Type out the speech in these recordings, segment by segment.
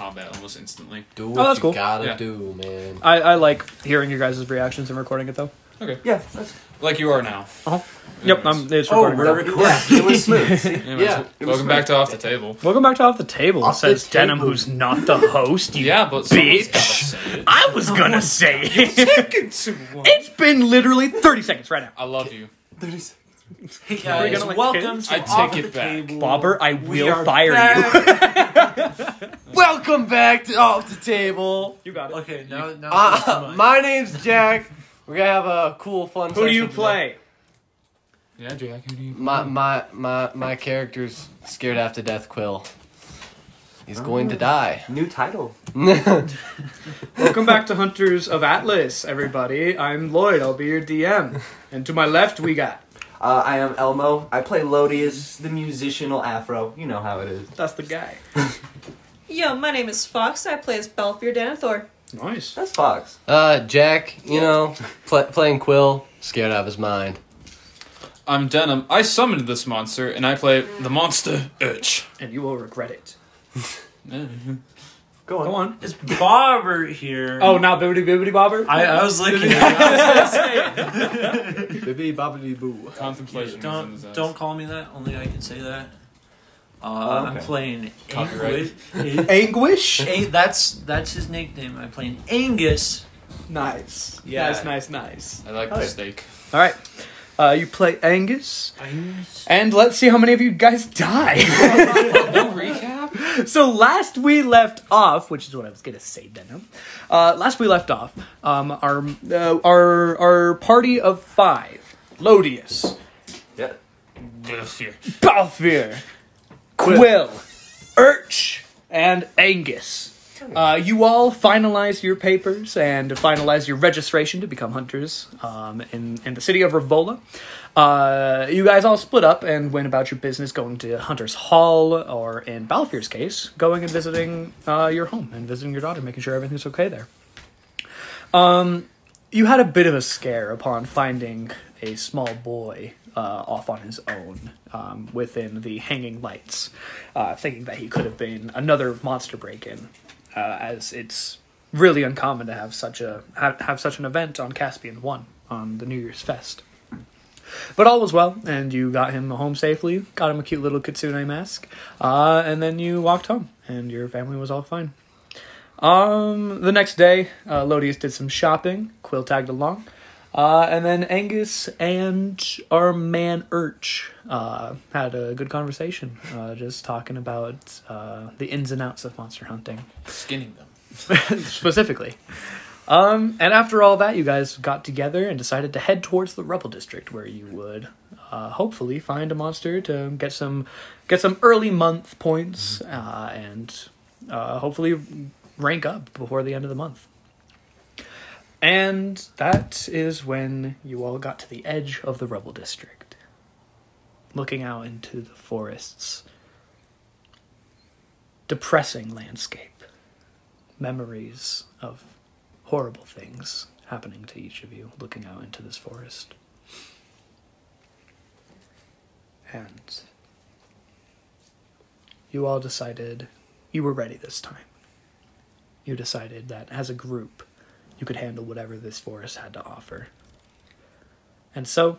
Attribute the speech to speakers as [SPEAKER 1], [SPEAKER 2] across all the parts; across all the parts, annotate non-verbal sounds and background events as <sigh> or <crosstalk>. [SPEAKER 1] almost instantly.
[SPEAKER 2] Do what
[SPEAKER 3] Oh, that's
[SPEAKER 2] you
[SPEAKER 3] cool.
[SPEAKER 2] gotta
[SPEAKER 1] Yeah.
[SPEAKER 2] do, man.
[SPEAKER 3] I, I like hearing your guys' reactions and recording it though.
[SPEAKER 1] Okay,
[SPEAKER 4] Yeah. That's,
[SPEAKER 1] like you are now.
[SPEAKER 3] Uh-huh. Yep,
[SPEAKER 1] Anyways.
[SPEAKER 3] I'm, it's
[SPEAKER 4] oh,
[SPEAKER 3] recording.
[SPEAKER 4] we're
[SPEAKER 3] right now.
[SPEAKER 4] recording. Yeah, it was smooth. See?
[SPEAKER 1] Anyways,
[SPEAKER 2] Yeah,
[SPEAKER 1] w-
[SPEAKER 4] it was
[SPEAKER 1] welcome
[SPEAKER 4] my-
[SPEAKER 1] back to off the table.
[SPEAKER 3] Welcome back to Off the Table,
[SPEAKER 2] Off the
[SPEAKER 3] says Denim,
[SPEAKER 2] Table.
[SPEAKER 3] who's not the host. You
[SPEAKER 1] Yeah, but someone's gotta say it.
[SPEAKER 3] I
[SPEAKER 4] <laughs>
[SPEAKER 3] was gonna say it.
[SPEAKER 1] Taking too long.
[SPEAKER 3] it's been literally 30 seconds right now.
[SPEAKER 1] I love you.
[SPEAKER 4] There's-
[SPEAKER 1] Hey
[SPEAKER 3] We're
[SPEAKER 1] guys,
[SPEAKER 3] gonna, like,
[SPEAKER 4] welcome
[SPEAKER 1] I
[SPEAKER 4] to
[SPEAKER 1] take
[SPEAKER 4] Off
[SPEAKER 1] it
[SPEAKER 4] the
[SPEAKER 1] back.
[SPEAKER 4] Table.
[SPEAKER 3] Bobber, I
[SPEAKER 4] We
[SPEAKER 3] will
[SPEAKER 4] are
[SPEAKER 3] fire you.
[SPEAKER 4] <laughs> back.
[SPEAKER 2] Welcome back to Off the Table.
[SPEAKER 3] You got it.
[SPEAKER 4] okay, now, now
[SPEAKER 2] Uh, <laughs> my name's Jack. We're gonna have a cool, fun.
[SPEAKER 3] Who do
[SPEAKER 2] session
[SPEAKER 3] you
[SPEAKER 2] today.
[SPEAKER 3] play?
[SPEAKER 1] yeah, Jack, who do you?
[SPEAKER 2] My my my my character's scared after death. Quill. He's going to die.
[SPEAKER 4] new title.
[SPEAKER 3] Welcome back to Hunters of Atlas, everybody. I'm Lloyd. I'll be your DM. And to my left, we got.
[SPEAKER 4] Uh, I am Elmo. I play Lodius, the musical afro. You know how it is.
[SPEAKER 3] That's the guy.
[SPEAKER 5] Yo, my name is Fox. I play as Belfier Denethor.
[SPEAKER 3] Nice.
[SPEAKER 4] That's Fox.
[SPEAKER 2] Uh, Jack. You know, pl- playing Quill, scared out of his mind.
[SPEAKER 1] I'm Denim. I summoned this monster, and I play the monster Urch.
[SPEAKER 3] And you will regret it.
[SPEAKER 4] Go on.
[SPEAKER 3] Go on.
[SPEAKER 6] It's Barber here.
[SPEAKER 3] Oh, now Bibbidi Bibbidi Bobber?
[SPEAKER 6] I,
[SPEAKER 4] <laughs>
[SPEAKER 6] I was looking. I was gonna
[SPEAKER 2] Baby bobbity boo.
[SPEAKER 1] Contemplation.
[SPEAKER 6] say,
[SPEAKER 1] was in his
[SPEAKER 6] don't
[SPEAKER 1] eyes.
[SPEAKER 6] don't call me that. Only I can say that. Uh,
[SPEAKER 4] Oh, okay.
[SPEAKER 6] I'm playing
[SPEAKER 1] Copyright.
[SPEAKER 6] Angus.
[SPEAKER 3] Anguish?
[SPEAKER 6] A- that's that's his nickname. I'm playing Angus.
[SPEAKER 3] Nice.
[SPEAKER 6] Yeah.
[SPEAKER 3] Nice, nice, nice.
[SPEAKER 1] I like
[SPEAKER 4] Oh,
[SPEAKER 1] the
[SPEAKER 4] yeah.
[SPEAKER 1] steak.
[SPEAKER 3] All right. Uh, you play Angus,
[SPEAKER 6] Angus.
[SPEAKER 3] and let's see how many of you guys <laughs> die.
[SPEAKER 1] No recap.
[SPEAKER 3] so last we left off, which is what I was gonna say, Denim. Uh, last we left off, um, our uh, our our party of five: Lodius,
[SPEAKER 4] Yeah.
[SPEAKER 3] Balfir, Quill, Urch, and Angus. Uh, you all finalize your papers and finalize your registration to become hunters um, in, in the city of Revola. Uh, you guys all split up and went about your business, going to Hunter's Hall, or in Balfir's case, going and visiting uh, your home and visiting your daughter, making sure everything's okay there. Um, you had a bit of a scare upon finding a small boy uh, off on his own um, within the hanging lights, uh, thinking that he could have been another monster break in uh, as it's really uncommon to have such a have, have such an event on Caspian One on the New Year's Fest. But all was well, and you got him home safely. Got him a cute little kitsune mask, uh, and then you walked home, and your family was all fine. Um, the next day, uh, Lodius did some shopping. Quill tagged along, uh, and then Angus and our man Urch uh, had a good conversation, uh, just talking about uh, the ins and outs of monster hunting
[SPEAKER 1] Skinning <laughs> them.
[SPEAKER 3] <laughs> specifically. Um, and after all that, you guys got together and decided to head towards the Rebel District, where you would uh, hopefully find a monster to get some get some early month points uh, and uh, hopefully rank up before the end of the month. And that is when you all got to the edge of the Rebel District, looking out into the forests. Depressing landscape memories of horrible things happening to each of you looking out into this forest. And you all decided you were ready this time. You decided that as a group, you could handle whatever this forest had to offer. And so,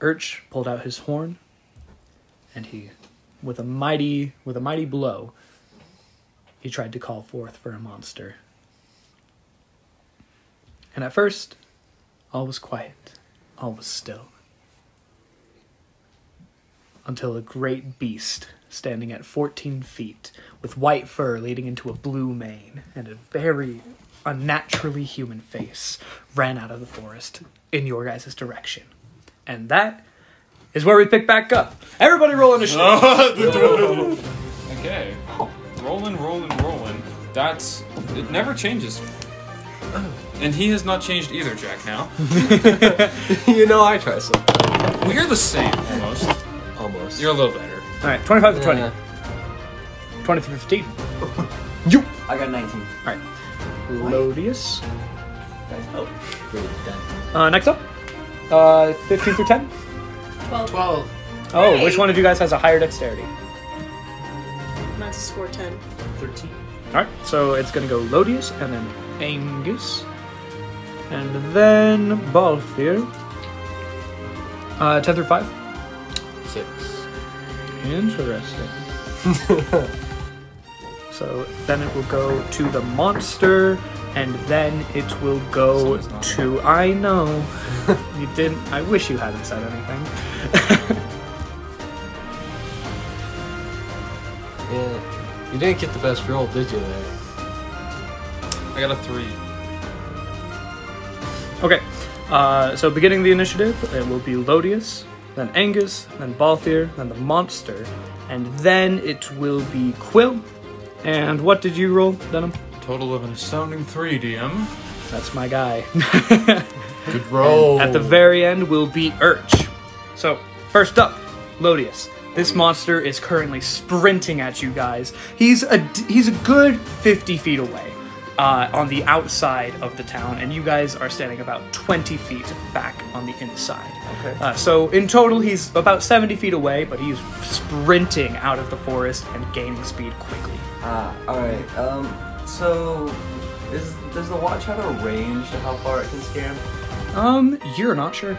[SPEAKER 3] Urch pulled out his horn, and he, with a mighty, with a mighty blow, he tried to call forth for a monster. And at first, all was quiet, all was still. Until a great beast, standing at 14 feet, with white fur leading into a blue mane and a very unnaturally human face, ran out of the forest in your guys' direction. And that is where we pick back up. Everybody roll initiative.
[SPEAKER 1] Okay. Rolling, rolling, rolling. That's it. Never changes. And he has not changed either, Jack. Now
[SPEAKER 2] <laughs> you know I try some.
[SPEAKER 1] we are the same almost.
[SPEAKER 2] Almost.
[SPEAKER 1] You're a little better.
[SPEAKER 3] All right, 25 to 20.
[SPEAKER 2] Yeah.
[SPEAKER 3] 20 through 15.
[SPEAKER 4] I got 19.
[SPEAKER 3] Alright. Lodius.
[SPEAKER 4] Oh.
[SPEAKER 3] Uh, next up, uh, 15 through 10.
[SPEAKER 5] Twelve.
[SPEAKER 2] Twelve.
[SPEAKER 3] Oh,
[SPEAKER 5] Hey.
[SPEAKER 3] which one of you guys has a higher dexterity?
[SPEAKER 5] Mine's a score ten.
[SPEAKER 6] 13.
[SPEAKER 3] Alright, so it's gonna go Lodius and then Angus. And then Balthier. Uh, 10 through 5.
[SPEAKER 2] Six.
[SPEAKER 3] Interesting. so then it will go to the monster, and then it will go
[SPEAKER 1] Someone's not-
[SPEAKER 3] to. I know. you didn't. I wish you hadn't said anything.
[SPEAKER 2] Yeah. You didn't get the best roll, did you? There.
[SPEAKER 1] I got a three.
[SPEAKER 3] Okay, uh, so beginning the initiative, it will be Lodius, then Angus, then Balthier, then the monster, and then it will be Quill. And what did you roll, Denim?
[SPEAKER 1] Total of an astounding three, DM.
[SPEAKER 3] That's my guy.
[SPEAKER 2] <laughs> Good roll.
[SPEAKER 3] At the very end will be Urch. So, first up, Lodius. This monster is currently sprinting at you guys. He's a d- he's a good 50 feet away uh, on the outside of the town, and you guys are standing about 20 feet back on the inside.
[SPEAKER 4] Okay.
[SPEAKER 3] Uh, so in total, he's about 70 feet away, but he's sprinting out of the forest and gaining speed quickly.
[SPEAKER 4] Ah, alright. Um, so, is does the watch have a range to how far it can scare him?
[SPEAKER 3] Um, you're not sure.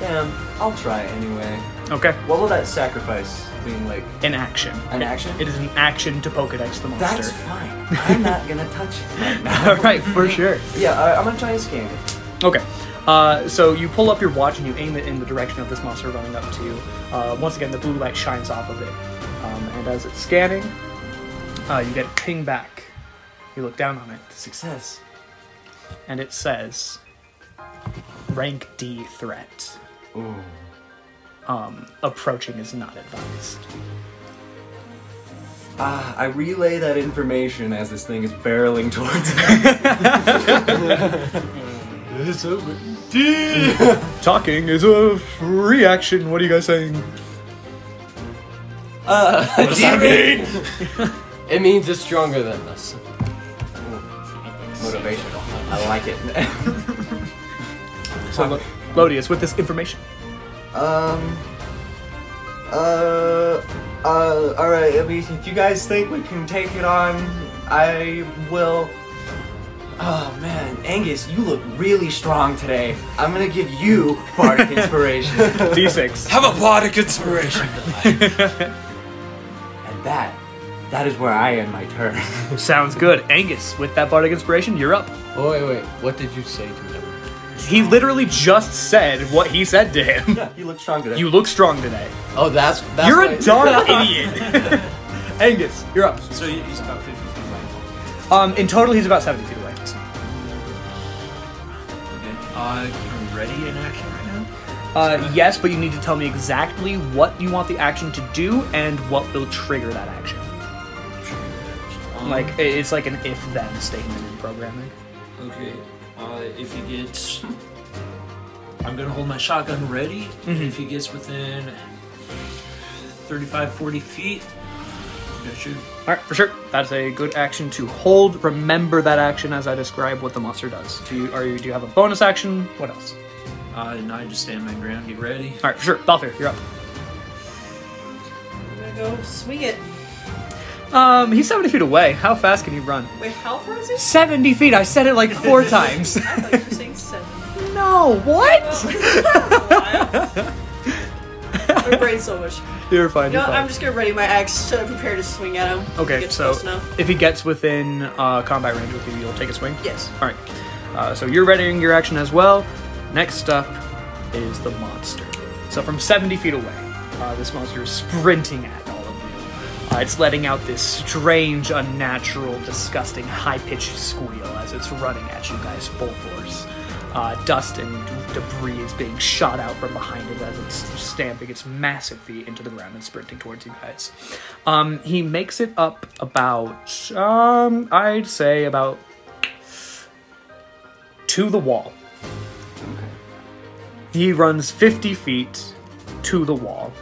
[SPEAKER 4] Damn, I'll try anyway.
[SPEAKER 3] Okay.
[SPEAKER 4] What will that sacrifice mean, like?
[SPEAKER 3] An action.
[SPEAKER 4] An action?
[SPEAKER 3] It is an action to Pokedex the monster.
[SPEAKER 4] That's <laughs> fine. I'm not gonna touch it right
[SPEAKER 3] <laughs>
[SPEAKER 4] now. <laughs>
[SPEAKER 3] All right, for sure.
[SPEAKER 4] Yeah, I, I'm gonna try and scan it.
[SPEAKER 3] Okay. Uh, so you pull up your watch and you aim it in the direction of this monster running up to you. Uh, once again, the blue light shines off of it. Um, and as it's scanning, uh, you get a ping back. You look down on it,
[SPEAKER 4] Success.
[SPEAKER 3] and it says rank D threat.
[SPEAKER 4] Ooh.
[SPEAKER 3] Um, approaching is not advised.
[SPEAKER 4] Ah, I relay that information as this thing is barreling <laughs> towards me.
[SPEAKER 3] <laughs> Talking is a free action. What are you guys saying?
[SPEAKER 2] It means it's stronger than us.
[SPEAKER 4] Motivational. I like it.
[SPEAKER 3] So, Lo- Lodius, with this information.
[SPEAKER 4] um. Uh. Uh. All right. I mean, if you guys think we can take it on, I will. Oh man, Angus, you look really strong today. I'm gonna give you bardic inspiration, and
[SPEAKER 3] D6.
[SPEAKER 1] Have a bardic inspiration.
[SPEAKER 4] that, that is where I end my turn.
[SPEAKER 3] <laughs>
[SPEAKER 4] <laughs>
[SPEAKER 3] Sounds good. Angus, with that bardic inspiration, you're up.
[SPEAKER 2] Oh, wait, wait. What did you say to him?
[SPEAKER 3] He literally just said what he said to him. <laughs>
[SPEAKER 4] you look strong today.
[SPEAKER 3] You look strong today.
[SPEAKER 2] Oh, that's. that's
[SPEAKER 3] you're
[SPEAKER 2] why-
[SPEAKER 3] a darn idiot. <laughs> Angus, you're up.
[SPEAKER 6] So he's about 50 feet away.
[SPEAKER 3] Um, in total, he's about 70 feet away.
[SPEAKER 6] Okay. Uh, can we ready in action right now?
[SPEAKER 3] Uh, yes, but you need to tell me exactly what you want the action to do and what will trigger that action.
[SPEAKER 6] Um,
[SPEAKER 3] Like i- it's like an if-then statement in programming.
[SPEAKER 6] Okay. Uh, if he gets, I'm gonna hold my shotgun ready.
[SPEAKER 4] Mm-hmm.
[SPEAKER 6] and If he gets within 35, 40 feet, I'm gonna shoot.
[SPEAKER 3] All right, for sure. That's a good action to hold. Remember that action as I describe what the monster does. Do you are you do you have a bonus action? What else?
[SPEAKER 6] Uh, and I just stand my ground, get ready.
[SPEAKER 3] All right, for sure. Balthier, you're up.
[SPEAKER 5] I'm gonna go swing it.
[SPEAKER 3] Um, he's 70 feet away. How fast can he run?
[SPEAKER 5] Wait, how far is it?
[SPEAKER 3] 70 feet. I said it like
[SPEAKER 6] <laughs>
[SPEAKER 3] four times.
[SPEAKER 5] I thought you were saying seven.
[SPEAKER 3] No, what?
[SPEAKER 6] <laughs>
[SPEAKER 3] <laughs>
[SPEAKER 5] My brain's so much.
[SPEAKER 3] You're fine.
[SPEAKER 5] No,
[SPEAKER 3] You're fine.
[SPEAKER 5] I'm just gonna ready my axe to prepare to swing at him.
[SPEAKER 3] okay,
[SPEAKER 5] Get
[SPEAKER 3] so
[SPEAKER 5] close enough.
[SPEAKER 3] if he gets within uh, combat range with you, you'll take a swing.
[SPEAKER 5] Yes.
[SPEAKER 3] All right. Uh, so you're readying your action as well. Next up is the monster. So from 70 feet away, uh, this monster is sprinting at all of you. Uh, it's letting out this strange, unnatural, disgusting, high-pitched squeal as it's running at you guys full force. Uh, dust and debris is being shot out from behind it as it's stamping its massive feet into the ground and sprinting towards you guys. Um, he makes it up about, um, I'd say about to the wall. He runs 50 feet to the wall.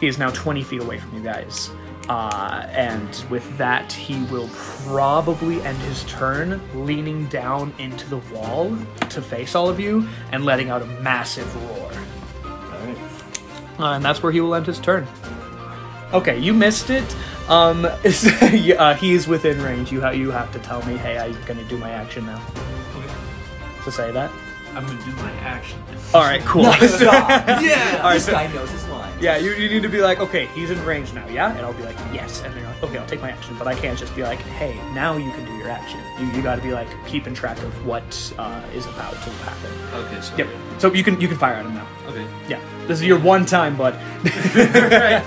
[SPEAKER 3] He is now 20 feet away from you guys. Uh, and with that, he will probably end his turn leaning down into the wall to face all of you and letting out a massive roar.
[SPEAKER 4] All right.
[SPEAKER 3] Uh, and that's where he will end his turn. Okay, you missed it. Um, <laughs> is, uh, he is within range. You ha- you have to tell me, hey, I'm gonna do my action now. To say that.
[SPEAKER 6] <laughs> I'm gonna do my action.
[SPEAKER 3] All right, cool. <laughs>
[SPEAKER 4] yeah.
[SPEAKER 3] All right,
[SPEAKER 4] this
[SPEAKER 3] so-
[SPEAKER 6] <laughs>
[SPEAKER 4] guy knows his line.
[SPEAKER 3] Yeah, you, you need to be like, okay, he's in range now, yeah? And I'll be like, yes. And they're like, okay, I'll take my action. But I can't just be like, hey, now you can do your action. You, you got to be like keeping track of what uh, is about to happen.
[SPEAKER 6] Okay, so
[SPEAKER 3] Yep. So you can you can fire at him now.
[SPEAKER 6] okay.
[SPEAKER 3] Yeah. This is your one time, bud. <laughs>
[SPEAKER 6] Everybody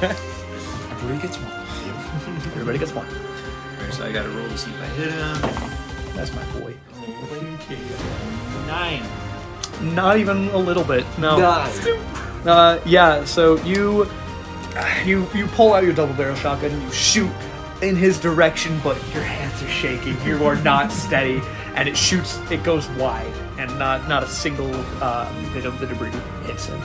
[SPEAKER 6] gets one.
[SPEAKER 3] Everybody gets one.
[SPEAKER 6] Alright, so I gotta roll to see if I hit him.
[SPEAKER 3] That's my boy.
[SPEAKER 6] Nine.
[SPEAKER 3] Not even a little bit. No.
[SPEAKER 4] Nice.
[SPEAKER 3] Uh, yeah. So you, you you pull out your double barrel shotgun and you shoot in his direction, but your hands are shaking. You are not steady, and it shoots. It goes wide, and not not a single um, bit of the debris hits him.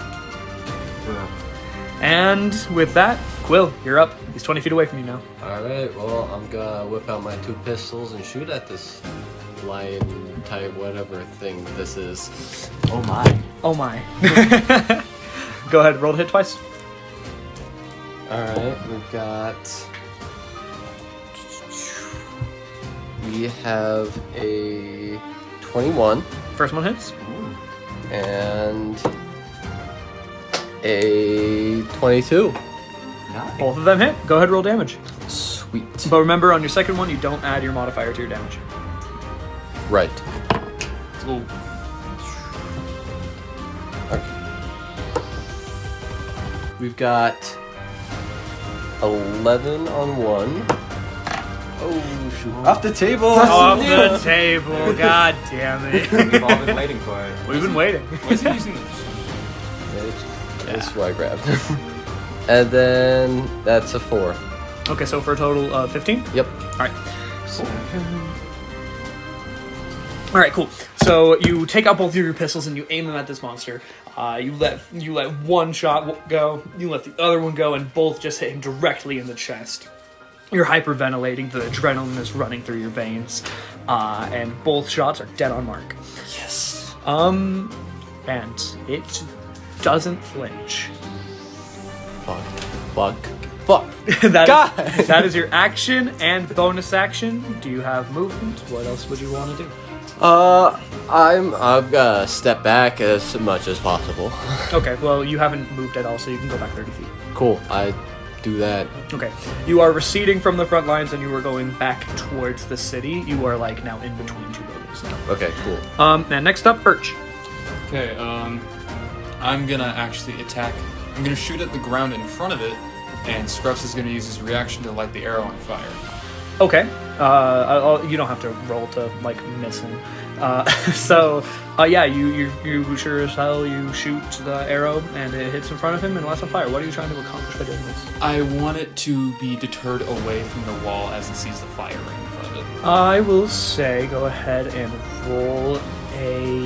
[SPEAKER 3] And with that, Quill, you're up. He's 20 feet away from you now.
[SPEAKER 2] Alright, well, I'm gonna whip out my two pistols and shoot at this lion type, whatever thing this is.
[SPEAKER 4] Oh my.
[SPEAKER 3] Oh my. <laughs> Go ahead, roll to hit twice.
[SPEAKER 2] Alright, we've got. We have a 21
[SPEAKER 3] First one hits.
[SPEAKER 2] and a 22.
[SPEAKER 4] Nice.
[SPEAKER 3] Both of them hit. Go ahead, roll damage.
[SPEAKER 2] Sweet.
[SPEAKER 3] But remember, on your second one, you don't add your modifier to your damage.
[SPEAKER 2] Right.
[SPEAKER 6] Cool.
[SPEAKER 2] We've got 11 on one. Oh, shoot. Off the table!
[SPEAKER 3] Off the table. God damn it.
[SPEAKER 4] We've all been waiting for
[SPEAKER 3] <laughs>
[SPEAKER 4] it.
[SPEAKER 3] We've been waiting.
[SPEAKER 1] Why is he using the
[SPEAKER 2] That's that's what I grabbed. <laughs> and then that's a four.
[SPEAKER 3] Okay, so for a total of 15.
[SPEAKER 2] Yep.
[SPEAKER 3] All right. All right, cool. So you take out both of your pistols and you aim them at this monster. Uh, you let you let one shot w- go. You let the other one go, and both just hit him directly in the chest. You're hyperventilating. The adrenaline is running through your veins, uh, and both shots are dead on mark. Yes. Um, and it doesn't flinch. <laughs>
[SPEAKER 2] Fuck. Fuck. Fuck.
[SPEAKER 3] That is-
[SPEAKER 2] God.
[SPEAKER 3] that is your action and bonus action. Do you have movement? What else would you want to do?
[SPEAKER 2] Uh, I'm I'm gonna step back as much as possible. <laughs>
[SPEAKER 3] Okay, well, you haven't moved at all, so you can go back 30 feet.
[SPEAKER 2] Cool. I do that.
[SPEAKER 3] Okay. You are receding from the front lines and you are going back towards the city. You are, like, now in between two buildings now.
[SPEAKER 2] Okay. Cool.
[SPEAKER 3] Um, and next up, Birch.
[SPEAKER 1] Okay, um, I'm gonna actually attack. I'm gonna shoot at the ground in front of it, and Scruffs is gonna use his reaction to light the arrow on fire.
[SPEAKER 3] Okay. Uh, I'll, you don't have to roll to, like, miss him. Uh, <laughs> so, uh, yeah, you, you, you sure as hell, you shoot the arrow and it hits in front of him and lights on fire. What are you trying to accomplish by doing this?
[SPEAKER 1] I want it to be deterred away from the wall as it sees the fire ring in front of it.
[SPEAKER 3] I will say, go ahead and roll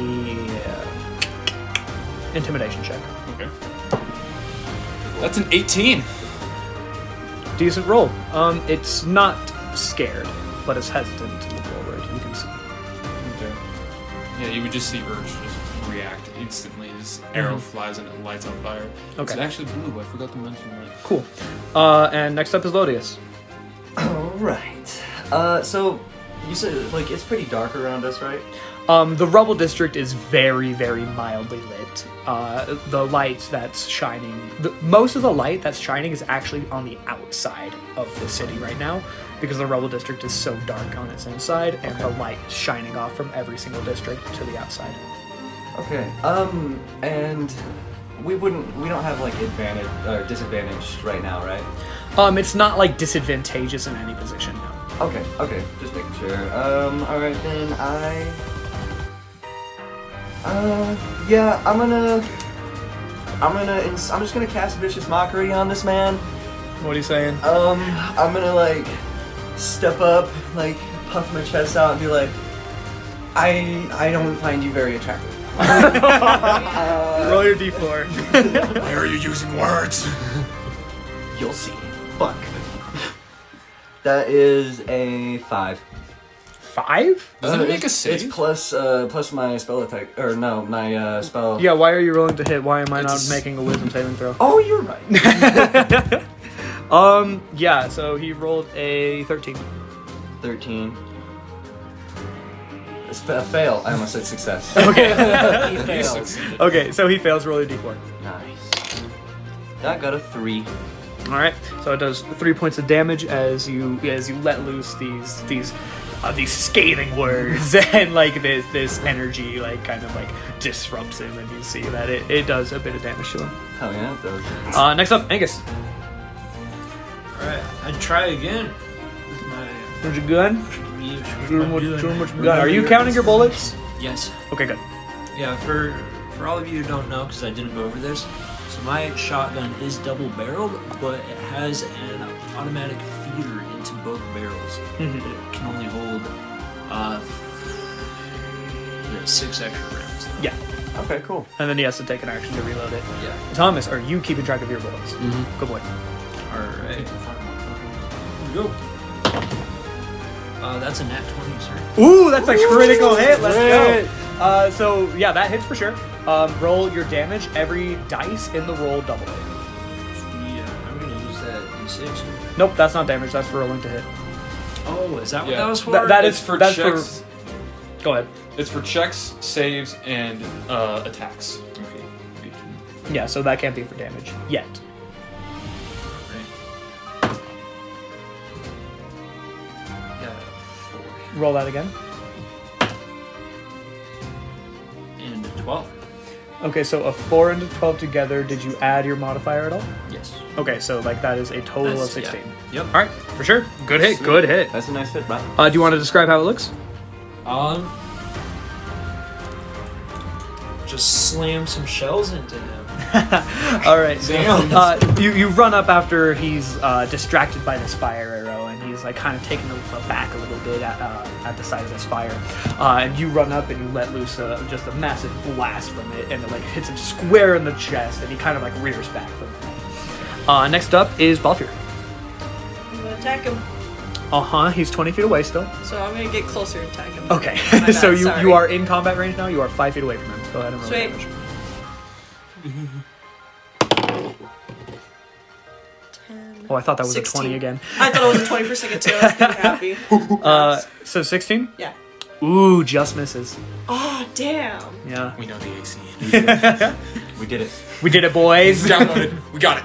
[SPEAKER 3] a uh, intimidation check.
[SPEAKER 1] Okay. That's an 18.
[SPEAKER 3] Decent roll. Um, it's not scared, but it's hesitant to move forward. You can see.
[SPEAKER 1] Okay. Yeah, you would just see Urge just react instantly. His arrow flies and it lights on fire. It's
[SPEAKER 3] Okay.
[SPEAKER 1] actually blue. I forgot to mention that.
[SPEAKER 3] Cool. Uh, and next up is Lodius.
[SPEAKER 4] Alright. Uh, so, you said, like, it's pretty dark around us, right?
[SPEAKER 3] Um, the rubble district is very, very mildly lit. Uh, the light that's shining, the, most of the light that's shining is actually on the outside of the city right now because the rubble district is so dark on its inside and the light is shining off from every single district to the outside.
[SPEAKER 4] Okay. Um, and we wouldn't, we don't have, like, advantage, or disadvantage right now, right?
[SPEAKER 3] Um, it's not like disadvantageous in any position, no.
[SPEAKER 4] Okay, okay, just making sure. Um, alright then, I. Uh, yeah, I'm gonna. I'm gonna. Ins- I'm just gonna cast Vicious Mockery on this man.
[SPEAKER 3] What are you saying?
[SPEAKER 4] Um, I'm gonna, like, step up, like, puff my chest out and be like, I. I don't find you very attractive.
[SPEAKER 3] Roll your d4.
[SPEAKER 1] Why are you using words?
[SPEAKER 4] You'll see. Fuck. That is a five.
[SPEAKER 3] Five?
[SPEAKER 1] Doesn't it
[SPEAKER 4] Uh,
[SPEAKER 1] make a
[SPEAKER 4] it's-
[SPEAKER 1] save?
[SPEAKER 4] It's plus, uh, plus my spell attack. Or no, my, uh, spell.
[SPEAKER 3] Yeah, why are you rolling to hit? Why am I
[SPEAKER 1] It's-
[SPEAKER 4] <laughs>
[SPEAKER 3] not making a wisdom saving throw?
[SPEAKER 4] Oh, you're right.
[SPEAKER 3] Um, yeah, so he rolled a <laughs> 13.
[SPEAKER 4] 13. It's a fail. I almost said <laughs> success. he fails.
[SPEAKER 3] <laughs> Okay, so he fails, roll a d4.
[SPEAKER 4] Nice. That got a 3.
[SPEAKER 3] All right, so it does three points of damage as you as you let loose these these uh, these scathing words <laughs> and like this this energy like kind of like disrupts him, and you see that it, it does a bit of damage to him.
[SPEAKER 4] Hell yeah, that was
[SPEAKER 3] Uh, next up, Angus.
[SPEAKER 6] Alright, I'd try again with my.
[SPEAKER 3] Where's your gun?
[SPEAKER 6] with
[SPEAKER 3] Too
[SPEAKER 6] my
[SPEAKER 3] much,
[SPEAKER 6] gun.
[SPEAKER 3] too much gun. Are you counting your bullets?
[SPEAKER 6] Yes.
[SPEAKER 3] Okay, good.
[SPEAKER 6] Yeah, for for all of you who don't know, because I didn't go over this, so my shotgun is double barreled, but it has an automatic feeder into both barrels. It can only hold uh, yeah, six extra rounds.
[SPEAKER 3] Yeah,
[SPEAKER 4] Okay, cool.
[SPEAKER 3] and then he has to take an action to reload it.
[SPEAKER 6] Yeah.
[SPEAKER 3] Thomas, are you keeping track of your bullets?
[SPEAKER 6] Mm-hmm.
[SPEAKER 3] Good boy.
[SPEAKER 6] Alright. Here we go. Uh, that's a nat 20, sir.
[SPEAKER 3] Ooh, that's a critical hit. Let's go. Uh, so yeah, that hits for sure. Um, roll your damage. Every dice in the roll double it.
[SPEAKER 6] Yeah, uh, I'm going to use that d6.
[SPEAKER 3] Nope, that's not damage. That's for rolling to hit.
[SPEAKER 6] Oh, is that what
[SPEAKER 1] Yeah.
[SPEAKER 6] that was for?
[SPEAKER 3] That- that
[SPEAKER 1] it's
[SPEAKER 3] is-
[SPEAKER 1] for
[SPEAKER 3] that's for-
[SPEAKER 1] checks.
[SPEAKER 3] Go ahead.
[SPEAKER 1] It's for checks, saves, and uh, attacks.
[SPEAKER 6] Okay. Right.
[SPEAKER 3] Yeah, so that can't be for damage yet.
[SPEAKER 6] Got four.
[SPEAKER 3] Roll that again.
[SPEAKER 6] And 12.
[SPEAKER 3] Okay, so a four and a twelve together. Did you add your modifier at all?
[SPEAKER 6] Yes.
[SPEAKER 3] Okay, so like that is a total of
[SPEAKER 6] That's- yeah.
[SPEAKER 3] sixteen.
[SPEAKER 6] Yep.
[SPEAKER 3] All right, for sure. Good hit. Good hit.
[SPEAKER 4] That's a nice hit, bro.
[SPEAKER 3] Uh, do you want to describe how it looks?
[SPEAKER 6] Um, just slam some shells into him.
[SPEAKER 3] <laughs> All right.
[SPEAKER 6] Damn.
[SPEAKER 3] Uh, you, you run up after he's uh, distracted by this fire arrow, and he's like kind of taken a- aback uh, a little bit at, uh, at the sight of this fire. Uh, and you run up and you let loose a, just a massive blast from it, and it like hits him square in the chest, and he kind of like rears back from that. Uh, next up is Balfour.
[SPEAKER 5] I'm gonna attack him.
[SPEAKER 3] Uh huh. He's twenty feet away still.
[SPEAKER 5] So I'm gonna get closer and attack him.
[SPEAKER 3] Okay.
[SPEAKER 5] Oh
[SPEAKER 3] <laughs>
[SPEAKER 5] My bad,
[SPEAKER 3] so you,
[SPEAKER 5] sorry.
[SPEAKER 3] you are in combat range now. You are five feet away from him. Go ahead and roll
[SPEAKER 5] Sweet.
[SPEAKER 3] damage.
[SPEAKER 5] 10,
[SPEAKER 3] Oh, I thought that was a
[SPEAKER 5] 16.
[SPEAKER 3] twenty again.
[SPEAKER 5] I thought it was a 20 for a second too. I was pretty happy.
[SPEAKER 3] <laughs> Uh, so sixteen.
[SPEAKER 5] yeah.
[SPEAKER 3] Ooh, just misses.
[SPEAKER 5] Oh, damn.
[SPEAKER 3] Yeah.
[SPEAKER 1] We know the AC. <laughs>
[SPEAKER 4] We did it.
[SPEAKER 3] We did it,
[SPEAKER 5] <laughs>
[SPEAKER 3] boys. All
[SPEAKER 1] Downloaded. We got it.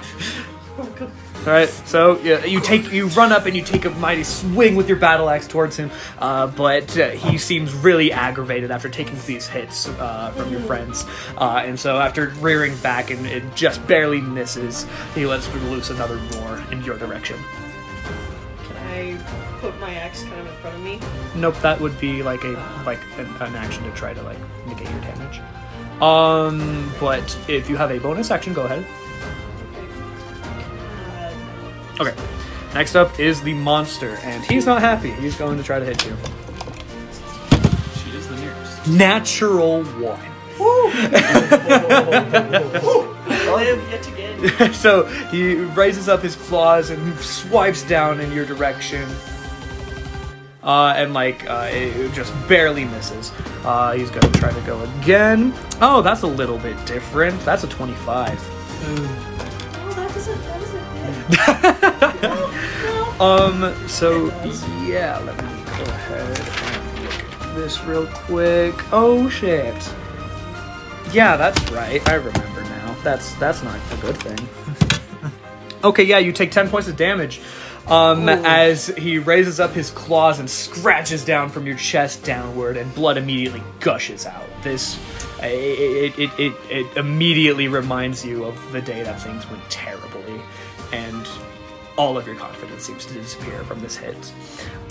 [SPEAKER 3] right. So yeah, you take you run up and you take a mighty swing with your battle axe towards him, uh, but uh, he seems really aggravated after taking these hits uh, from your friends, uh, and so after rearing back and it just barely misses, he lets loose another roar in your direction.
[SPEAKER 5] Can I put my axe kind of in front of me?
[SPEAKER 3] Nope, that would be like a like an, an action to try to like negate your damage. Um, but if you have a bonus action, go ahead.
[SPEAKER 5] Okay. Uh,
[SPEAKER 3] Okay. Next up is the monster, and he's not happy. He's going to try to hit you.
[SPEAKER 1] She is the nearest.
[SPEAKER 3] Natural one. <laughs>
[SPEAKER 5] Uh, live yet
[SPEAKER 3] <laughs>
[SPEAKER 5] again.
[SPEAKER 3] so he raises up his claws and swipes down in your direction. Uh, and like uh, it it just barely misses. Uh, he's gonna try to go again. Oh, that's a little bit different. That's a 25.
[SPEAKER 5] Oh, that doesn't. That doesn't hit.
[SPEAKER 3] Um, so yeah, let me go ahead and look at this real quick. Oh shit. Yeah, that's right. I remember now. That's that's not a good thing. Okay, yeah, you take 10 points of damage um, as he raises up his claws and scratches down from your chest downward, and blood immediately gushes out. This. It, it, it, it immediately reminds you of the day that things went terribly, and all of your confidence seems to disappear from this hit.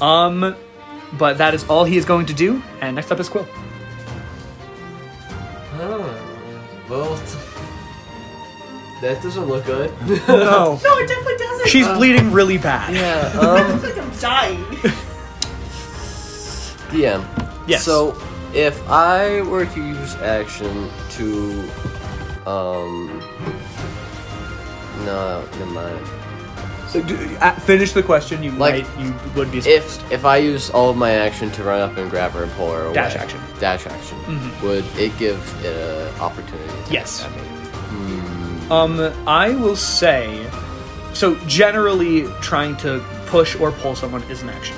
[SPEAKER 3] Um, but that is all he is going to do, and next up is Quill.
[SPEAKER 2] Oh, well, that doesn't look good.
[SPEAKER 3] No.
[SPEAKER 5] No, it definitely
[SPEAKER 3] <laughs>
[SPEAKER 5] doesn't.
[SPEAKER 3] She's bleeding really
[SPEAKER 2] <laughs>
[SPEAKER 3] bad.
[SPEAKER 2] yeah. Um,
[SPEAKER 5] It looks like I'm dying.
[SPEAKER 2] DM.
[SPEAKER 3] Yes.
[SPEAKER 2] So, if I were to use action to, um, no, never mind.
[SPEAKER 3] So do, uh, finish the question. You
[SPEAKER 2] Like-
[SPEAKER 3] might, you would be.
[SPEAKER 2] If if I use all of my action to run up and grab her and pull her away,
[SPEAKER 3] Dash action. Mm-hmm.
[SPEAKER 2] dash action, would it give uh, it an opportunity? attack
[SPEAKER 3] Yes.
[SPEAKER 2] at me?
[SPEAKER 3] Um, I will say so generally trying to push or pull someone is an action.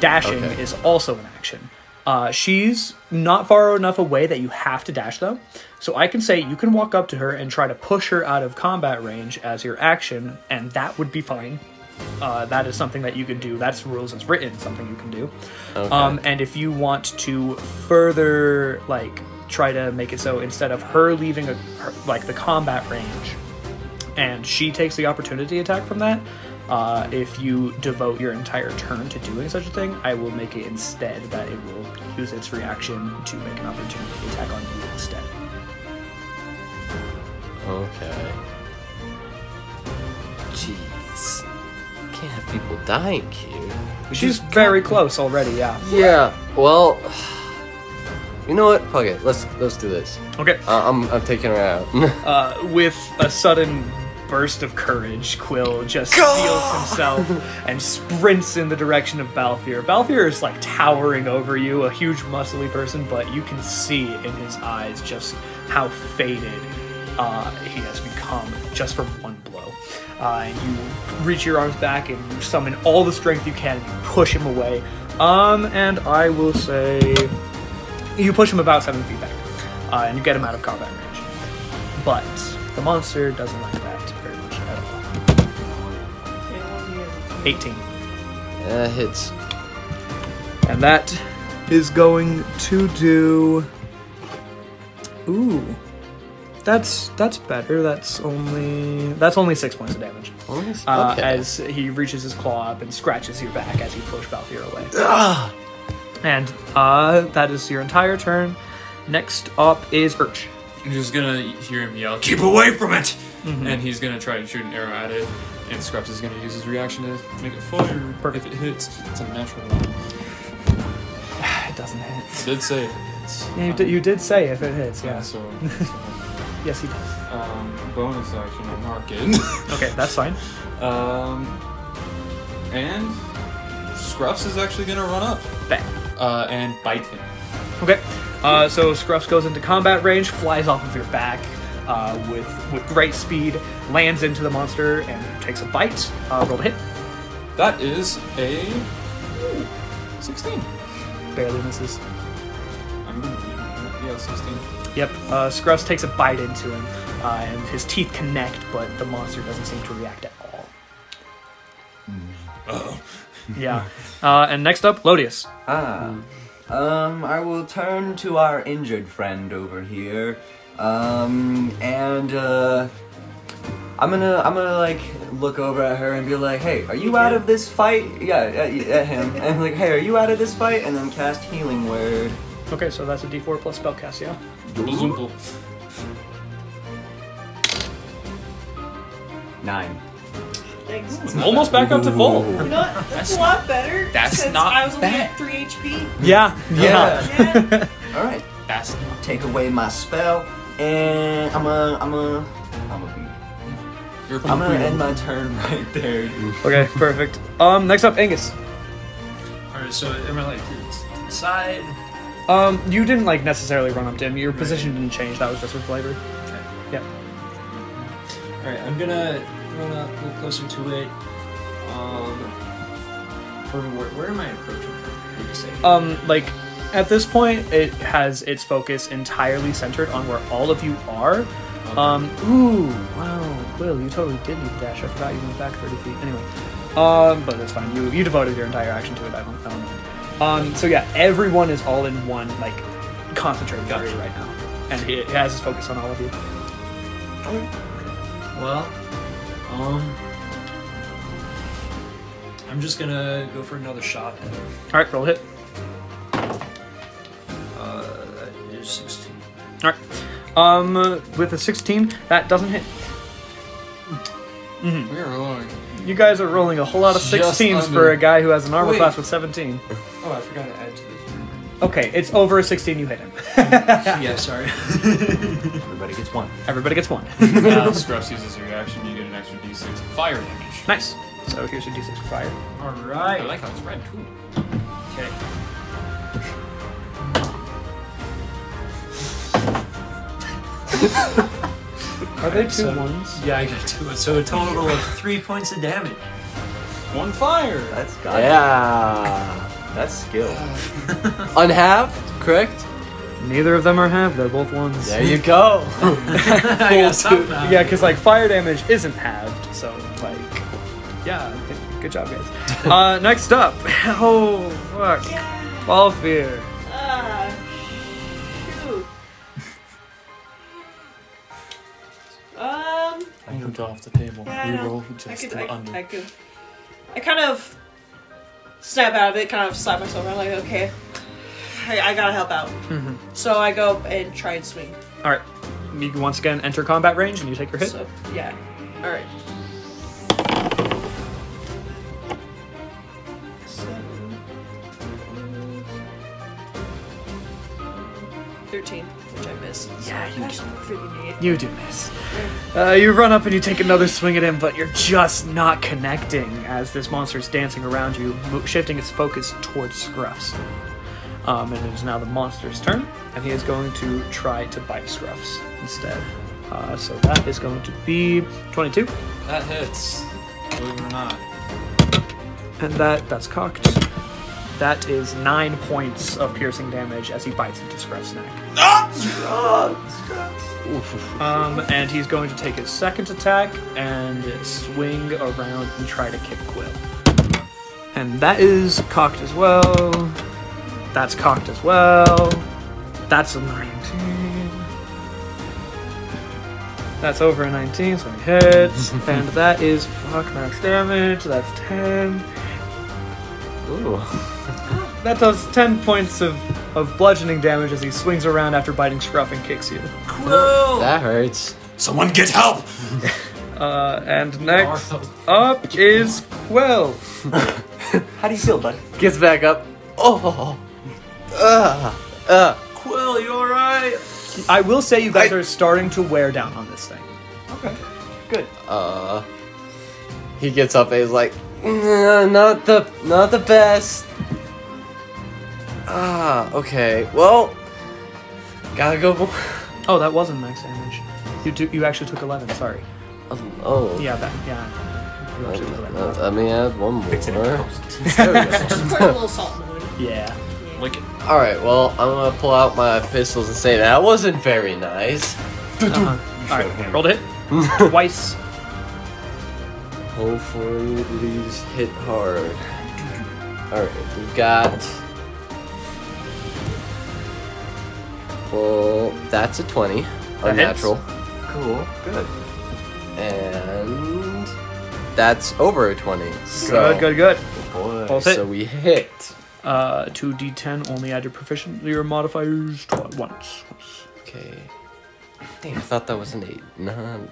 [SPEAKER 3] Dashing
[SPEAKER 2] Okay.
[SPEAKER 3] is also an action. Uh, she's not far enough away that you have to dash though. So I can say you can walk up to her and try to push her out of combat range as your action, and that would be fine. Uh, that is something that you can do. That's rules as written, something you can do. Um, and if you want to further, like, try to make it so instead of her leaving, a, her, like, the combat range, and she takes the opportunity attack from that. Uh, if you devote your entire turn to doing such a thing, I will make it instead that it will use its reaction to make an opportunity attack on you instead.
[SPEAKER 2] Okay. Jeez. Can't have people dying here.
[SPEAKER 3] She's very close already, yeah.
[SPEAKER 2] Yeah. Well, <sighs> you know what? Fuck it. Let's let's do this.
[SPEAKER 3] Okay.
[SPEAKER 2] Uh, I'm I'm taking her out. <laughs>
[SPEAKER 3] Uh, with a sudden burst of courage, Quill just steals himself and sprints in the direction of Balfour. Balfour is like towering over you, a huge muscly person, but you can see in his eyes just how faded uh, he has become just from one blow. Uh, and you reach your arms back and you summon all the strength you can and you push him away. Um, and I will say you push him about seven feet back, uh, and you get him out of combat range but the monster doesn't like that very much at all. 18.
[SPEAKER 2] uh, hits.
[SPEAKER 3] And that is going to do. Ooh. That's that's better. That's only that's only six points of damage.
[SPEAKER 2] Okay.
[SPEAKER 3] Uh, As he reaches his claw up and scratches your back as you push Balthier away. And uh, that is your entire turn. Next up is Urch.
[SPEAKER 1] You're just gonna hear him yell, "Keep away from it!" And he's gonna try and shoot an arrow at it. And Scraps is gonna use his reaction to make it fire.
[SPEAKER 3] Perfect.
[SPEAKER 1] If it hits, it's a natural one.
[SPEAKER 3] It doesn't hit.
[SPEAKER 1] Did say it hits.
[SPEAKER 3] Yeah, you, did, you did say if it hits.
[SPEAKER 1] Yeah,
[SPEAKER 3] Yeah.
[SPEAKER 1] so
[SPEAKER 3] Yes, he does.
[SPEAKER 1] um, bonus action, I'm not kidding. <laughs>
[SPEAKER 3] Okay, that's fine.
[SPEAKER 1] um, and Scruffs is actually gonna run up
[SPEAKER 3] Bang.
[SPEAKER 1] uh, and bite him.
[SPEAKER 3] Okay. Uh, so Scruffs goes into combat range, flies off of your back uh, with with great speed, lands into the monster, and takes a bite. Uh, roll to hit.
[SPEAKER 1] That is a ooh, 16.
[SPEAKER 3] Barely misses.
[SPEAKER 1] I'm gonna yeah, 16.
[SPEAKER 3] Yep. Uh, Scruffs takes a bite into him, uh, and his teeth connect, but the monster doesn't seem to react at all. Oh. yeah. Uh, and next up, Lodius.
[SPEAKER 4] Ah. Um, I will turn to our injured friend over here. Um, and uh I'm gonna, I'm gonna like look over at her and be like, "Hey, are you out of this fight?" Yeah, at, at him. <laughs> And like, "Hey, are you out of this fight?" And then cast healing word.
[SPEAKER 3] Okay, so that's a D4 plus spellcast, yeah.
[SPEAKER 1] Bloomple.
[SPEAKER 4] Nine.
[SPEAKER 5] Thanks. It's
[SPEAKER 3] Almost back up to full.
[SPEAKER 5] You know what? That's, a lot better.
[SPEAKER 1] that's
[SPEAKER 5] since
[SPEAKER 1] not
[SPEAKER 5] I was only
[SPEAKER 1] bad.
[SPEAKER 5] at 3 HP.
[SPEAKER 3] Yeah.
[SPEAKER 4] <laughs>
[SPEAKER 3] Yeah.
[SPEAKER 5] Yeah.
[SPEAKER 4] All right.
[SPEAKER 1] That's not.
[SPEAKER 4] Take away my spell, and I'm a, I'm a, I'm a.
[SPEAKER 1] You're
[SPEAKER 4] I'm gonna end my turn <laughs> right there.
[SPEAKER 3] <laughs> okay. Perfect. Um. Next up, Angus.
[SPEAKER 6] <laughs> Alright, so am I like to to the side?
[SPEAKER 3] Um, you didn't like necessarily run up to him. Your position didn't change. That was just with flavor. Yeah.
[SPEAKER 6] Alright, I'm gonna run up a little closer to it. Um, from where, where am I approaching from? Did you say?
[SPEAKER 3] Um, like at this point, it has its focus entirely centered on where all of you are. Um, ooh, wow, Will, you totally did need to dash. I forgot you went back thirty feet. Anyway, um, but that's fine. You you devoted your entire action to it. I don't. I don't mind. Um, so yeah, everyone is all in one like concentrated area right now, and it has its focus on all of you.
[SPEAKER 6] Well, um, I'm just gonna go for another shot. At it.
[SPEAKER 3] All right, roll hit.
[SPEAKER 6] Uh, that is 16.
[SPEAKER 3] All right, um, with a sixteen, that doesn't hit. Mm-hmm.
[SPEAKER 1] We're rolling.
[SPEAKER 3] You guys are rolling a whole lot of
[SPEAKER 1] Just
[SPEAKER 3] 16s
[SPEAKER 1] under.
[SPEAKER 3] for a guy who has an armor
[SPEAKER 6] Wait.
[SPEAKER 3] class with 17.
[SPEAKER 6] Oh, I forgot to add to the.
[SPEAKER 3] Okay, it's over a 16, you hit him.
[SPEAKER 6] yeah, sorry.
[SPEAKER 4] Everybody gets one.
[SPEAKER 3] Everybody gets one.
[SPEAKER 1] Now that Scruffs uses your reaction, you get an extra d6 fire damage.
[SPEAKER 3] nice. So here's your d6 fire.
[SPEAKER 6] <laughs> All
[SPEAKER 1] I
[SPEAKER 6] right.
[SPEAKER 1] like how it's red too.
[SPEAKER 6] okay.
[SPEAKER 3] Are there two
[SPEAKER 6] so-
[SPEAKER 3] ones?
[SPEAKER 6] Yeah, I got two. So a total of three points of damage.
[SPEAKER 1] One fire.
[SPEAKER 4] That's got
[SPEAKER 2] Yeah.
[SPEAKER 4] That's skill.
[SPEAKER 2] <laughs> Unhalved, correct?
[SPEAKER 3] Neither of them are half. They're both ones.
[SPEAKER 2] There you go.
[SPEAKER 6] I got somehow.
[SPEAKER 3] Yeah, because like fire damage isn't halved, so like, yeah, th- good job, guys. uh, next up, <laughs> oh fuck,
[SPEAKER 5] Yeah.
[SPEAKER 3] Balfir.
[SPEAKER 5] Ah, shoot. Um,
[SPEAKER 1] I moved off the table.
[SPEAKER 5] yeah, I
[SPEAKER 1] you
[SPEAKER 5] know.
[SPEAKER 1] roll
[SPEAKER 5] I
[SPEAKER 1] just
[SPEAKER 5] could,
[SPEAKER 1] an
[SPEAKER 5] I,
[SPEAKER 1] under.
[SPEAKER 5] I could, I kind of snap out of it, kind of slap myself around, like, okay, I, I gotta help out.
[SPEAKER 3] Mm-hmm.
[SPEAKER 5] So I go and try and swing.
[SPEAKER 3] All right, you can once again enter combat range and you take your hit.
[SPEAKER 5] So, yeah. Alright. Seven. Thirteen, which I missed.
[SPEAKER 3] Yeah, you
[SPEAKER 5] That's pretty
[SPEAKER 3] <laughs>
[SPEAKER 5] neat.
[SPEAKER 3] You do miss. Uh, you run up and you take another swing at him, but you're just not connecting as this monster's dancing around you, mo- shifting its focus towards Scruffs. Um, and it is now the monster's turn, and he is going to try to bite Scruffs instead. Uh, so that is going to be 22,
[SPEAKER 1] That hits. Believe it or not.
[SPEAKER 3] and that that's cocked. That is nine points of piercing damage as he bites into Scruff's neck. Um, and he's going to take his second attack and swing around and try to kick Quill. And that is cocked as well. That's cocked as well. That's a 19. That's over a 19, so it hits. and that is fuck max damage. That's 10.
[SPEAKER 2] <laughs> Ooh.
[SPEAKER 3] That does 10 points of, of bludgeoning damage as he swings around after biting Scruff and kicks you.
[SPEAKER 6] Quill.
[SPEAKER 2] That hurts.
[SPEAKER 1] Someone get help!
[SPEAKER 3] Uh, and next up is Quill.
[SPEAKER 4] How do you feel, bud?
[SPEAKER 2] Gets back up. Oh. Uh, uh.
[SPEAKER 6] Quill, you alright?
[SPEAKER 3] I will say you guys are starting to wear down on this thing.
[SPEAKER 2] Uh. He gets up and he's like, "Nah, not the, not the best. Ah, okay. Well, gotta go. bo-
[SPEAKER 3] Oh, that wasn't max damage. You do, you actually took 11, sorry.
[SPEAKER 2] Oh.
[SPEAKER 3] Yeah, that, yeah. You actually took 11.
[SPEAKER 2] Uh, let me add one more.
[SPEAKER 5] Just pour a little salt in the wound.
[SPEAKER 3] Yeah.
[SPEAKER 1] Lick it.
[SPEAKER 2] <laughs> All right. Well, I'm gonna pull out my pistols and say that wasn't very nice.
[SPEAKER 3] Uh-huh. All right, rolled a hit. <laughs> Twice.
[SPEAKER 2] Hopefully these hit hard. Alright, we've got. Well, that's a 20. Unnatural.
[SPEAKER 4] Cool. Good.
[SPEAKER 2] And. That's over a 20. So,
[SPEAKER 3] Good, good, good.
[SPEAKER 4] Boy.
[SPEAKER 3] Both hit.
[SPEAKER 2] so we hit.
[SPEAKER 3] Uh, 2d10, only add your proficiency, your modifiers twice. Once.
[SPEAKER 2] Okay. Dang, I thought that was an 8. No.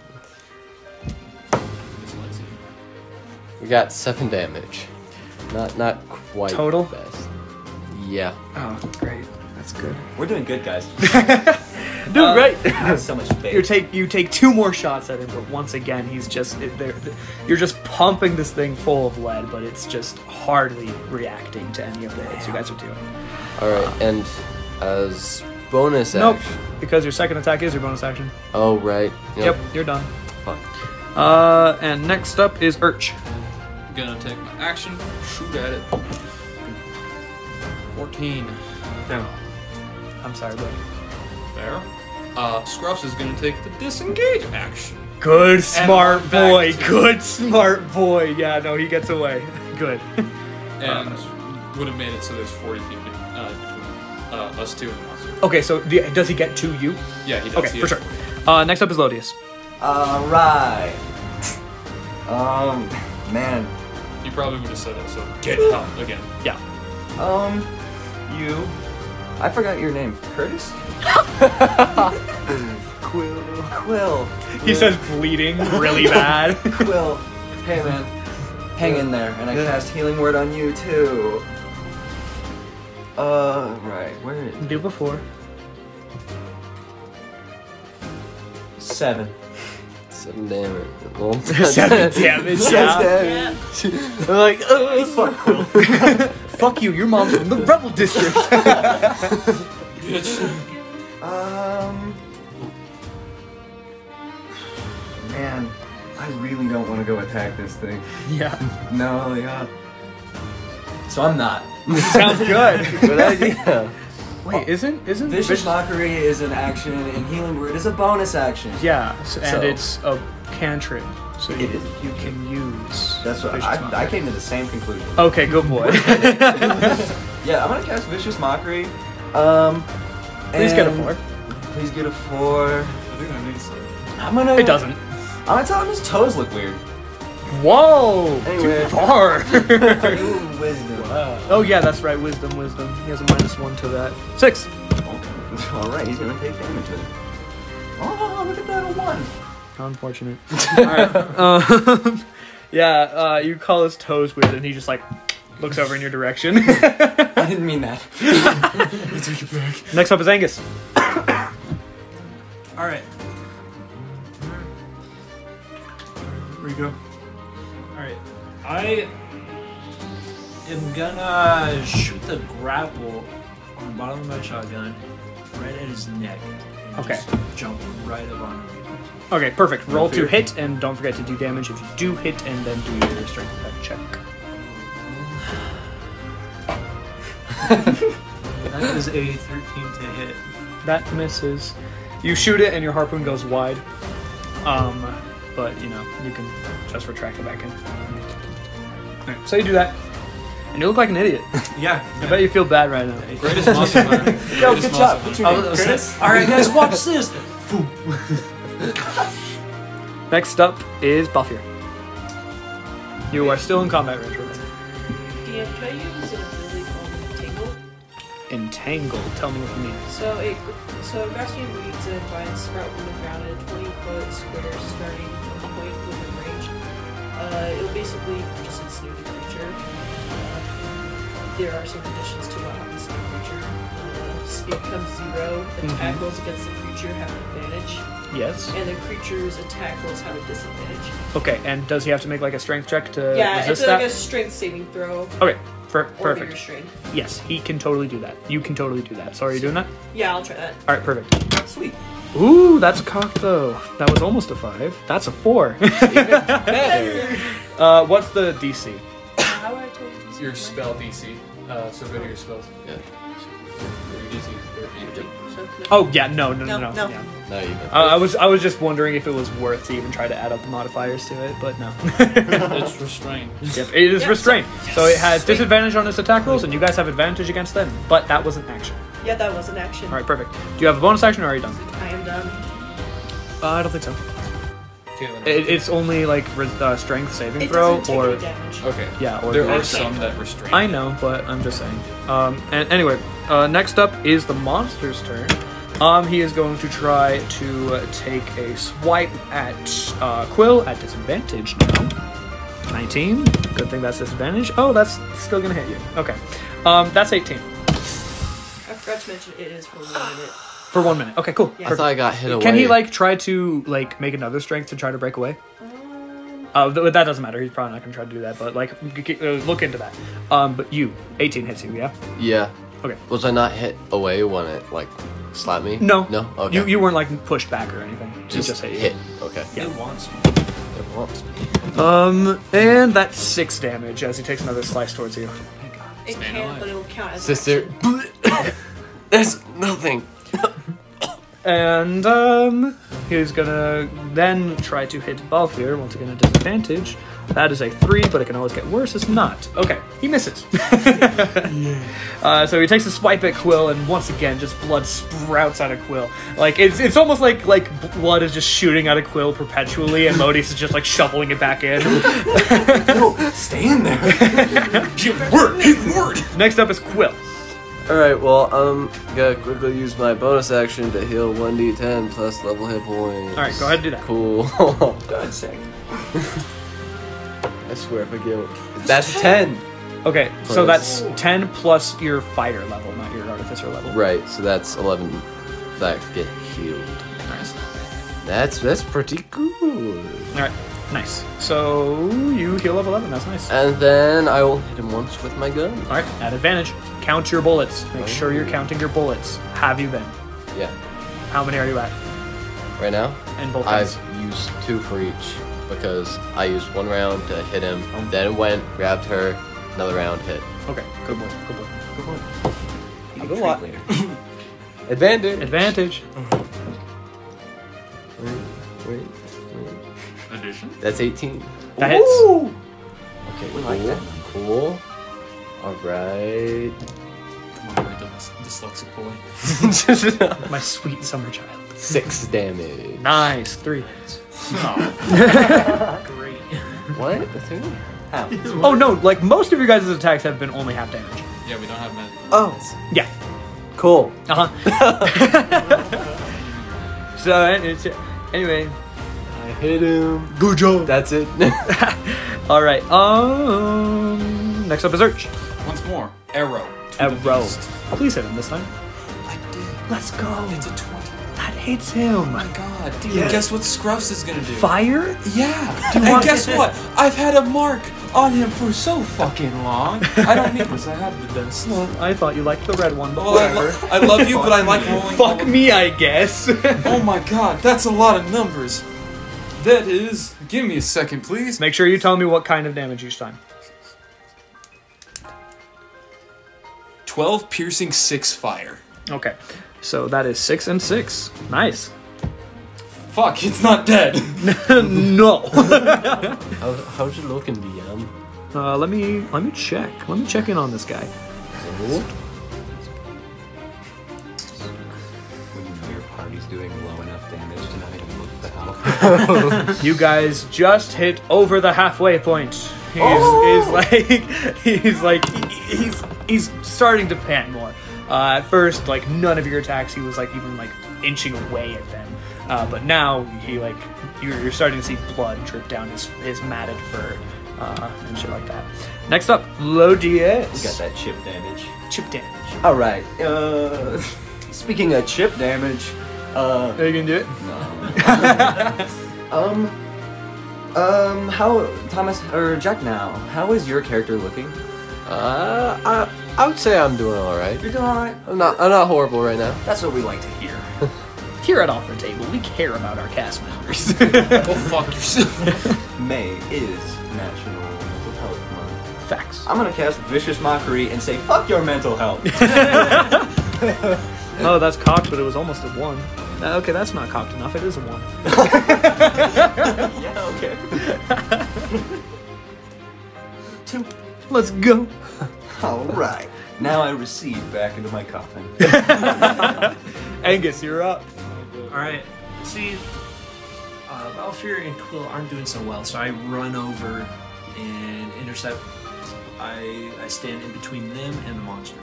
[SPEAKER 2] We got 7 damage. Not not quite
[SPEAKER 3] Total?
[SPEAKER 2] the best. Yeah.
[SPEAKER 3] Oh, great. That's good.
[SPEAKER 4] We're doing good, guys.
[SPEAKER 3] Dude, great!
[SPEAKER 4] That's Um, so much
[SPEAKER 3] <laughs>
[SPEAKER 4] faith.
[SPEAKER 3] You take you take two more shots at him, but once again he's just there. You're just pumping this thing full of lead, but it's just hardly reacting to any of the hits you guys are doing.
[SPEAKER 2] All right, and as bonus
[SPEAKER 3] Nope,
[SPEAKER 2] action.
[SPEAKER 3] because your second attack is your bonus action.
[SPEAKER 2] Oh right.
[SPEAKER 3] Yep, you're done.
[SPEAKER 2] Fuck.
[SPEAKER 3] Uh, and next up is Urch.
[SPEAKER 1] I'm gonna take my action, shoot at it. 14.
[SPEAKER 3] No, I'm sorry, but
[SPEAKER 1] Fair. Uh, Scruffs is gonna take the disengage action.
[SPEAKER 3] good smart
[SPEAKER 1] we're back
[SPEAKER 3] boy,
[SPEAKER 1] to-
[SPEAKER 3] good smart boy. Yeah, no, he gets away. <laughs> Good.
[SPEAKER 1] And would have made it so there's 40 feet be- uh, between uh, us two and the monster.
[SPEAKER 3] okay, so the, does he get to you?
[SPEAKER 1] Yeah, he does.
[SPEAKER 3] Okay,
[SPEAKER 1] he
[SPEAKER 3] for
[SPEAKER 1] is
[SPEAKER 3] sure.
[SPEAKER 1] 40.
[SPEAKER 3] Uh, next up is Lodius.
[SPEAKER 4] All right. Um, man.
[SPEAKER 1] You probably would have said it, so get help again.
[SPEAKER 3] Yeah.
[SPEAKER 4] Um, you. I forgot your name. Curtis. <laughs> Quill. Quill.
[SPEAKER 3] He says bleeding really <laughs> bad.
[SPEAKER 4] Quill. Hey, man. Hang in there, and I cast Healing Word on you too. Uh, right. Where is
[SPEAKER 3] Do before.
[SPEAKER 4] seven?
[SPEAKER 2] Seven damage.
[SPEAKER 3] <laughs>
[SPEAKER 2] Well, <laughs>
[SPEAKER 3] Seven damage.
[SPEAKER 5] Yeah.
[SPEAKER 2] I'm like, oh fuck.
[SPEAKER 3] Fuck you, your mom's from the rebel district.
[SPEAKER 1] Bitch.
[SPEAKER 4] Um. man, I really don't want to go attack this thing.
[SPEAKER 3] Yeah.
[SPEAKER 4] No, yeah. So I'm <laughs> not.
[SPEAKER 3] Sounds good.
[SPEAKER 4] <laughs>
[SPEAKER 2] Good idea.
[SPEAKER 3] Wait, isn't isn't
[SPEAKER 4] Vicious, Mockery is an action, and Healing Word is a bonus action.
[SPEAKER 3] Yeah, s- and
[SPEAKER 4] So-
[SPEAKER 3] it's a cantrip, so you,
[SPEAKER 4] It is.
[SPEAKER 3] you can use.
[SPEAKER 4] That's what
[SPEAKER 3] vicious
[SPEAKER 4] I, I
[SPEAKER 3] mockery. Oh.
[SPEAKER 4] came to the same conclusion.
[SPEAKER 3] Okay, good
[SPEAKER 4] <laughs>
[SPEAKER 3] boy.
[SPEAKER 4] Yeah, I'm gonna cast Vicious Mockery. Um,
[SPEAKER 3] Please get a
[SPEAKER 4] and-
[SPEAKER 3] four.
[SPEAKER 4] Please get a four.
[SPEAKER 1] I think that means something.
[SPEAKER 4] I'm gonna.
[SPEAKER 3] It doesn't.
[SPEAKER 4] I'm gonna tell him his toes look weird.
[SPEAKER 3] Whoa!
[SPEAKER 4] Anyway.
[SPEAKER 3] Too far.
[SPEAKER 4] <laughs> Ooh, wisdom.
[SPEAKER 3] <laughs> oh yeah, that's right. Wisdom, wisdom. He has a minus one to that. Six.
[SPEAKER 4] Okay. <laughs> All right, he's gonna take damage then. Oh, look at that a one.
[SPEAKER 3] How unfortunate. All right. Um, <laughs> yeah, uh, you call his toes weird, and he just like looks over in your direction. <laughs>
[SPEAKER 4] <laughs> I didn't mean that.
[SPEAKER 3] Next up is Angus.
[SPEAKER 6] All right. Here we go. All right. I am gonna shoot the grapple on the bottom of my shotgun right at his neck. and
[SPEAKER 3] Okay.
[SPEAKER 6] just Jump right up on him.
[SPEAKER 3] Okay, perfect. Roll to hit, and don't forget to do damage if you do hit, and then do your strength attack check.
[SPEAKER 6] That is a 13 to hit.
[SPEAKER 3] That misses. You shoot it, and your harpoon goes wide. Um, but you know you can just retract it back in. Alright, so you do that, and you look like an idiot.
[SPEAKER 6] Yeah.
[SPEAKER 3] I bet you feel bad right now. Oh,
[SPEAKER 1] Greatest monster
[SPEAKER 6] <laughs>
[SPEAKER 1] hunter. Greatest
[SPEAKER 4] Yo, good
[SPEAKER 1] monster
[SPEAKER 4] job.
[SPEAKER 1] hunter.
[SPEAKER 4] What's your name, Curtis?
[SPEAKER 6] All right, guys, watch this.
[SPEAKER 3] Next up is Buffier. You are still in combat range with it.
[SPEAKER 5] DM, can I use an ability called Tingle?
[SPEAKER 3] Entangle. Tell me what you mean.
[SPEAKER 5] So it, so grassy weeds and vines sprout from the ground in a 20 foot square starting from the point within range. Uh, it'll basically just ensnare the creature. Uh, there are some conditions to what happens to the creature. Uh, speed comes zero.
[SPEAKER 3] Mm-hmm.
[SPEAKER 5] Attack rolls against the creature have an advantage,
[SPEAKER 3] Yes.
[SPEAKER 5] and the creature's attack rolls have a disadvantage.
[SPEAKER 3] Okay. And does he have to make like a strength check to
[SPEAKER 5] yeah,
[SPEAKER 3] resist
[SPEAKER 5] it's like a
[SPEAKER 3] Uh, that?
[SPEAKER 5] strength saving throw
[SPEAKER 3] okay. Per-
[SPEAKER 5] or bigger
[SPEAKER 3] perfect.
[SPEAKER 5] strength.
[SPEAKER 3] Yes, he can totally do that. You can totally do that. So are you doing that?
[SPEAKER 5] Yeah, I'll try that.
[SPEAKER 3] All right. Perfect.
[SPEAKER 4] Sweet.
[SPEAKER 3] Ooh, that's a cock though. That was almost a five. That's a four. <laughs> uh, what's the DC?
[SPEAKER 5] <coughs> How do I tell you
[SPEAKER 1] Your spell DC. Uh, so go to your spells.
[SPEAKER 2] Yeah.
[SPEAKER 1] Your DC is 13.
[SPEAKER 3] Oh yeah, no, no, no, no.
[SPEAKER 5] No, no.
[SPEAKER 3] yeah.
[SPEAKER 2] Not even.
[SPEAKER 3] Uh, I was I was just wondering if it was worth to even try to add up the modifiers to it, but <laughs> no. yep,
[SPEAKER 1] It's
[SPEAKER 6] <laughs>
[SPEAKER 1] restrained.
[SPEAKER 3] it is
[SPEAKER 5] Yeah, so-
[SPEAKER 3] restrained, so it has
[SPEAKER 5] Sweet.
[SPEAKER 3] disadvantage on its attack rolls, and you guys have advantage against them. But that was an action.
[SPEAKER 5] Yeah, that was an action.
[SPEAKER 3] All right, perfect. Do you have a bonus action, or are you done?
[SPEAKER 5] I am done.
[SPEAKER 3] Uh, I don't think so.
[SPEAKER 1] Caitlin.
[SPEAKER 3] It, it's only like re- uh, strength saving
[SPEAKER 5] It
[SPEAKER 3] throw
[SPEAKER 5] doesn't take
[SPEAKER 3] or
[SPEAKER 5] any damage.
[SPEAKER 1] okay.
[SPEAKER 3] yeah, or
[SPEAKER 1] There are
[SPEAKER 5] Okay.
[SPEAKER 1] some that restrain.
[SPEAKER 3] I know, but I'm just saying. Um, and anyway, uh, next up is the monster's turn. Um, he is going to try to uh, take a swipe at uh, Quill at disadvantage now. 19. Good thing that's disadvantage. Oh, that's still gonna hit you. Okay. Um, that's 18
[SPEAKER 5] I forgot to mention it is for one minute.
[SPEAKER 3] for one minute. Okay, cool.
[SPEAKER 5] Yeah.
[SPEAKER 2] I thought I got hit away.
[SPEAKER 3] Uh, Can he like try to like make another strength to try to break away? Uh, th- that doesn't matter. He's probably not gonna try to do that. But like, g- g- uh, look into that. Um, but you, 18 hits you, yeah.
[SPEAKER 2] Yeah.
[SPEAKER 3] Okay.
[SPEAKER 2] Was I not hit away when it like slapped me?
[SPEAKER 3] No.
[SPEAKER 2] No. Okay.
[SPEAKER 3] You, you weren't like pushed back or anything. You
[SPEAKER 2] just,
[SPEAKER 3] just hit. you.
[SPEAKER 2] hit. Okay.
[SPEAKER 3] Yeah.
[SPEAKER 6] It wants me.
[SPEAKER 2] It wants me.
[SPEAKER 3] Um, and that's six damage as he takes another slice towards you.
[SPEAKER 5] It can, but it'll count as
[SPEAKER 2] Sister. <coughs> There's nothing.
[SPEAKER 3] And um, he's gonna then try to hit Balfour once again at disadvantage. That is a three, but it can always get worse. It's not. Okay, he misses. <laughs> uh, so he takes a swipe at Quill, and once again, just blood sprouts out of Quill. Like it's it's almost like like blood is just shooting out of Quill perpetually, and Modis is just like shoveling it back in. <laughs>
[SPEAKER 4] No, <laughs> stay in there.
[SPEAKER 3] Next up is Quill.
[SPEAKER 2] All right. Well, um, gonna quickly use my bonus action to heal 1d10 plus level hit points.
[SPEAKER 3] All right, go ahead and do that.
[SPEAKER 2] Cool. <laughs>
[SPEAKER 4] Good sake.
[SPEAKER 2] I swear if I get that's a 10.
[SPEAKER 3] Okay, so
[SPEAKER 2] Plus-
[SPEAKER 3] that's 10 plus your fighter level, not your artificer level.
[SPEAKER 2] Right. So that's 11. That I get healed. That's that's pretty cool.
[SPEAKER 3] All right, nice. So you heal level 11, that's nice. All
[SPEAKER 2] And then I will hit him once with my gun.
[SPEAKER 3] right, at advantage, count your bullets. Make sure you're counting your bullets. Have you been?
[SPEAKER 2] Yeah.
[SPEAKER 3] How many are you at?
[SPEAKER 2] Right now,
[SPEAKER 3] And both
[SPEAKER 2] I've
[SPEAKER 3] hands.
[SPEAKER 2] use two for each because I used one round to hit him, then went, grabbed her, another round hit.
[SPEAKER 3] Okay, good boy, good boy.
[SPEAKER 4] Good one. You
[SPEAKER 2] Good
[SPEAKER 4] can
[SPEAKER 2] luck.
[SPEAKER 4] treat later.
[SPEAKER 2] Advantage.
[SPEAKER 3] Advantage.
[SPEAKER 2] Wait, wait, wait.
[SPEAKER 1] Addition.
[SPEAKER 2] That's 18.
[SPEAKER 3] That hits.
[SPEAKER 4] Ooh!
[SPEAKER 2] Okay,
[SPEAKER 4] We
[SPEAKER 2] cool.
[SPEAKER 4] like that.
[SPEAKER 2] Cool. All right.
[SPEAKER 1] Come on, you dys- dyslexic boy.
[SPEAKER 3] My sweet summer child.
[SPEAKER 2] Six damage.
[SPEAKER 3] Nice. Three. <laughs>
[SPEAKER 6] Great.
[SPEAKER 2] What? That's it?
[SPEAKER 3] Oh no! Like most of your guys' attacks have been only half damage.
[SPEAKER 1] Yeah, we don't have magic.
[SPEAKER 4] Oh,
[SPEAKER 3] Yeah.
[SPEAKER 2] Cool.
[SPEAKER 3] Uh huh. Uh-huh. <laughs> so and it's, anyway, <laughs>
[SPEAKER 2] I hit him.
[SPEAKER 3] good job.
[SPEAKER 2] That's it. <laughs>
[SPEAKER 3] All right. Um. Next up is Urch.
[SPEAKER 1] Once more, arrow. To the
[SPEAKER 3] Arrow.
[SPEAKER 1] beast.
[SPEAKER 3] Please hit him this time.
[SPEAKER 1] I did.
[SPEAKER 3] Let's go.
[SPEAKER 1] It's a twenty.
[SPEAKER 3] That hits him.
[SPEAKER 1] My God, dude.
[SPEAKER 3] Yes.
[SPEAKER 1] Guess what Scruffs is gonna do?
[SPEAKER 3] Fire.
[SPEAKER 1] Yeah.
[SPEAKER 3] you
[SPEAKER 1] and
[SPEAKER 3] want-
[SPEAKER 1] guess what? I've had a mark on him for so fucking <laughs> long. I don't need this. I have the best.
[SPEAKER 3] Well, I thought you liked the red one, but
[SPEAKER 1] Well, I,
[SPEAKER 3] whatever.
[SPEAKER 1] lo- I love you, <laughs> but I like rolling. all
[SPEAKER 3] Fuck
[SPEAKER 1] of-
[SPEAKER 3] me, Oh, I guess. <laughs>
[SPEAKER 1] Oh my God, that's a lot of numbers. That is. Give me a second, please.
[SPEAKER 3] Make sure you tell me what kind of damage each time.
[SPEAKER 1] 12 piercing 6 fire.
[SPEAKER 3] Okay. So that is six and six. Nice. <laughs>
[SPEAKER 1] Fuck, it's not <laughs> dead.
[SPEAKER 3] no. <laughs>
[SPEAKER 2] How, how's it looking, DM?
[SPEAKER 3] uh, let me let me check. Let me check in on this guy.
[SPEAKER 2] Cool.
[SPEAKER 7] When you know your party's doing low enough damage to not even look at the
[SPEAKER 4] <laughs>
[SPEAKER 7] health.
[SPEAKER 3] You guys just hit over the halfway point. He's, Oh. he's like <laughs> he's like he- he's he's starting to pant more. Uh, at first, like none of your attacks, he was like even like inching away at them. Uh, but now he like you're, you're starting to see blood drip down his his matted fur uh, and shit like that. Next up, Low
[SPEAKER 4] we
[SPEAKER 3] Diaz.
[SPEAKER 4] got that chip damage.
[SPEAKER 3] Chip damage.
[SPEAKER 4] All right. Uh, <laughs> speaking of chip damage, uh,
[SPEAKER 3] Are you gonna do it?
[SPEAKER 4] um, um, how Thomas or Jack now? How is your character looking?
[SPEAKER 2] Uh, I, I would say I'm doing all right.
[SPEAKER 4] You're doing all right.
[SPEAKER 2] I'm not. I'm not horrible right now.
[SPEAKER 4] Um, That's what we like to hear.
[SPEAKER 3] Here at Off the Table, we care about our cast members.
[SPEAKER 1] Go fuck yourself.
[SPEAKER 4] May is National Mental Health Month.
[SPEAKER 3] <laughs> Facts.
[SPEAKER 4] I'm gonna cast Vicious Mockery and say, "Fuck your mental <laughs> health."
[SPEAKER 3] Oh, that's cocked, but it was almost a one. Uh, okay, that's not cocked enough. It is a one.
[SPEAKER 4] yeah. Okay. Two.
[SPEAKER 3] Let's go.
[SPEAKER 4] All right. Now I recede back into my <laughs> coffin.
[SPEAKER 3] Angus, you're up.
[SPEAKER 6] All right. See, uh, Valfir and Quill aren't doing so well, so I run over and intercept. I I stand in between them and the monster.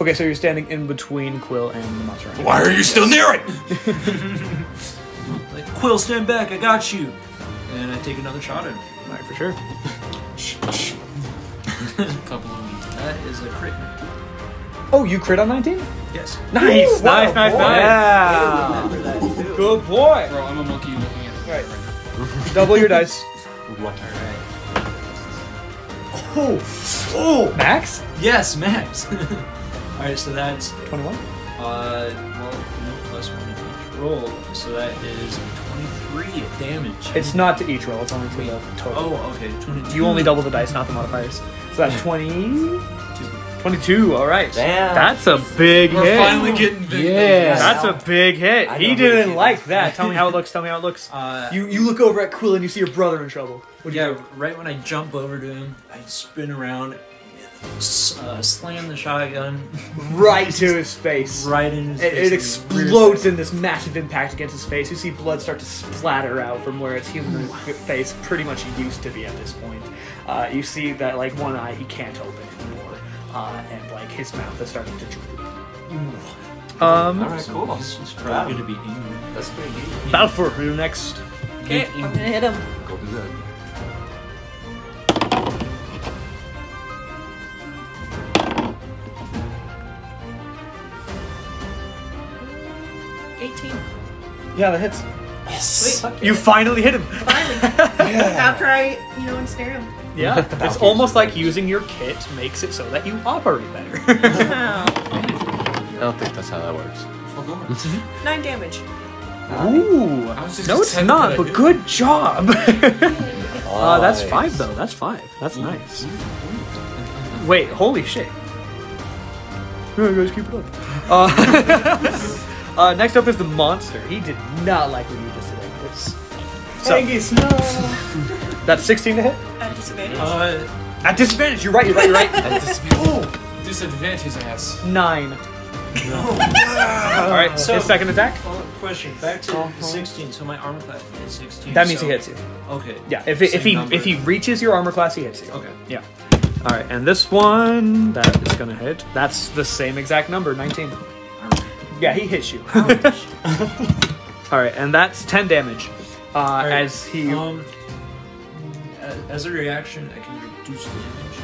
[SPEAKER 3] Okay, so you're standing in between Quill and the monster.
[SPEAKER 1] Why are you still near it?
[SPEAKER 6] <laughs> Like Quill, stand back! I got you. And I take another shot at him.
[SPEAKER 3] Alright, for sure.
[SPEAKER 1] Couple of weeks.
[SPEAKER 6] That is a crit.
[SPEAKER 3] Oh, you crit on 19?
[SPEAKER 6] Yes.
[SPEAKER 3] Nice, nice, nice,
[SPEAKER 4] boy.
[SPEAKER 3] nice.
[SPEAKER 4] Remember that too.
[SPEAKER 3] Good boy.
[SPEAKER 1] Bro, I'm a monkey looking at
[SPEAKER 3] Right. Double your dice.
[SPEAKER 6] Oh. Oh.
[SPEAKER 3] Max?
[SPEAKER 6] Yes, Max. <laughs> All right, so that's
[SPEAKER 3] 21.
[SPEAKER 6] Uh, well, no plus one to each roll, so that is 23 of damage.
[SPEAKER 3] It's not to each roll, it's only to the total.
[SPEAKER 6] Oh, okay. 22.
[SPEAKER 3] You only double the dice, not the modifiers. So that's 20. 22, alright.
[SPEAKER 4] Damn.
[SPEAKER 3] That's a big
[SPEAKER 1] We're
[SPEAKER 3] hit.
[SPEAKER 1] finally getting big.
[SPEAKER 2] Yeah.
[SPEAKER 3] That's a big hit.
[SPEAKER 4] I
[SPEAKER 3] He
[SPEAKER 4] don't
[SPEAKER 3] didn't
[SPEAKER 4] really do
[SPEAKER 3] like that. Tell me how it looks. Tell me how it looks.
[SPEAKER 6] Uh,
[SPEAKER 3] You you look over at Quill and you see your brother in trouble. What do you
[SPEAKER 6] yeah, right when I jump over to him, I spin around, s- uh, slam the shotgun
[SPEAKER 3] do? Right to his face.
[SPEAKER 6] right in his
[SPEAKER 3] It,
[SPEAKER 6] face.
[SPEAKER 3] it explodes in this massive impact against his face. You see blood start to splatter out from where its human f- face pretty much used to be at this point. Uh, you see that like one eye he can't open anymore, uh, and like his mouth is starting to droop.
[SPEAKER 4] All
[SPEAKER 3] Um,
[SPEAKER 4] right. Cool.
[SPEAKER 6] He's, he's probably gonna be angry.
[SPEAKER 4] That's pretty neat.
[SPEAKER 3] Balfour, you next.
[SPEAKER 5] Okay, I'm gonna hit him.
[SPEAKER 7] Go do that.
[SPEAKER 5] Eighteen.
[SPEAKER 3] Yeah, that hits.
[SPEAKER 5] Sweet.
[SPEAKER 3] You finally hit him. <laughs>
[SPEAKER 5] Finally. After I, you know, ensnare him.
[SPEAKER 3] Yeah, it's almost like using your kit makes it so that you operate better. <laughs>
[SPEAKER 5] Wow.
[SPEAKER 2] I don't think that's how that works.
[SPEAKER 5] Nine damage.
[SPEAKER 3] Ooh.
[SPEAKER 1] I was just
[SPEAKER 3] No, it's
[SPEAKER 1] excited
[SPEAKER 3] not,
[SPEAKER 1] that I
[SPEAKER 3] but
[SPEAKER 1] did.
[SPEAKER 3] good <laughs> job. uh, that's
[SPEAKER 2] Nice.
[SPEAKER 3] five, though. That's five. That's nice. Wait, holy shit. No, you guys keep it up. Uh, <laughs> uh, next up is the monster. He did not like what you just did. like this. So-
[SPEAKER 4] Angus, no.
[SPEAKER 3] That's 16 to hit?
[SPEAKER 5] At disadvantage.
[SPEAKER 6] Uh,
[SPEAKER 3] At disadvantage. You're right, you're right, you're right.
[SPEAKER 1] Disadvantage ass.
[SPEAKER 3] <laughs> Nine. Alright,
[SPEAKER 6] So-
[SPEAKER 3] his second attack.
[SPEAKER 6] <laughs> follow-up question. Back to the 16. So my armor class is 16.
[SPEAKER 3] Uh-huh. That means
[SPEAKER 6] so-
[SPEAKER 3] he hits you.
[SPEAKER 6] Okay.
[SPEAKER 3] Yeah, if, it,
[SPEAKER 6] Same
[SPEAKER 3] if he
[SPEAKER 6] number.
[SPEAKER 3] if he reaches your armor class, he hits you.
[SPEAKER 6] Okay.
[SPEAKER 3] Yeah. All right, and this one that is gonna hit. That's the same exact number, nineteen. Yeah, he hits you. <laughs> All right, and that's ten damage. Uh,
[SPEAKER 6] All right,
[SPEAKER 3] As he,
[SPEAKER 6] Um, a- as a reaction, I can reduce damage.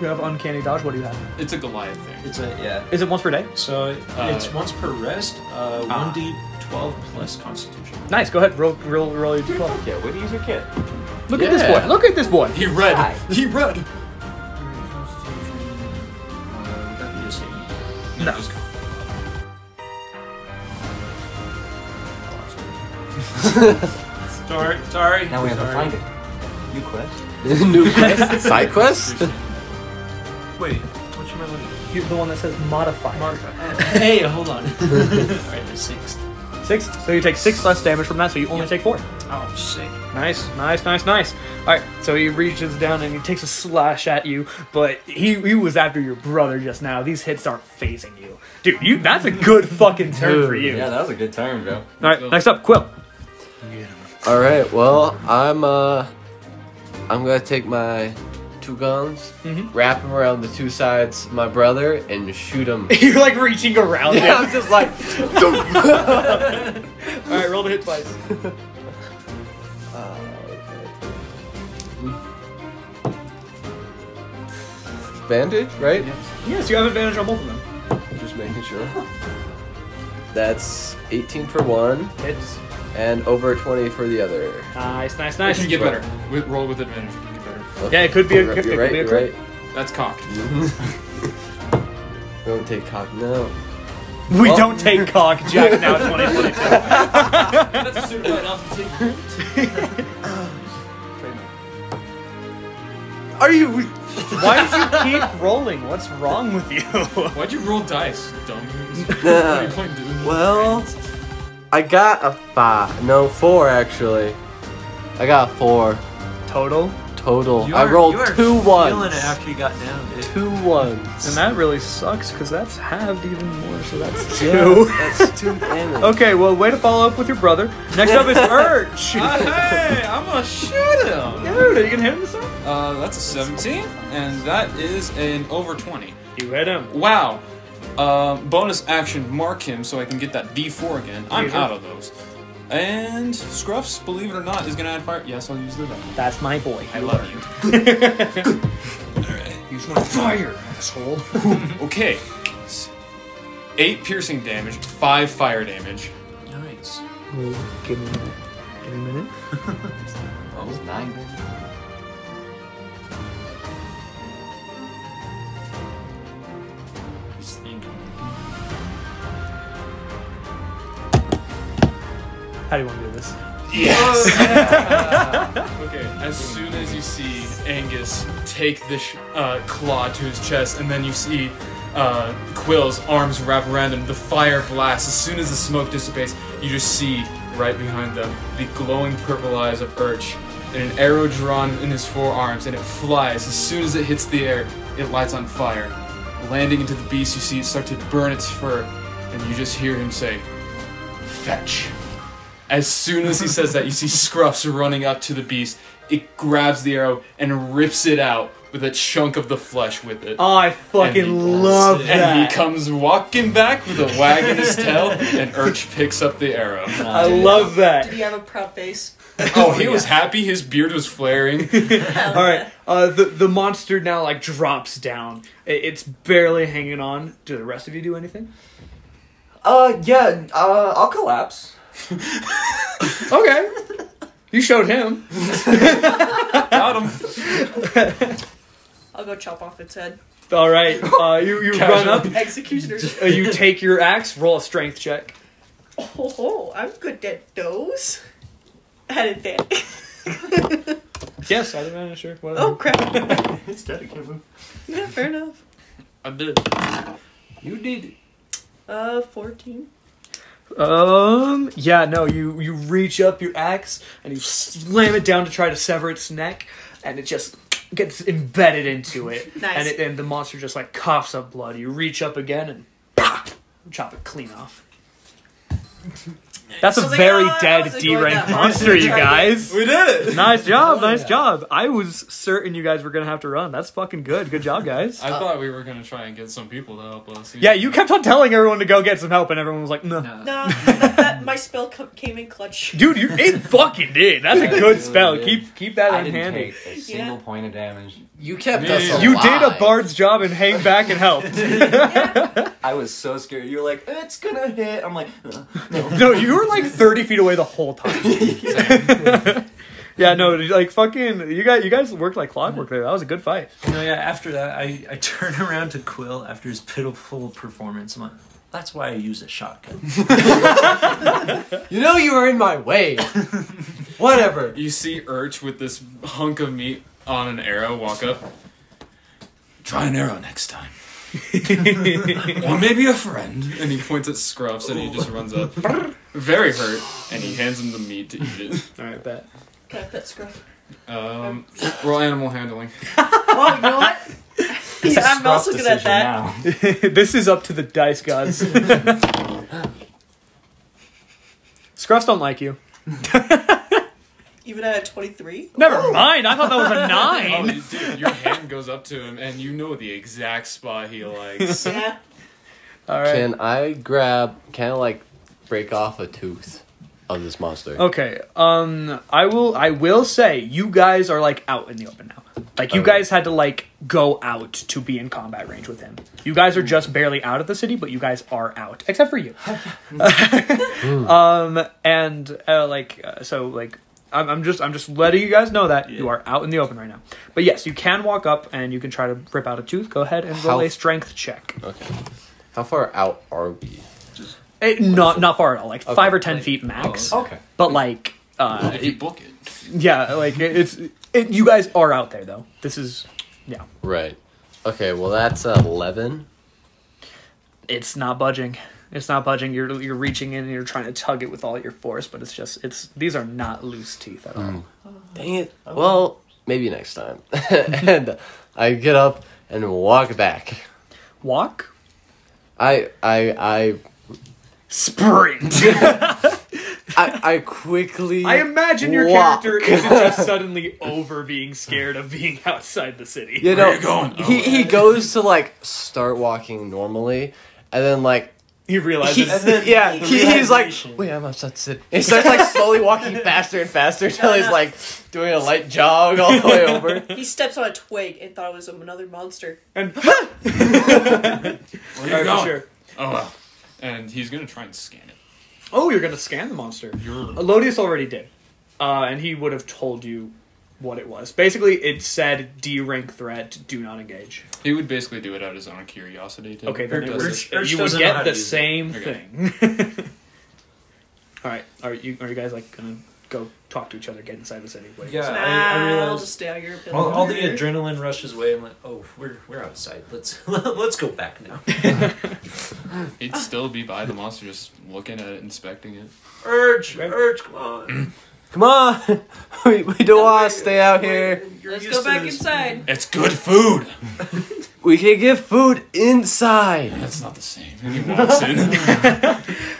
[SPEAKER 3] you have uncanny dodge. What do you have?
[SPEAKER 1] It's a Goliath thing.
[SPEAKER 6] It's a yeah.
[SPEAKER 3] Is it once per day?
[SPEAKER 6] So
[SPEAKER 1] Uh,
[SPEAKER 6] it's once per rest. Uh,
[SPEAKER 1] Ah.
[SPEAKER 6] one d twelve plus Constitution.
[SPEAKER 3] Nice. Go ahead. Roll, roll, roll your d12.
[SPEAKER 7] Yeah, what do you use a kit?
[SPEAKER 3] Look at this
[SPEAKER 7] Yeah.
[SPEAKER 3] boy. Look at this boy.
[SPEAKER 1] He read. He read.
[SPEAKER 6] Uh, that'd be a save.
[SPEAKER 3] No.
[SPEAKER 1] Just-
[SPEAKER 6] <laughs> Sorry, sorry.
[SPEAKER 7] Now we have to
[SPEAKER 6] sorry.
[SPEAKER 7] find it. You quest?
[SPEAKER 2] <laughs> New quest? Side quest?
[SPEAKER 6] Wait, what's your looking
[SPEAKER 3] You- the one that says modifier.
[SPEAKER 6] at? <laughs> hey, hold on. Alright, there's six.
[SPEAKER 3] Six. So you take six less damage from that. So you only take four.
[SPEAKER 6] Oh, sick.
[SPEAKER 3] Nice, nice, nice, nice. All right, so he reaches down and he takes a slash at you, but he, he was after your brother just now. These hits aren't phasing you, dude. You that's a good fucking turn for you.
[SPEAKER 7] Yeah, that was a good turn, bro.
[SPEAKER 3] All right, next up, Quill.
[SPEAKER 2] All right. Well, I'm uh, I'm gonna take my two guns,
[SPEAKER 3] Mm-hmm.
[SPEAKER 2] wrap them around the two sides, of my brother, and shoot him.
[SPEAKER 3] <laughs> You're like reaching around.
[SPEAKER 2] yeah,
[SPEAKER 3] <laughs> Yeah.
[SPEAKER 2] I'm just like,
[SPEAKER 3] All right, roll to hit twice.
[SPEAKER 2] Uh, bandage, right?
[SPEAKER 3] Yes, you have advantage on both of them.
[SPEAKER 2] Just making sure. That's 18 for one
[SPEAKER 3] Hits.
[SPEAKER 2] and over 20 for the other.
[SPEAKER 3] Nice, nice,
[SPEAKER 1] I
[SPEAKER 3] nice.
[SPEAKER 1] should get better. We roll with advantage. You get better.
[SPEAKER 3] Yeah, it could be a-
[SPEAKER 2] You're
[SPEAKER 3] it could
[SPEAKER 2] right.
[SPEAKER 3] be a
[SPEAKER 2] You're
[SPEAKER 3] crit.
[SPEAKER 2] right.
[SPEAKER 1] That's cocked.
[SPEAKER 2] Don't take cock now.
[SPEAKER 3] We
[SPEAKER 2] Well-
[SPEAKER 3] don't take cock, Jack. <laughs> Now 2022.
[SPEAKER 1] <laughs> That's a certified off
[SPEAKER 2] Are you?
[SPEAKER 3] Why did you keep rolling? What's wrong with you? <laughs>
[SPEAKER 1] Why'd you roll dice, dumb? what are you playing, dude?
[SPEAKER 2] Well, I got a five. No, four actually. I got a four
[SPEAKER 3] Total.
[SPEAKER 2] total.
[SPEAKER 6] You
[SPEAKER 2] I
[SPEAKER 6] are-
[SPEAKER 2] rolled
[SPEAKER 6] you are
[SPEAKER 2] two
[SPEAKER 6] Feeling
[SPEAKER 2] ones.
[SPEAKER 6] it after you got down, dude.
[SPEAKER 2] Two ones.
[SPEAKER 3] And that really sucks because that's halved even more, so that's two.
[SPEAKER 2] Yeah, that's two damage.
[SPEAKER 3] Okay, well, way to follow up with your brother.
[SPEAKER 1] <laughs>
[SPEAKER 3] Next up is Urge.
[SPEAKER 1] Ah, hey, I'm gonna shoot him.
[SPEAKER 3] Dude, are you gonna hit him this time?
[SPEAKER 1] Uh, that's a 17, and that is an over 20.
[SPEAKER 3] You hit him.
[SPEAKER 1] Wow. Um, bonus action, mark him so I can get that D4 again. I'm
[SPEAKER 3] Mhm.
[SPEAKER 1] out of those. And Scruffs, believe it or not, is gonna add fire. Yes, I'll use the dice.
[SPEAKER 3] That's my boy.
[SPEAKER 1] I love you. Alright, use my fire, asshole. okay. S- Eight piercing damage, five fire damage.
[SPEAKER 6] Nice.
[SPEAKER 3] Give me a minute. Give me a minute.
[SPEAKER 7] That was Oh. nine.
[SPEAKER 6] He's thinking.
[SPEAKER 3] How do you want to do this?
[SPEAKER 1] Okay, as soon as you see Angus take this sh- uh, claw to his chest, and then you see uh, Quill's arms wrap around him, the fire blasts. As soon as the smoke dissipates, you just see right behind them the glowing purple eyes of Urch, and an arrow drawn in his forearms, and it flies. As soon as it hits the air, it lights on fire. Landing into the beast, you see it start to burn its fur, and you just hear him say, Fetch. As soon as he says that, you see Scruffs running up to the beast. It grabs the arrow and rips it out with a chunk of the flesh with it.
[SPEAKER 3] Oh, I fucking
[SPEAKER 1] And he-
[SPEAKER 3] love
[SPEAKER 1] and
[SPEAKER 3] that.
[SPEAKER 1] he comes walking back with a wag in his tail, and Urch picks up the arrow.
[SPEAKER 3] I love
[SPEAKER 1] <laughs>
[SPEAKER 3] that.
[SPEAKER 5] Did he have a proud face?
[SPEAKER 1] Oh, he was happy. His beard was flaring.
[SPEAKER 3] All right, uh, the the monster now like drops down. I- It's barely hanging on. Do the rest of you do anything?
[SPEAKER 4] Uh, yeah, uh, I'll collapse.
[SPEAKER 1] <laughs>
[SPEAKER 3] Okay, you showed him.
[SPEAKER 1] Got him.
[SPEAKER 5] I'll go chop off its head.
[SPEAKER 3] All right, uh, you you run
[SPEAKER 5] <laughs>
[SPEAKER 1] Casual.
[SPEAKER 3] up.
[SPEAKER 5] Executioner.
[SPEAKER 3] Uh, you take your axe. Roll a strength check.
[SPEAKER 5] Oh, I'm good at those. At advantage.
[SPEAKER 3] Yes, I don't know, sure. Whatever.
[SPEAKER 5] oh crap.
[SPEAKER 7] it's dedicated. move.
[SPEAKER 5] yeah, fair enough.
[SPEAKER 1] I did.
[SPEAKER 2] You did.
[SPEAKER 5] Uh, fourteen.
[SPEAKER 3] Um. Yeah. No. You you reach up your axe and you slam it down to try to sever its neck, and it just gets embedded into it.
[SPEAKER 5] Nice.
[SPEAKER 3] And it, and the monster just like coughs up blood. You reach up again and pow, chop it clean off. That's a
[SPEAKER 5] I was like,
[SPEAKER 3] very
[SPEAKER 5] "Oh, I
[SPEAKER 3] dead
[SPEAKER 5] wasn't
[SPEAKER 3] D
[SPEAKER 5] going
[SPEAKER 3] rank
[SPEAKER 5] that far."
[SPEAKER 3] monster, you
[SPEAKER 5] Tried it. Oh,
[SPEAKER 3] guys.
[SPEAKER 1] We did it. <laughs>
[SPEAKER 3] Nice job, nice job. I was certain you guys were gonna have to run. That's fucking good. Good job, guys.
[SPEAKER 1] <laughs> I thought we were gonna try and get some people to help us.
[SPEAKER 3] Yeah, you kept on telling everyone to go get some help, and everyone was like, no.
[SPEAKER 6] No.
[SPEAKER 5] Nah, that, that- my spell co- came in clutch.
[SPEAKER 3] Dude, you, it fucking did. That's a
[SPEAKER 7] Yeah, it
[SPEAKER 3] good
[SPEAKER 7] really
[SPEAKER 3] spell.
[SPEAKER 7] did.
[SPEAKER 3] Keep keep that
[SPEAKER 7] I
[SPEAKER 3] in
[SPEAKER 7] didn't
[SPEAKER 3] handy.
[SPEAKER 7] take a single
[SPEAKER 5] Yeah.
[SPEAKER 7] point of damage.
[SPEAKER 2] You kept
[SPEAKER 1] Yeah.
[SPEAKER 2] us alive.
[SPEAKER 3] You did a bard's job and hang back and help.
[SPEAKER 7] I was so scared. You're like, it's gonna hit. I'm like, "Uh, no.
[SPEAKER 3] no, you were like thirty feet away the whole time. yeah, no, like fucking, you guys, you guys worked like clockwork there. That was a good fight.
[SPEAKER 6] No, yeah, after that, I, <laughs> I turn around to Quill after his pitiful performance. I'm like, that's why I use a shotgun.
[SPEAKER 2] You know you were in my <laughs> way. Whatever.
[SPEAKER 1] You see Urch with this hunk of meat on an arrow walk up. Try an arrow next time. or maybe a friend. <laughs> And he points at Scruffs and he just runs up. Very hurt. And he hands him the meat to eat it.
[SPEAKER 3] All right, bet.
[SPEAKER 5] Can I pet Scruff?
[SPEAKER 1] <laughs> Um, roll animal <laughs> handling.
[SPEAKER 5] Oh, you know
[SPEAKER 6] <laughs>
[SPEAKER 5] what? yeah, I'm also good at
[SPEAKER 7] Decision
[SPEAKER 5] that.
[SPEAKER 7] now.
[SPEAKER 3] <laughs> this is up to the dice gods. Scruffs don't like you.
[SPEAKER 5] Even at
[SPEAKER 6] <laughs>
[SPEAKER 5] 23?
[SPEAKER 3] Never mind. I thought that was a nine.
[SPEAKER 1] <laughs> Oh, you- dude, your hand goes up to him and you know the exact spot he <laughs> likes.
[SPEAKER 5] Yeah.
[SPEAKER 3] All right.
[SPEAKER 2] Can I grab? Can I like break off a tooth of this monster?
[SPEAKER 3] Okay. Um I will I will say you guys are like out in the open now. Like you
[SPEAKER 2] Okay.
[SPEAKER 3] guys had to like go out to be in combat range with him. You guys are just barely out of the city, but you guys are out except for you. <laughs> um and uh, like uh, so like I'm, I'm just I'm just letting you guys know that you
[SPEAKER 6] Yeah.
[SPEAKER 3] are out in the open right now. But yes, you can walk up and you can try to rip out a tooth. Go ahead and roll
[SPEAKER 2] How-
[SPEAKER 3] a strength check.
[SPEAKER 2] Okay. How far out are we?
[SPEAKER 3] Eh, not not far at all. Like
[SPEAKER 2] Okay. oh.
[SPEAKER 3] five or ten
[SPEAKER 6] Like-
[SPEAKER 3] feet max.
[SPEAKER 7] Okay.
[SPEAKER 3] But like uh,
[SPEAKER 1] if you book it.
[SPEAKER 3] Yeah, like it, it's it, you guys are out there though. This is yeah,
[SPEAKER 2] Right. Okay. Well, that's uh, eleven.
[SPEAKER 3] it's not budging. It's not budging. You're you're reaching in and you're trying to tug it with all your force, but it's just it's these are not loose teeth at all.
[SPEAKER 2] Dang it. Oh. Well, maybe next time. <laughs> and I get up and walk back.
[SPEAKER 3] Walk,
[SPEAKER 2] I I I
[SPEAKER 3] sprint.
[SPEAKER 2] I, I quickly.
[SPEAKER 3] <laughs> I imagine your
[SPEAKER 2] walk.
[SPEAKER 3] character isn't <laughs> just suddenly over being scared of being <laughs> outside the city.
[SPEAKER 2] You know,
[SPEAKER 1] you going? Oh,
[SPEAKER 2] he he goes to like start walking normally, and then like
[SPEAKER 3] You realize
[SPEAKER 2] he,
[SPEAKER 3] it's
[SPEAKER 2] yeah he, he's like
[SPEAKER 6] realization.
[SPEAKER 2] wait I'm outside the city. And he starts like slowly walking faster and faster until he's like doing a light jog all the way over.
[SPEAKER 5] He steps on a twig and thought it was another monster.
[SPEAKER 3] and
[SPEAKER 1] Where you going?
[SPEAKER 3] sure.
[SPEAKER 1] Oh well. And he's gonna try and scan it.
[SPEAKER 3] Oh, you're gonna scan the monster.
[SPEAKER 1] You're
[SPEAKER 3] Elodius already did, uh, and he would have told you what it was. Basically, it said D rank threat, do not engage.
[SPEAKER 1] He would basically do it out of his own curiosity. To
[SPEAKER 3] Okay, then it
[SPEAKER 1] Does
[SPEAKER 3] was-
[SPEAKER 6] Urch- Urch
[SPEAKER 3] you would
[SPEAKER 6] doesn't know
[SPEAKER 3] get
[SPEAKER 6] how
[SPEAKER 3] the
[SPEAKER 6] to use it.
[SPEAKER 3] same
[SPEAKER 1] Okay.
[SPEAKER 3] thing. <laughs> All right, are you are you guys like gonna go talk to each other, get inside the city? Wait.
[SPEAKER 6] Yeah, I, I
[SPEAKER 5] Nah, I'll
[SPEAKER 6] realized
[SPEAKER 5] just stay out here.
[SPEAKER 6] all, all the adrenaline rushes away. I'm like, oh, we're we're outside. Let's <laughs> let's go back now.
[SPEAKER 1] He'd still be by the monster, just looking at it, inspecting it.
[SPEAKER 6] Urge,
[SPEAKER 3] Right.
[SPEAKER 6] urge, come on.
[SPEAKER 2] Come on, <laughs> we, we don't want to stay out here.
[SPEAKER 6] You're
[SPEAKER 5] Let's
[SPEAKER 6] used
[SPEAKER 5] go
[SPEAKER 6] to
[SPEAKER 5] back
[SPEAKER 6] this. Mm,
[SPEAKER 5] inside.
[SPEAKER 1] It's good food.
[SPEAKER 2] We can get food inside.
[SPEAKER 1] That's not the same. And he walks <laughs> in.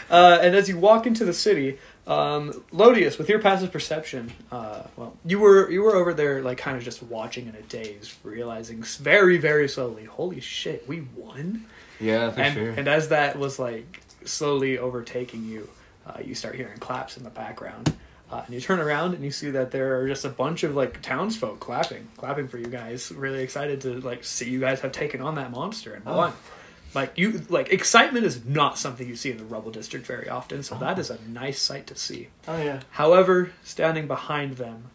[SPEAKER 3] Uh, and as you walk into the city, um, Lodius, with your passive perception, uh, well, you were you were over there like kind of just watching in a daze, realizing s- very very slowly, holy shit, we won.
[SPEAKER 7] Yeah, for
[SPEAKER 3] and,
[SPEAKER 7] sure.
[SPEAKER 3] and as that was like slowly overtaking you, uh, you start hearing claps in the background. Uh, and you turn around and you see that there are just a bunch of like townsfolk clapping, clapping for you guys. Really excited to like see you guys have taken on that monster
[SPEAKER 7] Oh.
[SPEAKER 3] and won. Like you, like excitement is not something you see in the rubble district very often. So that is a nice sight to see.
[SPEAKER 7] oh yeah.
[SPEAKER 3] However, standing behind them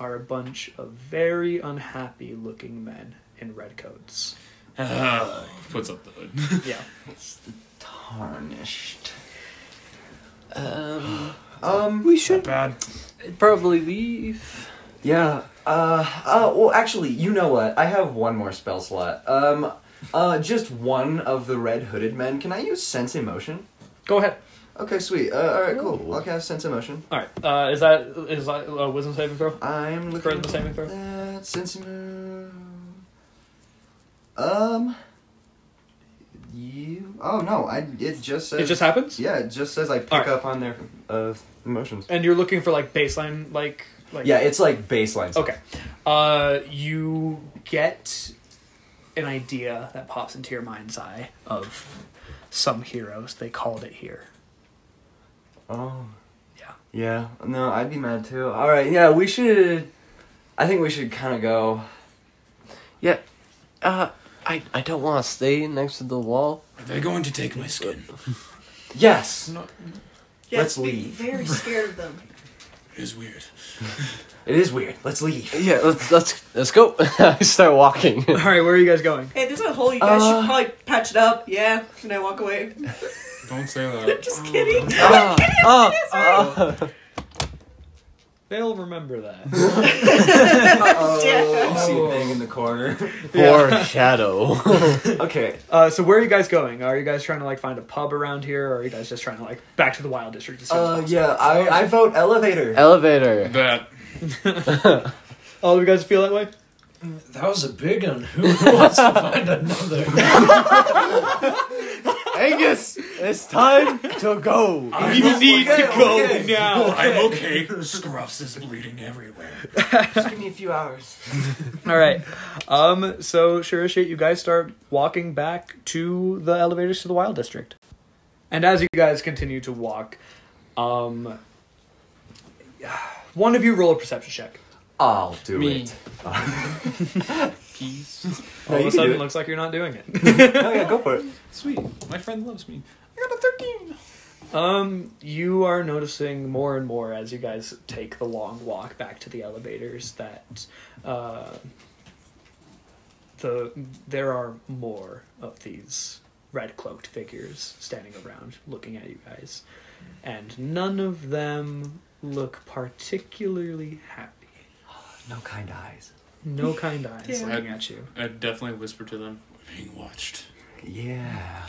[SPEAKER 3] are a bunch of very unhappy looking men in
[SPEAKER 7] <laughs>
[SPEAKER 3] red coats.
[SPEAKER 1] Ah, puts up the hood.
[SPEAKER 3] Yeah.
[SPEAKER 7] Tarnished.
[SPEAKER 2] Um,
[SPEAKER 4] Um,
[SPEAKER 2] we should
[SPEAKER 1] Bad.
[SPEAKER 2] probably leave.
[SPEAKER 4] Yeah. Uh, uh, well, actually, you know what? I have one more spell slot. Um, uh, just one of the red hooded men. Can I use sense emotion?
[SPEAKER 3] Go ahead.
[SPEAKER 4] Okay, sweet. Uh, all right, cool. I'll cast sense emotion.
[SPEAKER 3] All right. Uh, is that is that uh, wisdom saving throw?
[SPEAKER 4] I'm looking.
[SPEAKER 3] Charisma saving throw?
[SPEAKER 4] That sense emo- Um. You. Oh no! I. It just says.
[SPEAKER 3] It just happens.
[SPEAKER 4] Yeah, it just says I pick
[SPEAKER 3] Alright.
[SPEAKER 4] up on their uh, emotions.
[SPEAKER 3] And you're looking for like baseline, like like
[SPEAKER 4] Yeah, it's like baseline. stuff.
[SPEAKER 3] Okay. Uh, you get an idea that pops into your mind's eye of some heroes. They called it here.
[SPEAKER 4] Oh.
[SPEAKER 3] Yeah.
[SPEAKER 4] Yeah. No, I'd be mad too. All right. Yeah, we should. I think we should kind of go.
[SPEAKER 2] Yeah. Uh, I I don't want to stay next to the wall.
[SPEAKER 1] Are they going to take my skin?
[SPEAKER 4] Yes. Let's
[SPEAKER 5] be
[SPEAKER 4] leave.
[SPEAKER 6] <laughs>
[SPEAKER 5] Very scared of them.
[SPEAKER 1] It is weird.
[SPEAKER 4] It is weird. Let's leave.
[SPEAKER 2] Yeah, let's let's let's go. <laughs> I start <laughs> walking.
[SPEAKER 3] All right, where are you guys going?
[SPEAKER 5] Hey, there's a hole. You guys
[SPEAKER 4] Uh.
[SPEAKER 5] should probably patch it up. Yeah. And I walk away.
[SPEAKER 1] Don't say that.
[SPEAKER 5] Just kidding.
[SPEAKER 2] Ah,
[SPEAKER 5] uh,
[SPEAKER 2] ah,
[SPEAKER 3] They'll remember that.
[SPEAKER 5] Yeah. <laughs>
[SPEAKER 4] I see a thing in the corner.
[SPEAKER 2] foreshadow.
[SPEAKER 4] <laughs> okay.
[SPEAKER 3] <laughs> Uh, so where are you guys going? Are you guys trying to like find a pub around here, or are you guys just trying to like back to the wild district? As soon as
[SPEAKER 4] Uh,
[SPEAKER 3] possible?
[SPEAKER 4] yeah. I I vote
[SPEAKER 2] <laughs>
[SPEAKER 4] elevator.
[SPEAKER 2] Elevator.
[SPEAKER 1] <laughs> That.
[SPEAKER 3] All of you guys feel that way.
[SPEAKER 6] That was a big one. Who wants to find another?
[SPEAKER 2] Angus, it's time to go.
[SPEAKER 1] You need
[SPEAKER 4] okay,
[SPEAKER 1] to go
[SPEAKER 4] okay.
[SPEAKER 1] now. Oh, I'm okay. Scruffs is bleeding
[SPEAKER 3] <laughs>
[SPEAKER 1] everywhere.
[SPEAKER 4] Just give me a few hours.
[SPEAKER 3] All right. Um. So sure as shit, you guys start walking back to the elevators to the wild district, and as you guys continue to walk, um, <sighs> one of you roll a perception check.
[SPEAKER 4] I'll do
[SPEAKER 1] Me.
[SPEAKER 4] it.
[SPEAKER 1] Peace.
[SPEAKER 3] All
[SPEAKER 4] No,
[SPEAKER 3] of a
[SPEAKER 4] you can do
[SPEAKER 3] sudden,
[SPEAKER 4] it.
[SPEAKER 3] looks like you're not doing it.
[SPEAKER 4] Oh yeah, go for it.
[SPEAKER 1] Sweet. My friend loves me. I got a 13.
[SPEAKER 3] Um, you are noticing more and more as you guys take the long walk back to the elevators that uh, the there are more of these red cloaked figures standing around looking at you guys, and none of them look particularly happy.
[SPEAKER 4] <laughs> No kind eyes.
[SPEAKER 3] No kind eyes
[SPEAKER 5] Yeah.
[SPEAKER 3] looking at you.
[SPEAKER 1] I definitely whisper to them. We're being watched.
[SPEAKER 4] Yeah.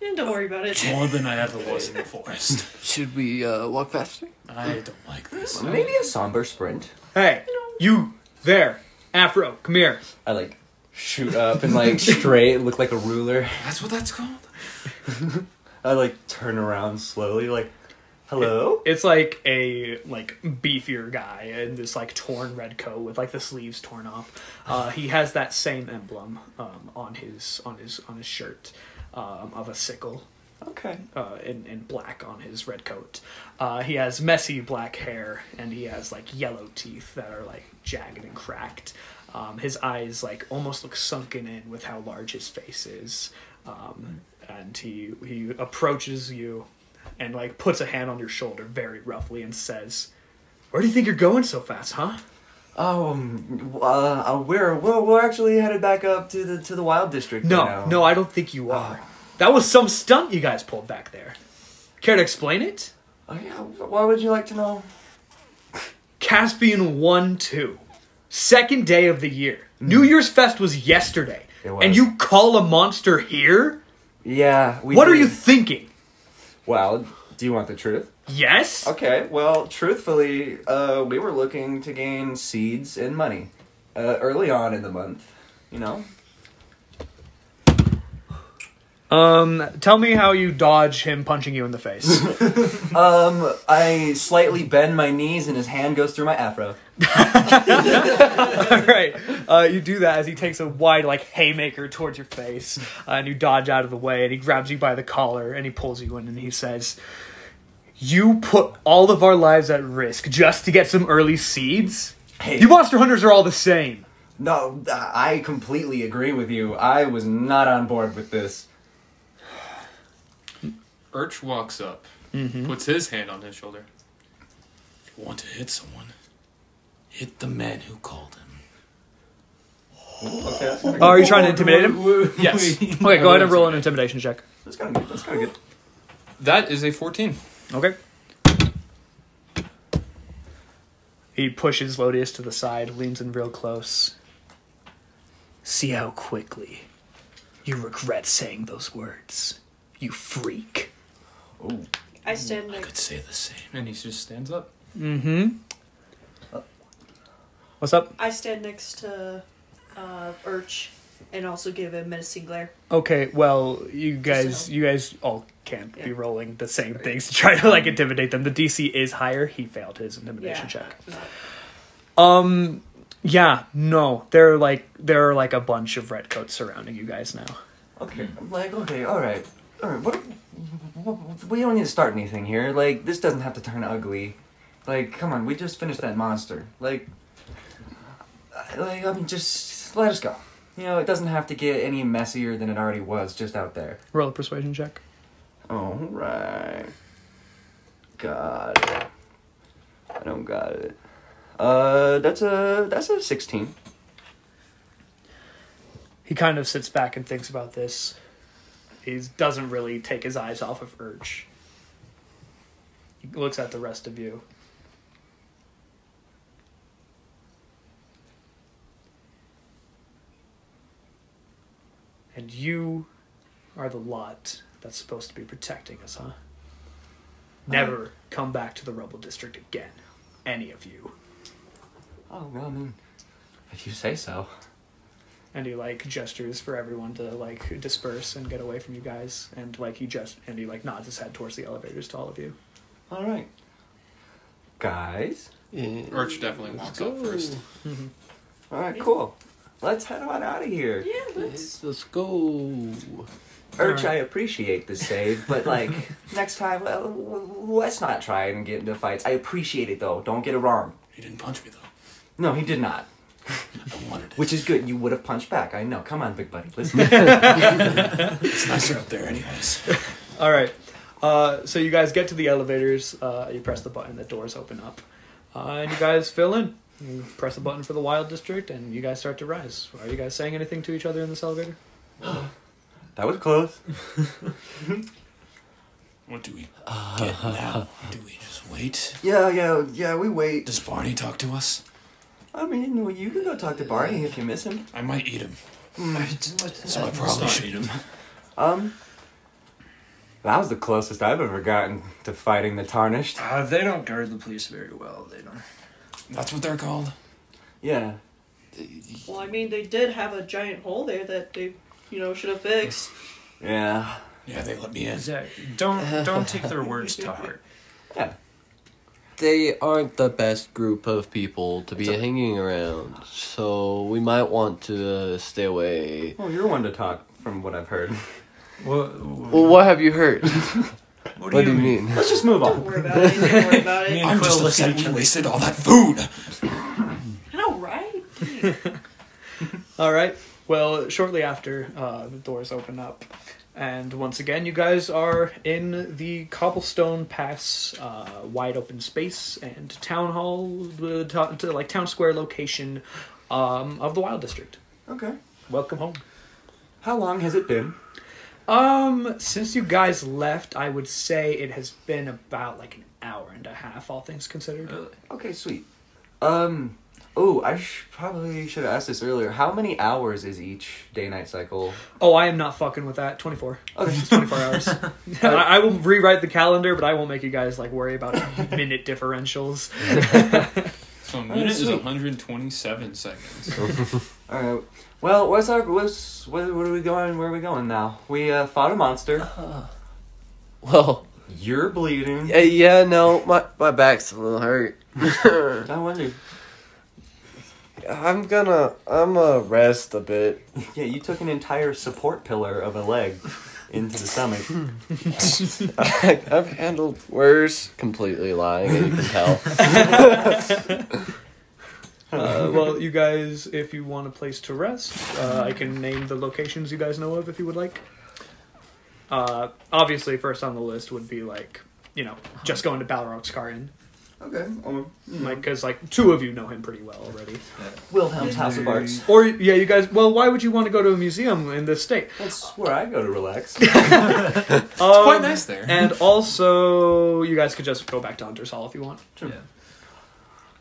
[SPEAKER 5] And don't worry about it.
[SPEAKER 1] More than I ever was in the forest.
[SPEAKER 2] Should we uh, walk faster?
[SPEAKER 1] <laughs> I don't like this.
[SPEAKER 4] Maybe a somber sprint.
[SPEAKER 3] Hey, you there, Afro? Come here.
[SPEAKER 4] I like shoot up and like <laughs> straight, look like a ruler.
[SPEAKER 1] That's what that's called?
[SPEAKER 4] I like turn around slowly, like, hello.
[SPEAKER 3] It's like a like beefier guy in this like torn red coat with like the sleeves torn off. Uh, he has that same emblem um, on his on his on his shirt um, of a sickle
[SPEAKER 4] Okay.
[SPEAKER 3] uh, in in black on his red coat. Uh, he has messy black hair and he has like yellow teeth that are like jagged and cracked. Um, his eyes like almost look sunken in with how large his face is, um, and he he approaches you and like puts a hand on your shoulder very roughly and says, "Where do you think you're going so fast, huh?"
[SPEAKER 4] Oh, um, uh, uh, we're, we're we're actually headed back up to the to the wild district.
[SPEAKER 3] No,
[SPEAKER 4] now.
[SPEAKER 3] no, I don't think you are. That was some stunt you guys pulled back there. Care to explain it?
[SPEAKER 4] Oh, yeah. Why would you like to know?
[SPEAKER 3] Caspian 1 2. Second day of the year. New Year's Fest was yesterday.
[SPEAKER 4] Mm. It was.
[SPEAKER 3] And you call a monster here?
[SPEAKER 4] Yeah. We
[SPEAKER 3] what are
[SPEAKER 4] did.
[SPEAKER 3] you thinking?
[SPEAKER 4] well, do you want the truth?
[SPEAKER 3] Yes?
[SPEAKER 4] Okay. Well, truthfully, uh, we were looking to gain seeds and money uh, early on in the month. You know.
[SPEAKER 3] Um, tell me how you dodge him punching you in the
[SPEAKER 4] <laughs>
[SPEAKER 3] face. <laughs>
[SPEAKER 4] Um, I slightly bend my knees, and his hand goes through my afro.
[SPEAKER 3] All right. Uh, you do that as he takes a wide, like, haymaker towards your face, uh, and you dodge out of the way, and he grabs you by the collar, and he pulls you in, and he says, You put all of our lives at risk just to get some early seeds?
[SPEAKER 4] Hey.
[SPEAKER 3] You monster hunters are all the same.
[SPEAKER 4] No, uh, I completely agree with you. I was not on board with this.
[SPEAKER 1] Urch walks up, puts his hand on his shoulder. If you want to hit someone, hit the man who called him.
[SPEAKER 4] Okay.
[SPEAKER 3] Oh, are you trying to intimidate
[SPEAKER 4] <laughs>
[SPEAKER 3] him?
[SPEAKER 1] Yes.
[SPEAKER 3] Okay, go ahead and roll an intimidation check.
[SPEAKER 4] That's kind of good. That's kind of good.
[SPEAKER 1] That is a 14.
[SPEAKER 3] Okay. He pushes Lodius to the side, leans in real close. See how quickly you regret saying those words. You freak.
[SPEAKER 5] I stand next.
[SPEAKER 1] say the same. And he just stands up.
[SPEAKER 5] Mm-hmm.
[SPEAKER 3] Uh, What's up?
[SPEAKER 5] I stand next to uh, Urch, and also give a menacing glare.
[SPEAKER 3] Okay, well, you guys,
[SPEAKER 5] So-
[SPEAKER 3] you guys all can't be
[SPEAKER 5] Yeah. Um,
[SPEAKER 3] rolling the same things to try to like intimidate them. The DC is higher. He failed his intimidation check. Um, yeah, no, there are like there are like a bunch of redcoats surrounding you guys now.
[SPEAKER 4] Okay, I'm like, okay, all right, all right. What? what- We don't need to start anything here. Like, this doesn't have to turn ugly. Like, come on, we just finished that monster. Like, I- like I mean, just let us go. You know, it doesn't have to get any messier than it already was just out there.
[SPEAKER 3] Roll a persuasion check.
[SPEAKER 4] All right. Got it. I don't got it. Uh, that's a that's a sixteen.
[SPEAKER 3] He kind of sits back and thinks about this. He doesn't really take his eyes off of Urge. He looks at the rest of you. And you are the lot that's supposed to be protecting us, huh? Never come back to the rubble district again. Any of you.
[SPEAKER 4] Oh well, I mean, if you say so.
[SPEAKER 3] and he like gestures for everyone to like disperse and get away from you guys and like he just and he like nods his head towards the elevators to all of you
[SPEAKER 4] All right, guys.
[SPEAKER 1] Urch definitely walks up first.
[SPEAKER 4] All right, cool. Let's head on out of here.
[SPEAKER 5] Yeah, let's.
[SPEAKER 2] Let's go.
[SPEAKER 4] Urch, I appreciate the save, but <laughs> like next time, well, let's not try and get into fights. I appreciate it though. Don't get it wrong.
[SPEAKER 1] He didn't punch me though.
[SPEAKER 4] No, he did not.
[SPEAKER 1] I wanted it.
[SPEAKER 4] Which is good. You would have punched back. I know. Come on, big buddy. <laughs> Listen.
[SPEAKER 1] It's nicer up there, <laughs> anyways.
[SPEAKER 3] all right uh, so you guys get to the elevators uh, you press the button the doors open up uh, and you guys fill in you press the button for the wild district and you guys start to rise are you guys saying anything to each other in this elevator
[SPEAKER 4] that was close.
[SPEAKER 1] What do we get now? Do we just wait?
[SPEAKER 4] Yeah, yeah, yeah. We wait.
[SPEAKER 1] Does Barney talk to us?
[SPEAKER 4] I mean, well, you can go talk to Barney if you miss him.
[SPEAKER 1] I might eat him, so I
[SPEAKER 6] Let's
[SPEAKER 1] probably
[SPEAKER 6] not
[SPEAKER 1] should
[SPEAKER 6] eat 'em.
[SPEAKER 4] Um. That was the closest I've ever gotten to fighting the Tarnished.
[SPEAKER 6] Uh, they don't guard the police very well. They don't.
[SPEAKER 1] That's what they're called.
[SPEAKER 4] Yeah.
[SPEAKER 5] Well, I mean, they did have a giant hole there that they, you know, should
[SPEAKER 4] <laughs>
[SPEAKER 5] have fixed.
[SPEAKER 4] Yeah.
[SPEAKER 1] Yeah, they let me in.
[SPEAKER 6] Exactly. Don't don't take their words to heart.
[SPEAKER 4] Yeah.
[SPEAKER 2] They aren't the best group of people to be hanging around, so we might want to uh, stay away.
[SPEAKER 4] Well, you're one to talk, from what I've <laughs> heard.
[SPEAKER 6] What,
[SPEAKER 2] Well, what have you <laughs> heard?
[SPEAKER 6] what,
[SPEAKER 2] what do you mean? <laughs>
[SPEAKER 4] Let's just move
[SPEAKER 5] <laughs> Don't
[SPEAKER 4] on.
[SPEAKER 5] worry about it. Don't worry
[SPEAKER 3] <laughs>
[SPEAKER 5] about it.
[SPEAKER 6] Yeah.
[SPEAKER 1] I'm just
[SPEAKER 6] Quill looks at
[SPEAKER 1] upset
[SPEAKER 6] each
[SPEAKER 1] we
[SPEAKER 6] other.
[SPEAKER 1] wasted all that food.
[SPEAKER 5] I know, Oh, right?
[SPEAKER 3] All right. Well, shortly after, uh, the doors open up, and once again, you guys are in the cobblestone pass, uh, wide open space and town hall, the to, to, like town square location um, of the Wild District.
[SPEAKER 4] Okay.
[SPEAKER 3] Welcome home.
[SPEAKER 4] How long has it been?
[SPEAKER 3] Um, since you guys left, I would say it has been about like an hour and a half, all things considered.
[SPEAKER 4] Okay, sweet. Um, oh, I sh- probably should have asked this earlier. How many hours is each day-night cycle?
[SPEAKER 3] Oh, I am not fucking with that. Twenty four.
[SPEAKER 4] Okay.
[SPEAKER 3] It's 24 <laughs> hours. I, I will rewrite the calendar, but I won't make you guys like worry <laughs> about minute differentials.
[SPEAKER 1] So a minute is 127 seconds.
[SPEAKER 4] All right. Well, what's our what's what, what are we going? Where are we going now? We uh, fought a monster.
[SPEAKER 2] Well,
[SPEAKER 4] You're bleeding.
[SPEAKER 2] yeah, yeah, no, my my back's a little hurt. <laughs>
[SPEAKER 4] I wonder.
[SPEAKER 2] I'm gonna I'm gonna rest a bit. <laughs>
[SPEAKER 4] Yeah, you took an entire support pillar of a leg into the stomach.
[SPEAKER 2] I've handled worse. Completely lying, you can <laughs> tell.
[SPEAKER 3] Uh, well, you guys, if you want a place to rest, uh, I can name the locations you guys know of if you would like. Uh, obviously, first on the list would be like, you know, just going to Balrog's Car Inn.
[SPEAKER 4] okay. Um,
[SPEAKER 3] Like, because like two of you know him pretty well already.
[SPEAKER 4] Wilhelm's House of Arts.
[SPEAKER 3] Or, yeah, you guys, well, why would you want to go to a museum in this state?
[SPEAKER 4] That's where I go to relax.
[SPEAKER 1] It's quite nice there.
[SPEAKER 3] And also, you guys could just go back to Hunter's Hall if you want.
[SPEAKER 6] Yeah.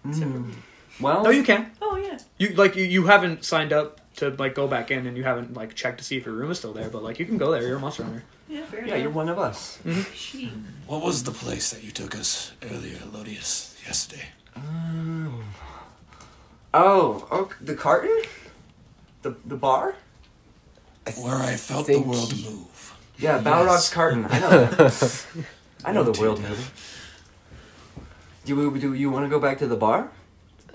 [SPEAKER 5] Except for me.
[SPEAKER 4] Well,
[SPEAKER 3] No, you can.
[SPEAKER 5] Oh yeah.
[SPEAKER 3] You like you, you haven't signed up to like go back in, and you haven't like checked to see if your room is still there. But like you can go there. You're a monster hunter.
[SPEAKER 5] Yeah, fair
[SPEAKER 4] yeah,
[SPEAKER 5] enough.
[SPEAKER 4] you're one of us.
[SPEAKER 5] She.
[SPEAKER 8] What was the place that you took us earlier, Lodius, yesterday?
[SPEAKER 4] Oh, oh, the carton, the the bar.
[SPEAKER 8] Where I felt
[SPEAKER 2] Think-
[SPEAKER 8] the world move.
[SPEAKER 4] Yeah, Balrog's carton. I <laughs> know. that. I know the world movie. Do we, do you want to go back to the bar?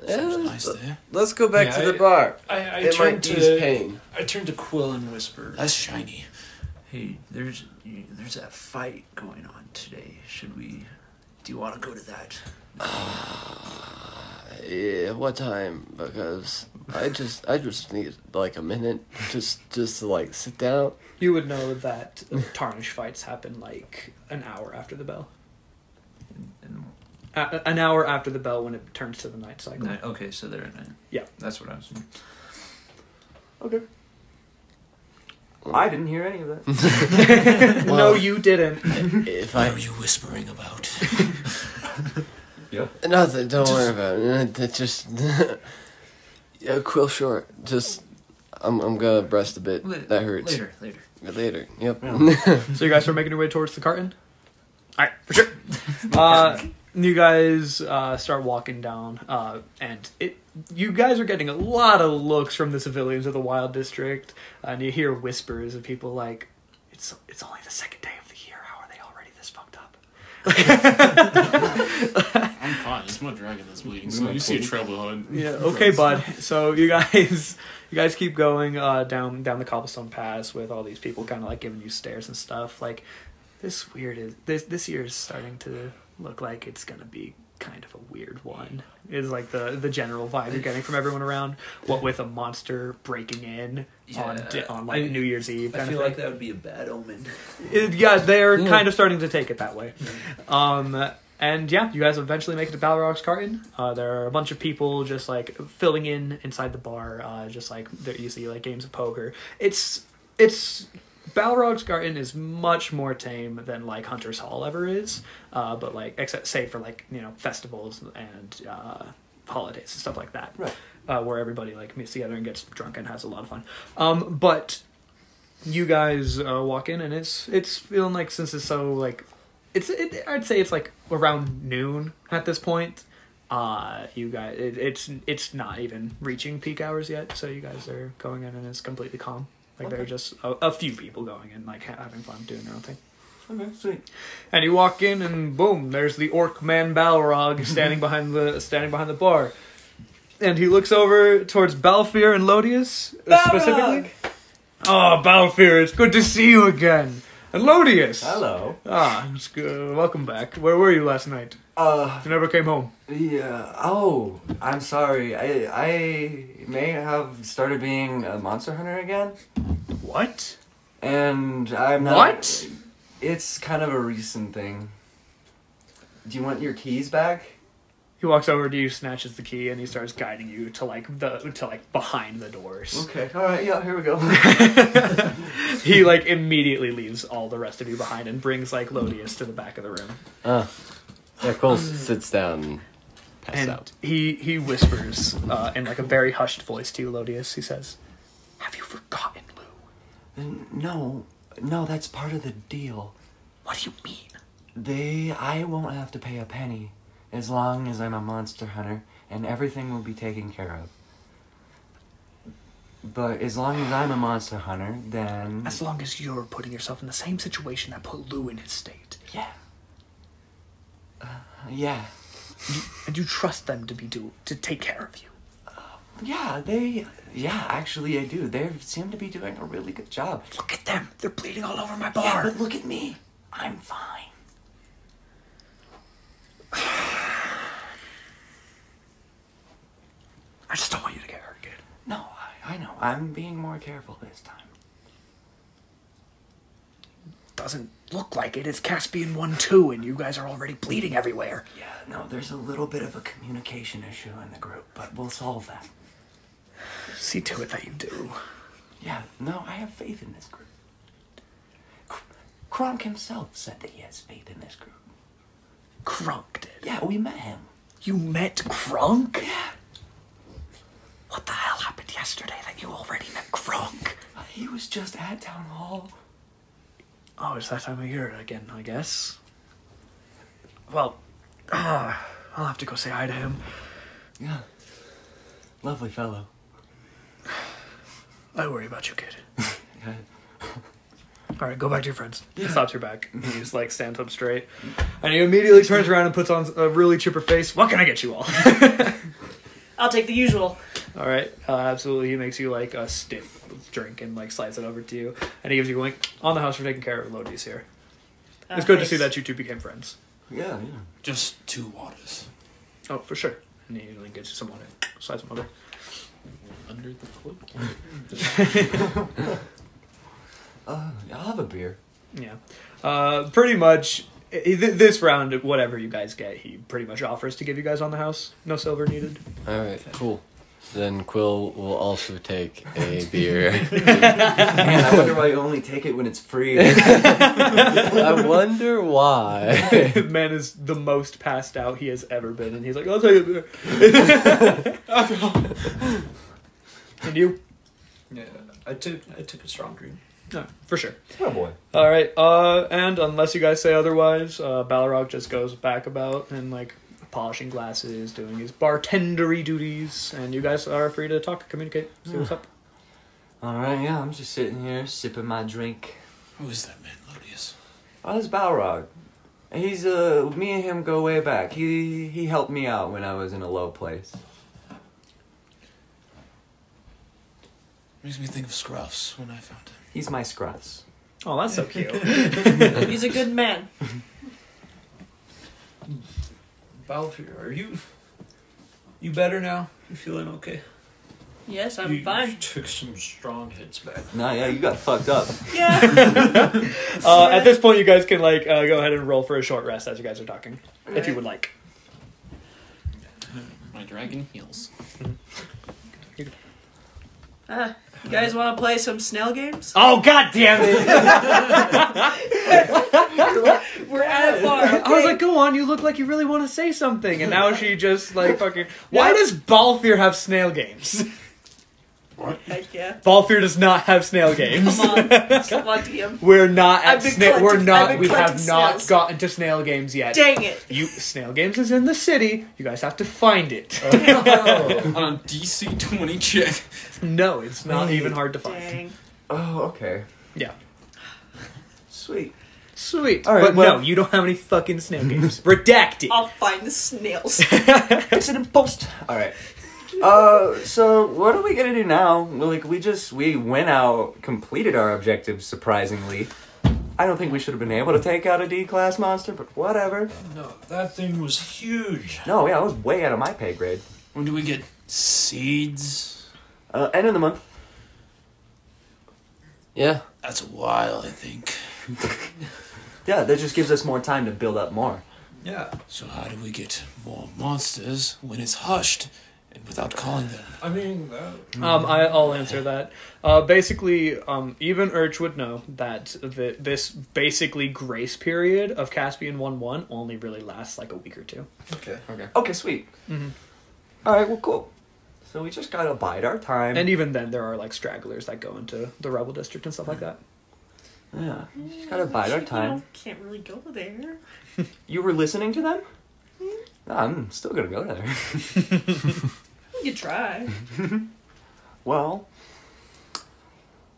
[SPEAKER 8] Seems nice there.
[SPEAKER 2] Let's go back
[SPEAKER 6] Yeah,
[SPEAKER 2] to the
[SPEAKER 6] I-
[SPEAKER 2] bar.
[SPEAKER 6] I, I
[SPEAKER 2] it
[SPEAKER 6] turned
[SPEAKER 2] might ease
[SPEAKER 6] to
[SPEAKER 2] pain.
[SPEAKER 6] I turned to Quill and whispered,
[SPEAKER 8] That's shiny.
[SPEAKER 6] "Hey, there's there's that fight going on today. Should we? Do you want to go to that?"
[SPEAKER 2] Yeah, what time? Because I just I just need like a minute just just to like sit down.
[SPEAKER 3] You would know that tarnish fights happen like an hour after the bell.
[SPEAKER 6] And
[SPEAKER 3] A- an hour after the bell when it turns to the night cycle.
[SPEAKER 6] night, okay, so they're at night.
[SPEAKER 3] Yeah.
[SPEAKER 6] that's what I was. Doing.
[SPEAKER 4] Okay. I didn't hear any of that.
[SPEAKER 3] <laughs> no, you didn't.
[SPEAKER 2] If
[SPEAKER 8] What
[SPEAKER 2] I
[SPEAKER 8] are you whispering
[SPEAKER 2] <laughs>
[SPEAKER 8] about?
[SPEAKER 2] nothing, don't worry about it. It just <laughs> yeah, quill short. Just I'm I'm gonna breast a bit.
[SPEAKER 6] Later,
[SPEAKER 2] That hurts.
[SPEAKER 6] Later, later.
[SPEAKER 2] Later. Yep.
[SPEAKER 3] <laughs>
[SPEAKER 2] <laughs>
[SPEAKER 3] So you guys are making your way towards the carton. All right, for sure. <laughs> Uh, you guys uh, start walking down, uh, and it. You guys are getting a lot of looks from the civilians of the Wild District, and you hear whispers of people like, "It's it's only the second day of the year. How are they already this fucked up?"
[SPEAKER 1] I'm fine. It's my dragon that's bleeding. So you see a treble on.
[SPEAKER 3] Yeah.
[SPEAKER 6] <laughs>
[SPEAKER 3] Okay, bud. So you guys, <laughs> you guys keep going uh, down down the cobblestone paths with all these people kind of like giving you stares and stuff. Like this weird is this this year is starting to look like it's gonna be kind of a weird one. Is like the the general vibe you're getting from everyone around. What with a monster breaking in on
[SPEAKER 6] Yeah,
[SPEAKER 3] di- on like
[SPEAKER 6] I-
[SPEAKER 3] New Year's Eve.
[SPEAKER 6] I
[SPEAKER 3] kind
[SPEAKER 6] feel
[SPEAKER 3] of
[SPEAKER 6] like
[SPEAKER 3] thing.
[SPEAKER 6] that would be a bad omen.
[SPEAKER 3] It- yeah, they're kind of starting to take it that way. Um, and yeah, you guys eventually make it to Balrog's Carton. Uh, there are a bunch of people just like filling in inside the bar, uh, just like there you see like games of poker. It's it's Balrog's Garden is much more tame than like Hunter's Hall ever is, uh, but like except say for like you know festivals and uh, holidays and stuff like that,
[SPEAKER 4] Right.
[SPEAKER 3] uh, where everybody like meets together and gets drunk and has a lot of fun. Um, but you guys uh, walk in and it's it's feeling like since it's so like it's it, I'd say it's like around noon at this point. Uh, you guys, it, it's it's not even reaching peak hours yet, so you guys are going in and it's completely calm. Like there are just a, a few people going in, like ha- having fun doing their own thing.
[SPEAKER 4] Okay, sweet.
[SPEAKER 3] And you walk in and boom, there's the orc man Balrog standing behind the standing behind the bar, and he looks over towards Balfir and Lodius uh, specifically. Oh, Balfir, it's good to see you again. And Lodius.
[SPEAKER 4] Hello.
[SPEAKER 3] Ah, it's good. welcome back. Where were you last night?
[SPEAKER 4] Uh,
[SPEAKER 3] You never came home.
[SPEAKER 4] yeah. Oh, I'm sorry. I I may have started being a monster hunter again,
[SPEAKER 3] What?
[SPEAKER 4] and I'm not.
[SPEAKER 3] What?
[SPEAKER 4] It's kind of a recent thing. Do you want your keys back?
[SPEAKER 3] He walks over to you, snatches the key, and he starts guiding you to like the to like behind the doors.
[SPEAKER 4] Okay. All right. Yeah. Here we go.
[SPEAKER 3] he like immediately leaves all the rest of you behind and brings like Lodius to the back of the room.
[SPEAKER 2] Ah. yeah, Cole sits down and passes
[SPEAKER 3] and
[SPEAKER 2] out.
[SPEAKER 3] he he whispers uh, in like a very hushed voice to you, Lodius. He says, "Have you forgotten, Lou?
[SPEAKER 4] <laughs> no, no. That's part of the deal.
[SPEAKER 3] What do you mean?"
[SPEAKER 4] They, I won't have to pay a penny as long as I'm a monster hunter and everything will be taken care of. But as long as I'm a monster hunter, then.
[SPEAKER 3] As long as you're putting yourself in the same situation that put Lou in his state,
[SPEAKER 4] Yeah. Uh, yeah.
[SPEAKER 3] and you trust them to be do to take care of you.
[SPEAKER 4] Yeah, they. Yeah, actually, I do. They seem to be doing a really good job.
[SPEAKER 3] Look at them; they're bleeding all over my
[SPEAKER 4] Yeah,
[SPEAKER 3] bar.
[SPEAKER 4] but look at me. I'm fine.
[SPEAKER 3] I just don't want you to get hurt, kid.
[SPEAKER 4] No, I, I know. I'm being more careful this time.
[SPEAKER 3] Doesn't look like it. It's Caspian one two, and you guys are already bleeding everywhere.
[SPEAKER 4] Yeah, no, there's a little bit of a communication issue in the group, but we'll solve that.
[SPEAKER 3] See to it that you do.
[SPEAKER 4] Yeah, no, I have faith in this group. Kr- Kronk himself said that he has faith in this group.
[SPEAKER 3] Crunk did.
[SPEAKER 4] Yeah, we met him.
[SPEAKER 3] You met Kronk? What the hell happened yesterday that you already met Kronk?
[SPEAKER 4] He was just at town hall.
[SPEAKER 3] Oh, it's that time of year again, I guess. Well, ah, I'll have to go say hi to him.
[SPEAKER 4] Yeah. Lovely fellow.
[SPEAKER 3] I worry about you, kid. All right, go back to your friends. He slaps your back. and He just like stands up straight, and he immediately turns around and puts on a really chipper face. What can I get you all?
[SPEAKER 5] I'll take the usual.
[SPEAKER 3] all right, uh, absolutely. He makes you like a stiff drink and like slides it over to you, and he gives you a wink on the house for taking care of Lodius here.
[SPEAKER 5] Uh,
[SPEAKER 3] it's good
[SPEAKER 5] thanks.
[SPEAKER 3] to see that you two became friends.
[SPEAKER 4] Yeah, yeah.
[SPEAKER 8] Just two waters.
[SPEAKER 3] Oh, for sure. And he usually gets you someone and slides them over.
[SPEAKER 1] Under the cloak.
[SPEAKER 4] Uh, I'll have a <laughs> beer.
[SPEAKER 3] Yeah. Uh, pretty much i- i- th- this round, whatever you guys get, he pretty much offers to give you guys on the house. No silver needed. <laughs>
[SPEAKER 2] All right, cool. Then Quill will also take a <laughs> beer.
[SPEAKER 4] Man, I wonder why you only take it when it's <laughs> free.
[SPEAKER 2] I wonder why. <laughs>
[SPEAKER 3] Man is the most passed out he has ever been, and he's like, "I'll take it." there." <laughs> and you?
[SPEAKER 6] Yeah, I took I took a strong drink.
[SPEAKER 3] No, for sure.
[SPEAKER 4] oh boy.
[SPEAKER 3] All right. Uh, and unless you guys say otherwise, uh, Balrog just goes back about and like polishing glasses, doing his bartendery duties, and you guys are free to talk, communicate, see what's up.
[SPEAKER 4] Alright, yeah, I'm just sitting here sipping my drink.
[SPEAKER 8] Who is that man, Lodius?
[SPEAKER 4] Oh, this Balrog. He's, uh, me and him go way back. He, he helped me out when I was in a low place.
[SPEAKER 8] Makes me think of Scruffs when I found him.
[SPEAKER 4] He's my scruffs.
[SPEAKER 3] Oh, that's so
[SPEAKER 5] <laughs>
[SPEAKER 3] <laughs> cute.
[SPEAKER 5] He's a good man.
[SPEAKER 6] Balfour, are you you better now? You feeling okay?
[SPEAKER 5] Yes, I'm
[SPEAKER 6] you,
[SPEAKER 5] fine.
[SPEAKER 6] took some strong hits back.
[SPEAKER 4] Nah, yeah, you got fucked up.
[SPEAKER 3] <laughs>
[SPEAKER 5] Yeah.
[SPEAKER 3] Uh, at this point, you guys can like uh, go ahead and roll for a short rest as you guys are talking, if you
[SPEAKER 5] Alright.
[SPEAKER 3] would like.
[SPEAKER 1] My dragon heals.
[SPEAKER 5] Uh, you guys want to play some snail games?
[SPEAKER 3] Oh god damn it!
[SPEAKER 5] We're at a bar.
[SPEAKER 3] Oh, <laughs> I was
[SPEAKER 5] okay?
[SPEAKER 3] like, go on, you look like you really want to say something, and now she just like fucking. Why does Balfear have snail games?
[SPEAKER 5] Heck yeah.
[SPEAKER 3] Balfear does not have snail games.
[SPEAKER 5] Come
[SPEAKER 3] <laughs>
[SPEAKER 5] <laughs> on. Come on, DM.
[SPEAKER 3] We're not at
[SPEAKER 5] I've been
[SPEAKER 3] snail. We're
[SPEAKER 5] collecting- I've
[SPEAKER 3] not.
[SPEAKER 5] been
[SPEAKER 3] We have
[SPEAKER 5] collecting
[SPEAKER 3] not
[SPEAKER 5] snails.
[SPEAKER 3] gotten to snail games yet.
[SPEAKER 5] Dang it.
[SPEAKER 3] You snail games is in the city. You guys have to find it. <laughs>
[SPEAKER 1] On a DC 20 check.
[SPEAKER 3] no, it's not even hard to find.
[SPEAKER 5] Dang.
[SPEAKER 4] Oh, okay.
[SPEAKER 3] Yeah.
[SPEAKER 4] Sweet.
[SPEAKER 3] Sweet.
[SPEAKER 4] All right,
[SPEAKER 3] but
[SPEAKER 4] well-
[SPEAKER 3] no, you don't have any fucking snail games. Redacted.
[SPEAKER 5] I'll find the snails.
[SPEAKER 4] Fix it in post. Alright. Uh, so what are we gonna do now? Well, like, we just, we went out, completed our objectives, surprisingly. I don't think we should have been able to take out a D-class monster, but whatever.
[SPEAKER 6] No, that thing was huge.
[SPEAKER 4] No, yeah, I was way out of my pay grade.
[SPEAKER 8] When do we get seeds?
[SPEAKER 4] Uh, end of the month.
[SPEAKER 2] yeah.
[SPEAKER 8] That's a while, I think.
[SPEAKER 4] Yeah, that just gives us more time to build up more.
[SPEAKER 6] Yeah,
[SPEAKER 8] So how do we get more monsters when it's hushed and without calling them?
[SPEAKER 6] I mean, uh, that,
[SPEAKER 3] Um, I, I'll answer that. Uh, basically, um, even Urch would know that the, this basically grace period of Caspian 1 1 only really lasts like a week or two.
[SPEAKER 6] okay.
[SPEAKER 4] Okay, sweet. All right, well, cool. So we just gotta bide our time.
[SPEAKER 3] And even then, there are like stragglers that go into the rebel district and stuff like that.
[SPEAKER 4] yeah, we just gotta bide our time.
[SPEAKER 5] Can't really go there.
[SPEAKER 4] You were listening to them? No, I'm still gonna go there. <laughs>
[SPEAKER 5] You try.
[SPEAKER 4] well,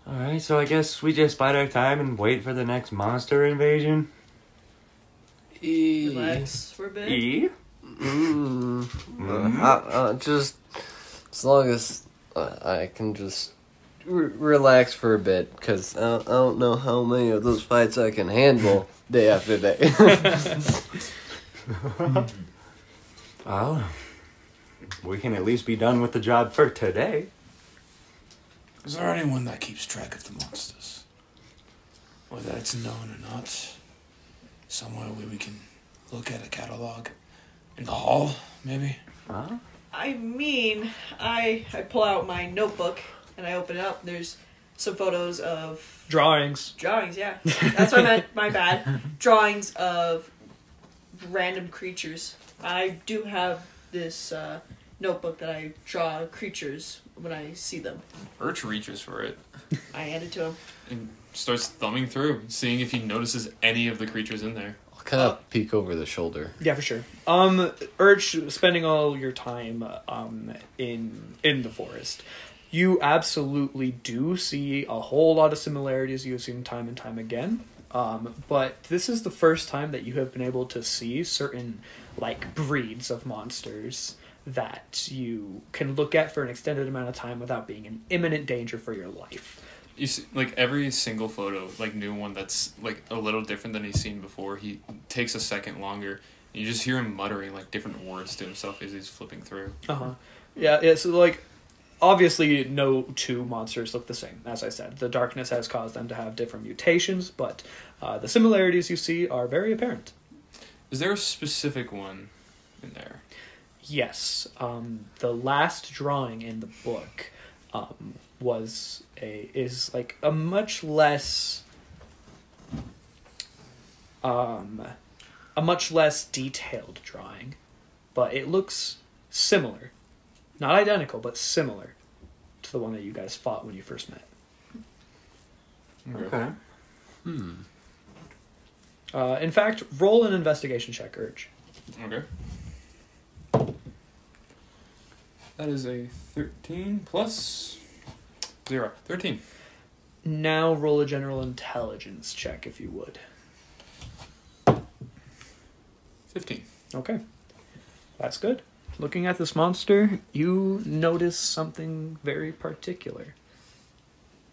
[SPEAKER 4] all right. So I guess we just bide our time and wait for the next monster invasion.
[SPEAKER 5] Relax for a bit.
[SPEAKER 4] E.
[SPEAKER 2] Mm, uh, I- uh, just as long as uh, I can just re- relax for a bit, because I, don't- I don't know how many of those fights I can <laughs> handle day after day. <laughs>
[SPEAKER 4] Oh. We can at least be done with the job for today.
[SPEAKER 8] Is there anyone that keeps track of the monsters? Whether it's known or not? Somewhere where we can look at a catalog? In the hall, maybe?
[SPEAKER 4] Huh?
[SPEAKER 5] I mean, I I pull out my notebook and I open it up. And there's some photos of
[SPEAKER 3] Drawings.
[SPEAKER 5] drawings. Yeah, that's what I meant.
[SPEAKER 3] <laughs>
[SPEAKER 5] My bad. Drawings of random creatures. I do have this uh, notebook that I draw creatures when I see them.
[SPEAKER 1] Urch reaches for it
[SPEAKER 5] I hand it to him.
[SPEAKER 1] and starts thumbing through, seeing if he notices any of the creatures in there.
[SPEAKER 2] I'll kind of peek over the shoulder.
[SPEAKER 3] Yeah, for sure. Um, Urch, spending all your time um in in the forest, you absolutely do see a whole lot of similarities you've seen time and time again. Um, but this is the first time that you have been able to see certain like breeds of monsters that you can look at for an extended amount of time without being in imminent danger for your life.
[SPEAKER 1] You see, like every single photo, like new one that's like a little different than he's seen before. He takes a second longer. and You just hear him muttering like different words to himself as he's flipping through.
[SPEAKER 3] Uh huh. Yeah, yeah. So like, obviously, no two monsters look the same. As I said, the darkness has caused them to have different mutations, but uh, the similarities you see are very apparent.
[SPEAKER 1] Is there a specific one in there?
[SPEAKER 3] Yes, um, the last drawing in the book um, was a is like a much less um, a much less detailed drawing, but it looks similar, not identical, but similar to the one that you guys fought when you first met.
[SPEAKER 1] Okay.
[SPEAKER 3] Uh, in fact, roll an investigation check, Urge.
[SPEAKER 1] Okay. That is a 13 plus 0. 13.
[SPEAKER 3] Now roll a general intelligence check, if you would.
[SPEAKER 1] 15.
[SPEAKER 3] Okay. That's good. Looking at this monster, you notice something very particular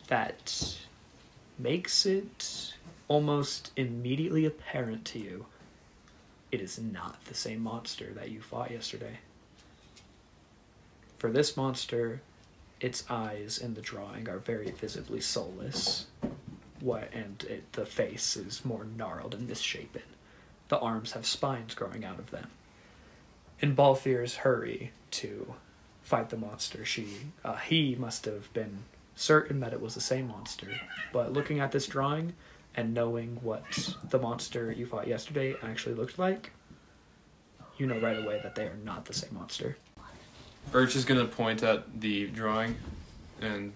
[SPEAKER 3] that makes it almost immediately apparent to you. It is not the same monster that you fought yesterday. For this monster, its eyes in the drawing are very visibly soulless. What and it, the face is more gnarled and misshapen. The arms have spines growing out of them. In Balfir's hurry to fight the monster, she uh, he must have been certain that it was the same monster. But looking at this drawing and knowing what the monster you fought yesterday actually looked like, you know right away that they are not the same monster.
[SPEAKER 1] Urch is going to point at the drawing and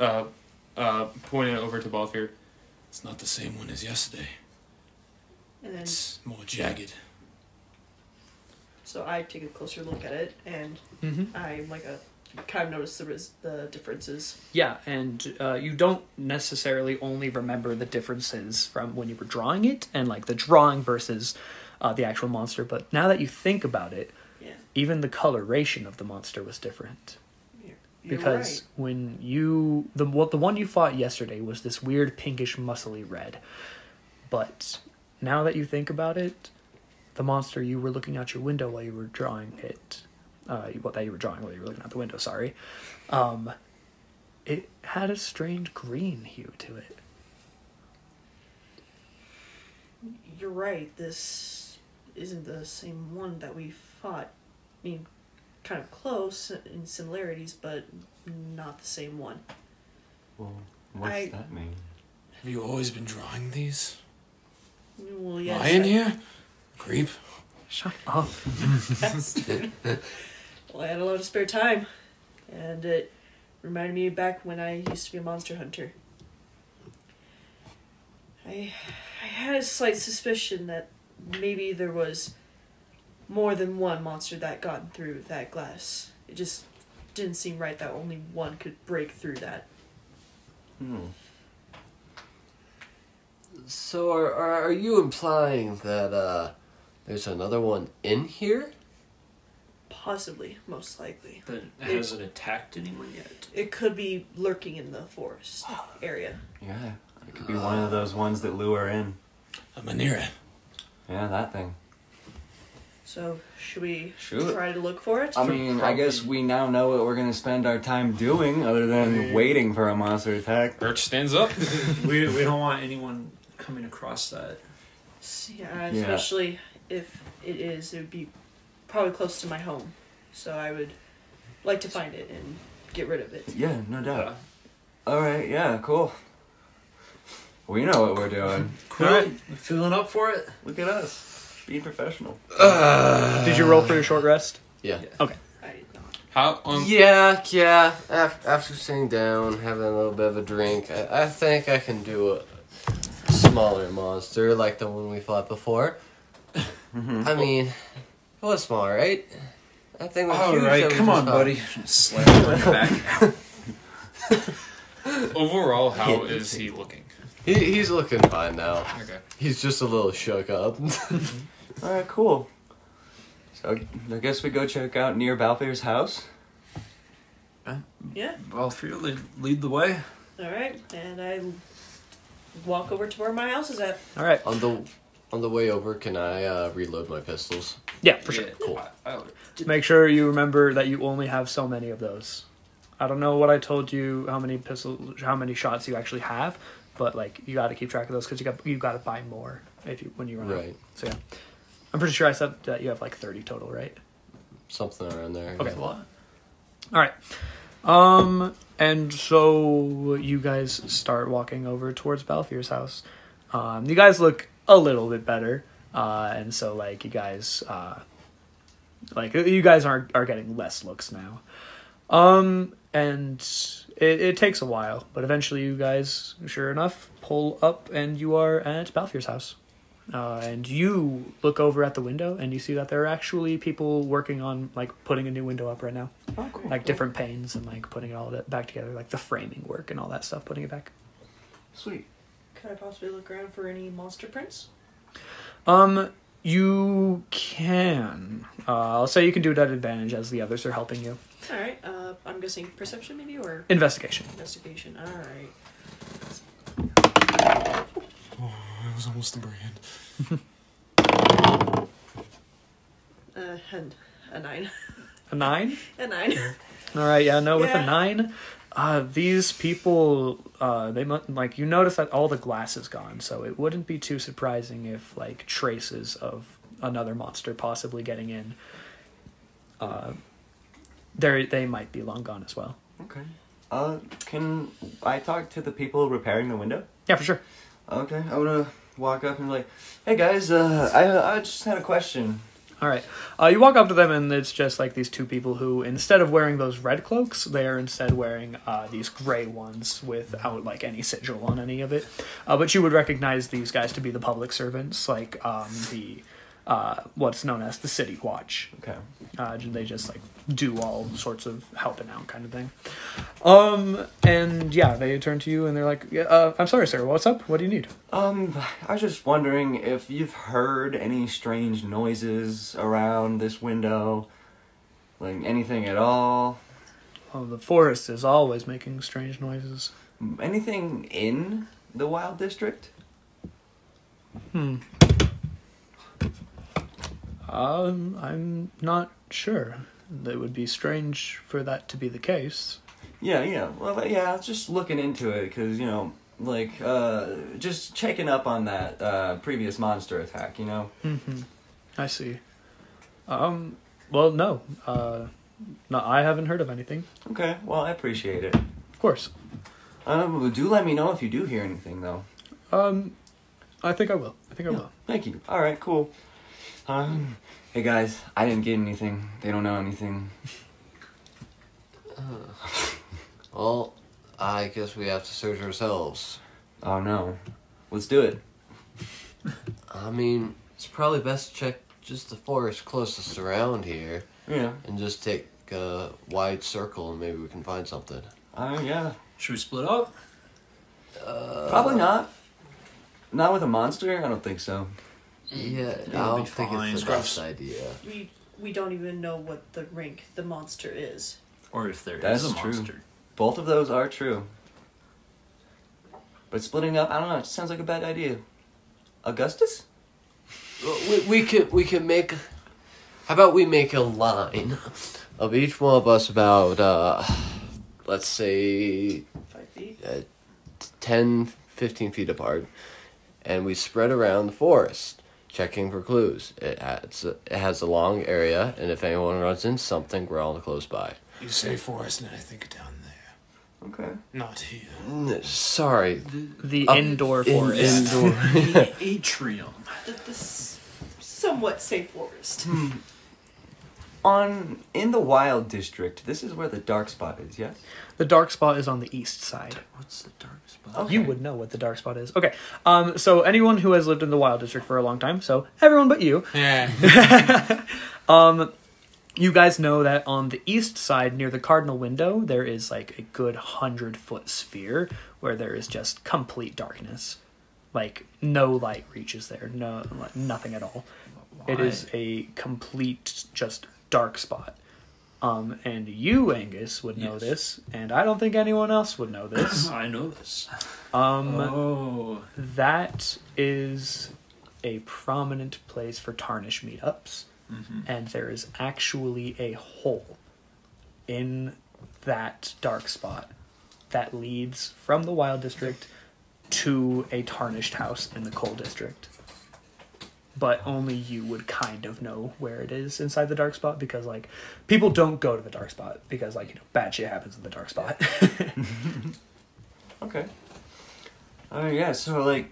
[SPEAKER 1] uh, uh, point it over to Balfour.
[SPEAKER 8] It's not the same one as yesterday.
[SPEAKER 5] And then,
[SPEAKER 8] It's more jagged.
[SPEAKER 5] so I take a closer look at it, and
[SPEAKER 3] Mm-hmm.
[SPEAKER 5] I'm like a kind of notice the ris- the differences.
[SPEAKER 3] Yeah, and uh, you don't necessarily only remember the differences from when you were drawing it and like the drawing versus uh, the actual monster, but now that you think about it,
[SPEAKER 5] Yeah.
[SPEAKER 3] even the coloration of the monster was different.
[SPEAKER 5] You're, you're
[SPEAKER 3] because when you the what the one you fought yesterday was this weird pinkish muscly red but now that you think about it the monster you were looking out your window while you were drawing it uh what that you were drawing while you were looking out the window sorry um it had a strange green hue to it
[SPEAKER 5] right. You're right. This isn't the same one that we fought. I mean, kind of close in similarities, but not the same one.
[SPEAKER 7] Well, what's
[SPEAKER 5] I-
[SPEAKER 7] that mean?
[SPEAKER 8] Have you always been drawing these?
[SPEAKER 5] Well,
[SPEAKER 8] Lion
[SPEAKER 5] yes.
[SPEAKER 8] Lying
[SPEAKER 5] I-
[SPEAKER 8] here? Creep?
[SPEAKER 3] shut up
[SPEAKER 5] Yes. <laughs> well, I had a lot of spare time, and it reminded me back when I used to be a monster hunter. I, I had a slight suspicion that maybe there was more than one monster that got through that glass. It just didn't seem right that only one could break through that.
[SPEAKER 7] Hmm.
[SPEAKER 2] So are, are are you implying that uh there's another one in here?
[SPEAKER 5] Possibly, most likely.
[SPEAKER 6] That hasn't attacked anyone yet.
[SPEAKER 5] It could be lurking in the forest area.
[SPEAKER 7] Yeah. It could be one of those ones that lure in.
[SPEAKER 8] A Manira.
[SPEAKER 7] Yeah, that thing.
[SPEAKER 5] So, should we
[SPEAKER 7] Shoot.
[SPEAKER 5] try to look for it?
[SPEAKER 7] I mean, I guess we now know what we're gonna spend our time doing, other than waiting for a monster attack.
[SPEAKER 1] Urch stands up.
[SPEAKER 6] we, we don't want anyone coming across that.
[SPEAKER 5] Yeah,
[SPEAKER 7] Yeah.
[SPEAKER 5] especially if it is, it would be probably close to my home. So I would like to find it and get rid of it.
[SPEAKER 7] Yeah, no doubt. All right. Yeah. Cool. We know what we're doing.
[SPEAKER 6] Cool. Feeling up for it?
[SPEAKER 7] Look at us, being professional.
[SPEAKER 3] Uh, did you roll for your short rest
[SPEAKER 2] Yeah.
[SPEAKER 5] I did not.
[SPEAKER 1] How um, on
[SPEAKER 2] Yeah, yeah. Af- after sitting down, having a little bit of a drink, I, I think I can do a smaller monster like the one we fought <laughs> before. I mean, it was small, right? I think. it was
[SPEAKER 8] All
[SPEAKER 2] huge
[SPEAKER 8] right,
[SPEAKER 2] that we
[SPEAKER 8] come
[SPEAKER 2] just
[SPEAKER 8] on,
[SPEAKER 2] fought. <laughs>
[SPEAKER 8] buddy. Slap him in the back.
[SPEAKER 1] overall? How is he looking?
[SPEAKER 2] He, he's looking fine now.
[SPEAKER 1] Okay.
[SPEAKER 2] He's just a little shook up. <laughs>
[SPEAKER 4] All right, cool.
[SPEAKER 7] So I guess we go check out near Balfair's house.
[SPEAKER 5] Yeah.
[SPEAKER 6] Well, fear lead, lead the way.
[SPEAKER 5] All right. And I walk over to where my house is at.
[SPEAKER 3] All right.
[SPEAKER 2] on the on the way over, can I uh, reload my pistols?
[SPEAKER 3] Yeah, for sure.
[SPEAKER 2] Cool.
[SPEAKER 3] Make sure you remember that you only have so many of those. I don't know what I told you how many pistols, how many shots you actually have, but like you got to keep track of those because you got you got to buy more if you when you run out.
[SPEAKER 2] Right.
[SPEAKER 3] So yeah, I'm pretty sure I said that you have like 30 total, right?
[SPEAKER 2] Something around there.
[SPEAKER 3] Okay. All right. Um, and so you guys start walking over towards Balfour's house. Um, you guys look a little bit better. Uh, and so like you guys, uh, like you guys are are getting less looks now. Um, and it, it takes a while, but eventually you guys, sure enough, pull up and you are at Balfour's house. Uh, and you look over at the window and you see that there are actually people working on like putting a new window up right now
[SPEAKER 4] Oh, cool.
[SPEAKER 3] like different panes and like putting it all that back together, like the framing work and all that stuff, putting it back.
[SPEAKER 4] Sweet.
[SPEAKER 5] Could I possibly look around for any monster prints?
[SPEAKER 3] Um, you can. Uh, I'll say you can do it at advantage as the others are helping you.
[SPEAKER 5] All right. Uh, I'm guessing perception maybe or
[SPEAKER 3] Investigation.
[SPEAKER 5] investigation. All right.
[SPEAKER 8] Oh, It was almost a brand.
[SPEAKER 5] <laughs> Uh, and a nine. <laughs>
[SPEAKER 3] A nine.
[SPEAKER 5] A nine.
[SPEAKER 8] <laughs>
[SPEAKER 3] All right. Yeah. No. With
[SPEAKER 5] Yeah.
[SPEAKER 3] a nine, uh, these people, uh, they must like you notice that all the glass is gone, so it wouldn't be too surprising if like traces of another monster possibly getting in. Uh, they they might be long gone as well.
[SPEAKER 7] Okay.
[SPEAKER 4] Uh, can I talk to the people repairing the window?
[SPEAKER 3] Yeah, for sure.
[SPEAKER 4] Okay, I'm gonna walk up and be like, hey guys, uh, I, I just had a question.
[SPEAKER 3] All right. Uh, you walk up to them, and it's just like these two people who, instead of wearing those red cloaks, they are instead wearing uh, these gray ones without like any sigil on any of it. Uh, but you would recognize these guys to be the public servants, like um, the uh, what's known as the city watch.
[SPEAKER 4] Okay.
[SPEAKER 3] Uh, they just like do all sorts of helping out kind of thing. Um, and yeah, they turn to you and they're like, "Yeah, uh, "I'm sorry, sir. What's up? What do you need?"
[SPEAKER 4] Um, I was just wondering if you've heard any strange noises around this window, like anything at all,
[SPEAKER 3] Oh, the forest is always making strange noises.
[SPEAKER 4] anything in the wild district.
[SPEAKER 3] Hmm. Um, I'm not sure. It would be strange for that to be the case.
[SPEAKER 4] Yeah, yeah. Well, but yeah, I was just looking into it because you know, like, uh, just checking up on that uh, previous monster attack. You know.
[SPEAKER 3] Mm-hmm. I see. Um, well, no. Uh, no, I haven't heard of anything.
[SPEAKER 4] Okay. Well, I appreciate it.
[SPEAKER 3] Of course.
[SPEAKER 4] Um, do let me know if you do hear anything though.
[SPEAKER 3] Um, I think I will. I think I will.
[SPEAKER 4] Thank you. All right. Cool. Um, hey guys, I didn't get anything. They don't know anything.
[SPEAKER 2] Well, I guess we have to search ourselves.
[SPEAKER 4] Oh no. Let's do it.
[SPEAKER 2] I mean, it's probably best to check just the forest closest around here
[SPEAKER 4] Yeah.
[SPEAKER 2] and just take a wide circle and maybe we can find something.
[SPEAKER 4] Uh, yeah.
[SPEAKER 6] Should we split up?
[SPEAKER 4] Probably not. Not with a monster. I don't think so.
[SPEAKER 2] Yeah, I
[SPEAKER 6] It'll be
[SPEAKER 2] don't think
[SPEAKER 6] fine.
[SPEAKER 2] it's the
[SPEAKER 6] Scruffs.
[SPEAKER 2] best idea.
[SPEAKER 5] We we don't even know what the rink the monster is.
[SPEAKER 6] Or if there is
[SPEAKER 4] That's
[SPEAKER 6] a
[SPEAKER 4] true.
[SPEAKER 6] monster.
[SPEAKER 4] Both of those are true. But splitting up, I don't know. It sounds like a bad idea. Augustus?
[SPEAKER 2] We, we could we could make. How about we make a line of each one of us about uh, let's say
[SPEAKER 5] Five feet.
[SPEAKER 2] 10, 15 feet apart, and we spread around the forest, checking for clues. It has, it has a long area, and if anyone runs into something, we're all close by.
[SPEAKER 8] You say forest, and I think down there.
[SPEAKER 4] Okay.
[SPEAKER 8] Not here.
[SPEAKER 2] Mm, Sorry.
[SPEAKER 3] The
[SPEAKER 2] Up
[SPEAKER 3] indoor
[SPEAKER 2] in-
[SPEAKER 3] forest.
[SPEAKER 2] indoor-
[SPEAKER 6] The atrium.
[SPEAKER 5] The, the s- somewhat safe forest.
[SPEAKER 4] on in the wild district, this is where the dark spot is, yes?
[SPEAKER 3] The dark spot is on the east side.
[SPEAKER 6] What's the dark spot?
[SPEAKER 3] You would know what the dark spot is. Okay. Um, so anyone who has lived in the wild district for a long time, so everyone but you, Um,
[SPEAKER 8] Yeah.
[SPEAKER 3] <laughs> you guys know that on the east side near the cardinal window, there is like a good hundred foot sphere where there is just complete darkness. Like no light reaches there. No like, nothing at all. It is a complete just dark spot. Um, and you, Angus, would know
[SPEAKER 6] Yes.
[SPEAKER 3] this, and I don't think anyone else would know
[SPEAKER 6] <coughs>
[SPEAKER 3] this.
[SPEAKER 6] Oh, I know this.
[SPEAKER 3] Um,
[SPEAKER 6] Oh,
[SPEAKER 3] that is a prominent place for tarnish meetups and there is actually a hole in that dark spot that leads from the wild district to a tarnished house in the coal district but only you would kind of know where it is inside the dark spot because like people don't go to the dark spot because like you know bad shit happens in the dark spot <laughs>
[SPEAKER 4] Okay. Oh yeah, so like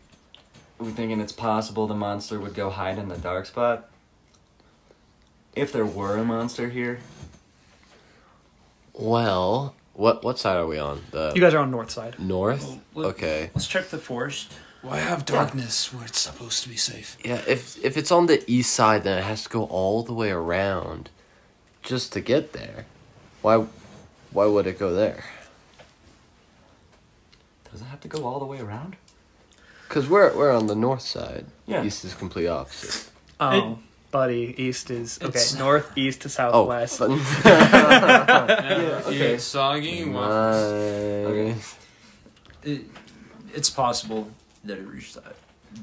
[SPEAKER 4] we thinking it's possible the monster would go hide in the dark spot. If there were a monster here.
[SPEAKER 2] Well, what what side are we on? The
[SPEAKER 3] you guys are on north side
[SPEAKER 2] north.
[SPEAKER 6] Well,
[SPEAKER 2] okay.
[SPEAKER 6] Let's check the forest.
[SPEAKER 8] Why have darkness where it's supposed to be safe?
[SPEAKER 2] Yeah, if if it's on the east side, then it has to go all the way around, just to get there. Why, why would it go there?
[SPEAKER 4] Does it have to go all the way around?
[SPEAKER 2] Cause we're we're on the north side.
[SPEAKER 4] Yeah.
[SPEAKER 2] East is complete opposite.
[SPEAKER 3] oh buddy east is okay
[SPEAKER 6] It's-
[SPEAKER 3] north east to
[SPEAKER 2] Oh,
[SPEAKER 3] southwest
[SPEAKER 2] but-
[SPEAKER 4] okay.
[SPEAKER 1] Eat Uh, soggy waffles.
[SPEAKER 2] <laughs> My-
[SPEAKER 6] It, it's possible that it reached that,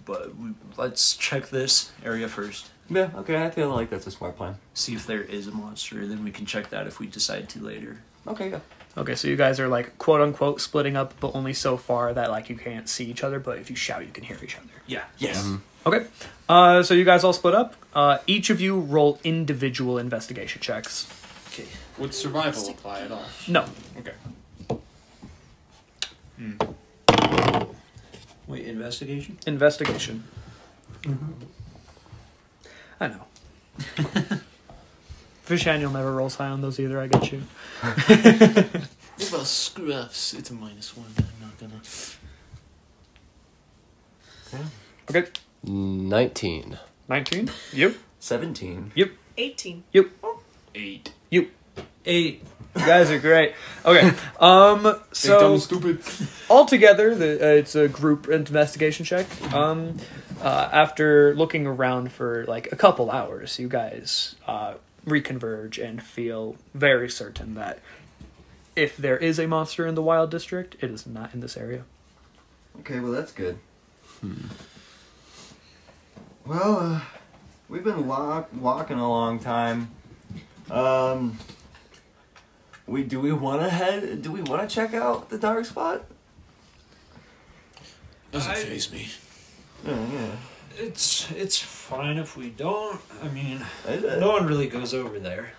[SPEAKER 6] but we, let's check this area first.
[SPEAKER 4] Yeah, okay, I feel like that's a smart plan.
[SPEAKER 6] See if there is a monster. Then we can check that if we decide to later.
[SPEAKER 4] Okay, yeah.
[SPEAKER 3] Okay, so you guys are like quote unquote splitting up, but only so far that like you can't see each other, but if you shout, you can hear each other.
[SPEAKER 6] Yeah.
[SPEAKER 4] Yes.
[SPEAKER 3] Okay, uh, so you guys all split up. Uh, each of you roll individual investigation checks.
[SPEAKER 6] Okay.
[SPEAKER 1] Would survival apply at all?
[SPEAKER 3] No,
[SPEAKER 1] Okay.
[SPEAKER 6] Wait, investigation.
[SPEAKER 3] investigation. Mm-hmm. I know. <laughs> Fish annual never rolls high on those either. I get you.
[SPEAKER 9] <laughs> If I screw up, it's a minus one. I'm not gonna.
[SPEAKER 3] Okay,
[SPEAKER 2] Nineteen.
[SPEAKER 3] nineteen. You.
[SPEAKER 4] Seventeen.
[SPEAKER 5] 18.
[SPEAKER 3] You.
[SPEAKER 1] Eight.
[SPEAKER 3] You.
[SPEAKER 6] Eight.
[SPEAKER 3] You guys are great. Okay. Um. So.
[SPEAKER 1] stupid.
[SPEAKER 3] altogether, the, uh, it's a group investigation check. Um, uh, after looking around for like a couple hours, you guys uh, reconverge and feel very certain that if there is a monster in the wild district, it is not in this area.
[SPEAKER 4] Okay, well that's good. Well, uh, we've been walk- walking a long time. Um, we do we want to head? Do we want to check out the dark spot?
[SPEAKER 8] Doesn't
[SPEAKER 6] I-
[SPEAKER 8] phase me.
[SPEAKER 4] Yeah, yeah.
[SPEAKER 6] It's it's fine if we don't. I mean,
[SPEAKER 4] Is it?
[SPEAKER 6] no one really goes over there.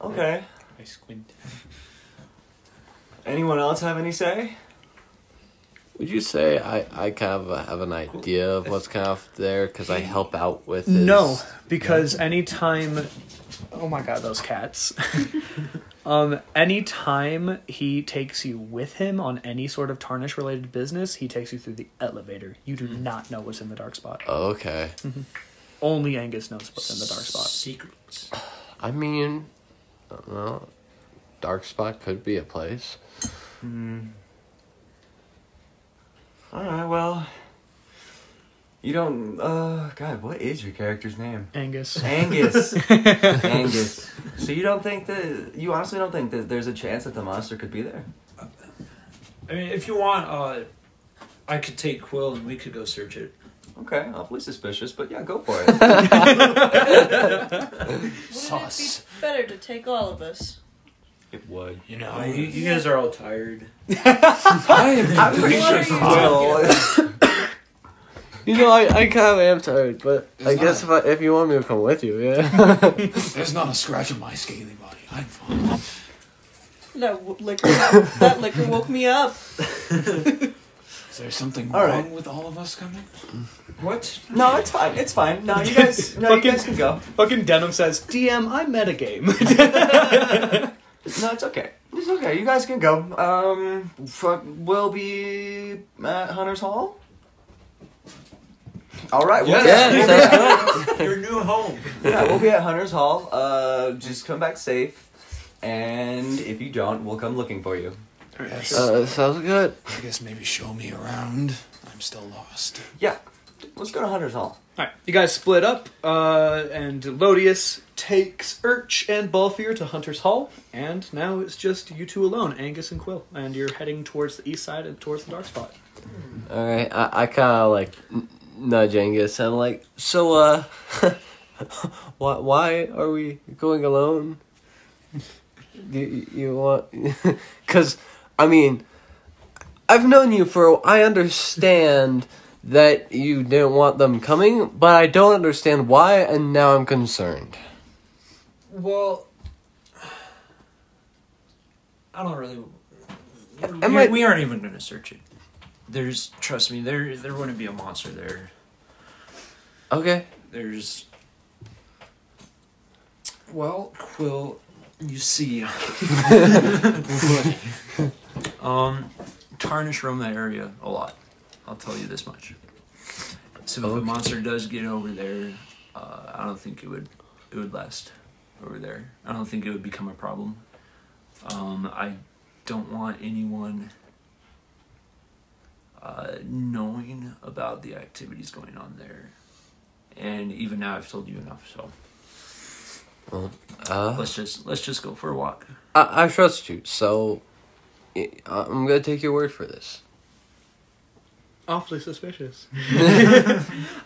[SPEAKER 4] Okay.
[SPEAKER 1] I squint.
[SPEAKER 4] Anyone else have any say?
[SPEAKER 2] Would you say I, I kind of have an idea of what's kind of there because I help out with his...
[SPEAKER 3] No, because anytime. Oh my god, those cats. <laughs> um, anytime he takes you with him on any sort of tarnish related business, he takes you through the elevator. You do not know what's in the dark spot.
[SPEAKER 2] Oh, Okay.
[SPEAKER 3] Only Angus knows what's in the dark spot.
[SPEAKER 6] Secrets.
[SPEAKER 2] I mean, I don't know. Dark spot could be a place.
[SPEAKER 4] All right. Well, you don't. Uh, God, what is your character's name?
[SPEAKER 3] Angus.
[SPEAKER 4] Angus. Angus. So you don't think that you honestly don't think that there's a chance that the monster could be there?
[SPEAKER 6] I mean, if you want, uh, I could take Quill and we could go search it.
[SPEAKER 4] Okay, awfully suspicious, but yeah, go for
[SPEAKER 8] <laughs>
[SPEAKER 4] it.
[SPEAKER 5] Wouldn't it be better to take all of us?
[SPEAKER 4] it would.
[SPEAKER 8] You know,
[SPEAKER 6] Uh, you, you guys are all tired.
[SPEAKER 8] I am
[SPEAKER 4] I'm pretty
[SPEAKER 5] What
[SPEAKER 4] sure
[SPEAKER 5] are you
[SPEAKER 4] Quill.
[SPEAKER 2] You know, I, I kind of am tired, but I guess if I, if you want me to come with you, yeah.
[SPEAKER 8] There's not a scratch on my scaly body. I'm fine.
[SPEAKER 5] That w- liquor, that liquor woke me up.
[SPEAKER 8] Is there something <laughs>
[SPEAKER 2] Oh,
[SPEAKER 4] All
[SPEAKER 8] wrong
[SPEAKER 4] right.
[SPEAKER 8] with all of us coming?
[SPEAKER 6] What?
[SPEAKER 4] No, it's fine. It's fine. No, you guys, no, you
[SPEAKER 3] Fucking-
[SPEAKER 4] guys can go.
[SPEAKER 3] <laughs> Fucking Denim says, DM, I metagame.
[SPEAKER 4] No, it's okay. It's okay. You guys can go. Um, fuck, we'll be at Hunter's Hall. All right. We'll
[SPEAKER 2] Yeah, sounds good.
[SPEAKER 6] <laughs> Your new home.
[SPEAKER 4] yeah, we'll be at Hunter's Hall. Uh, just come back safe. And if you don't, we'll come looking for you.
[SPEAKER 8] Yes.
[SPEAKER 2] Uh, sounds good.
[SPEAKER 8] I guess maybe show me around. I'm still lost.
[SPEAKER 4] Yeah, let's go to Hunter's Hall.
[SPEAKER 3] Alright, you guys split up, uh, and Lodius takes Urch and Balfour to Hunter's Hall, and now it's just you two alone, Angus and Quill, and you're heading towards the east side and towards the dark spot.
[SPEAKER 2] All right, I, I kind of like n- nudge Angus. I'm like, so uh, <laughs> why why are we going alone? You you want? <laughs> Cause I mean, I've known you for. a- I understand that you didn't want them coming, but I don't understand why, and now I'm concerned.
[SPEAKER 6] Well, I don't really.
[SPEAKER 2] Am
[SPEAKER 6] we,
[SPEAKER 2] I-
[SPEAKER 6] we aren't even going to search it. There's, trust me, there there wouldn't be a monster there.
[SPEAKER 2] Okay.
[SPEAKER 6] There's. Well, Quill, you see. <laughs> um, Tarnish roam that area a lot. I'll tell you this much. So if a monster does get over there, uh, I don't think it would it would last over there. I don't think it would become a problem. Um, I don't want anyone uh, knowing about the activities going on there. And even now, I've told you enough. So
[SPEAKER 2] Uh,
[SPEAKER 6] let's just let's just go for a walk.
[SPEAKER 2] I I trust you, so I- I'm gonna take your word for this.
[SPEAKER 3] Awfully suspicious. <laughs>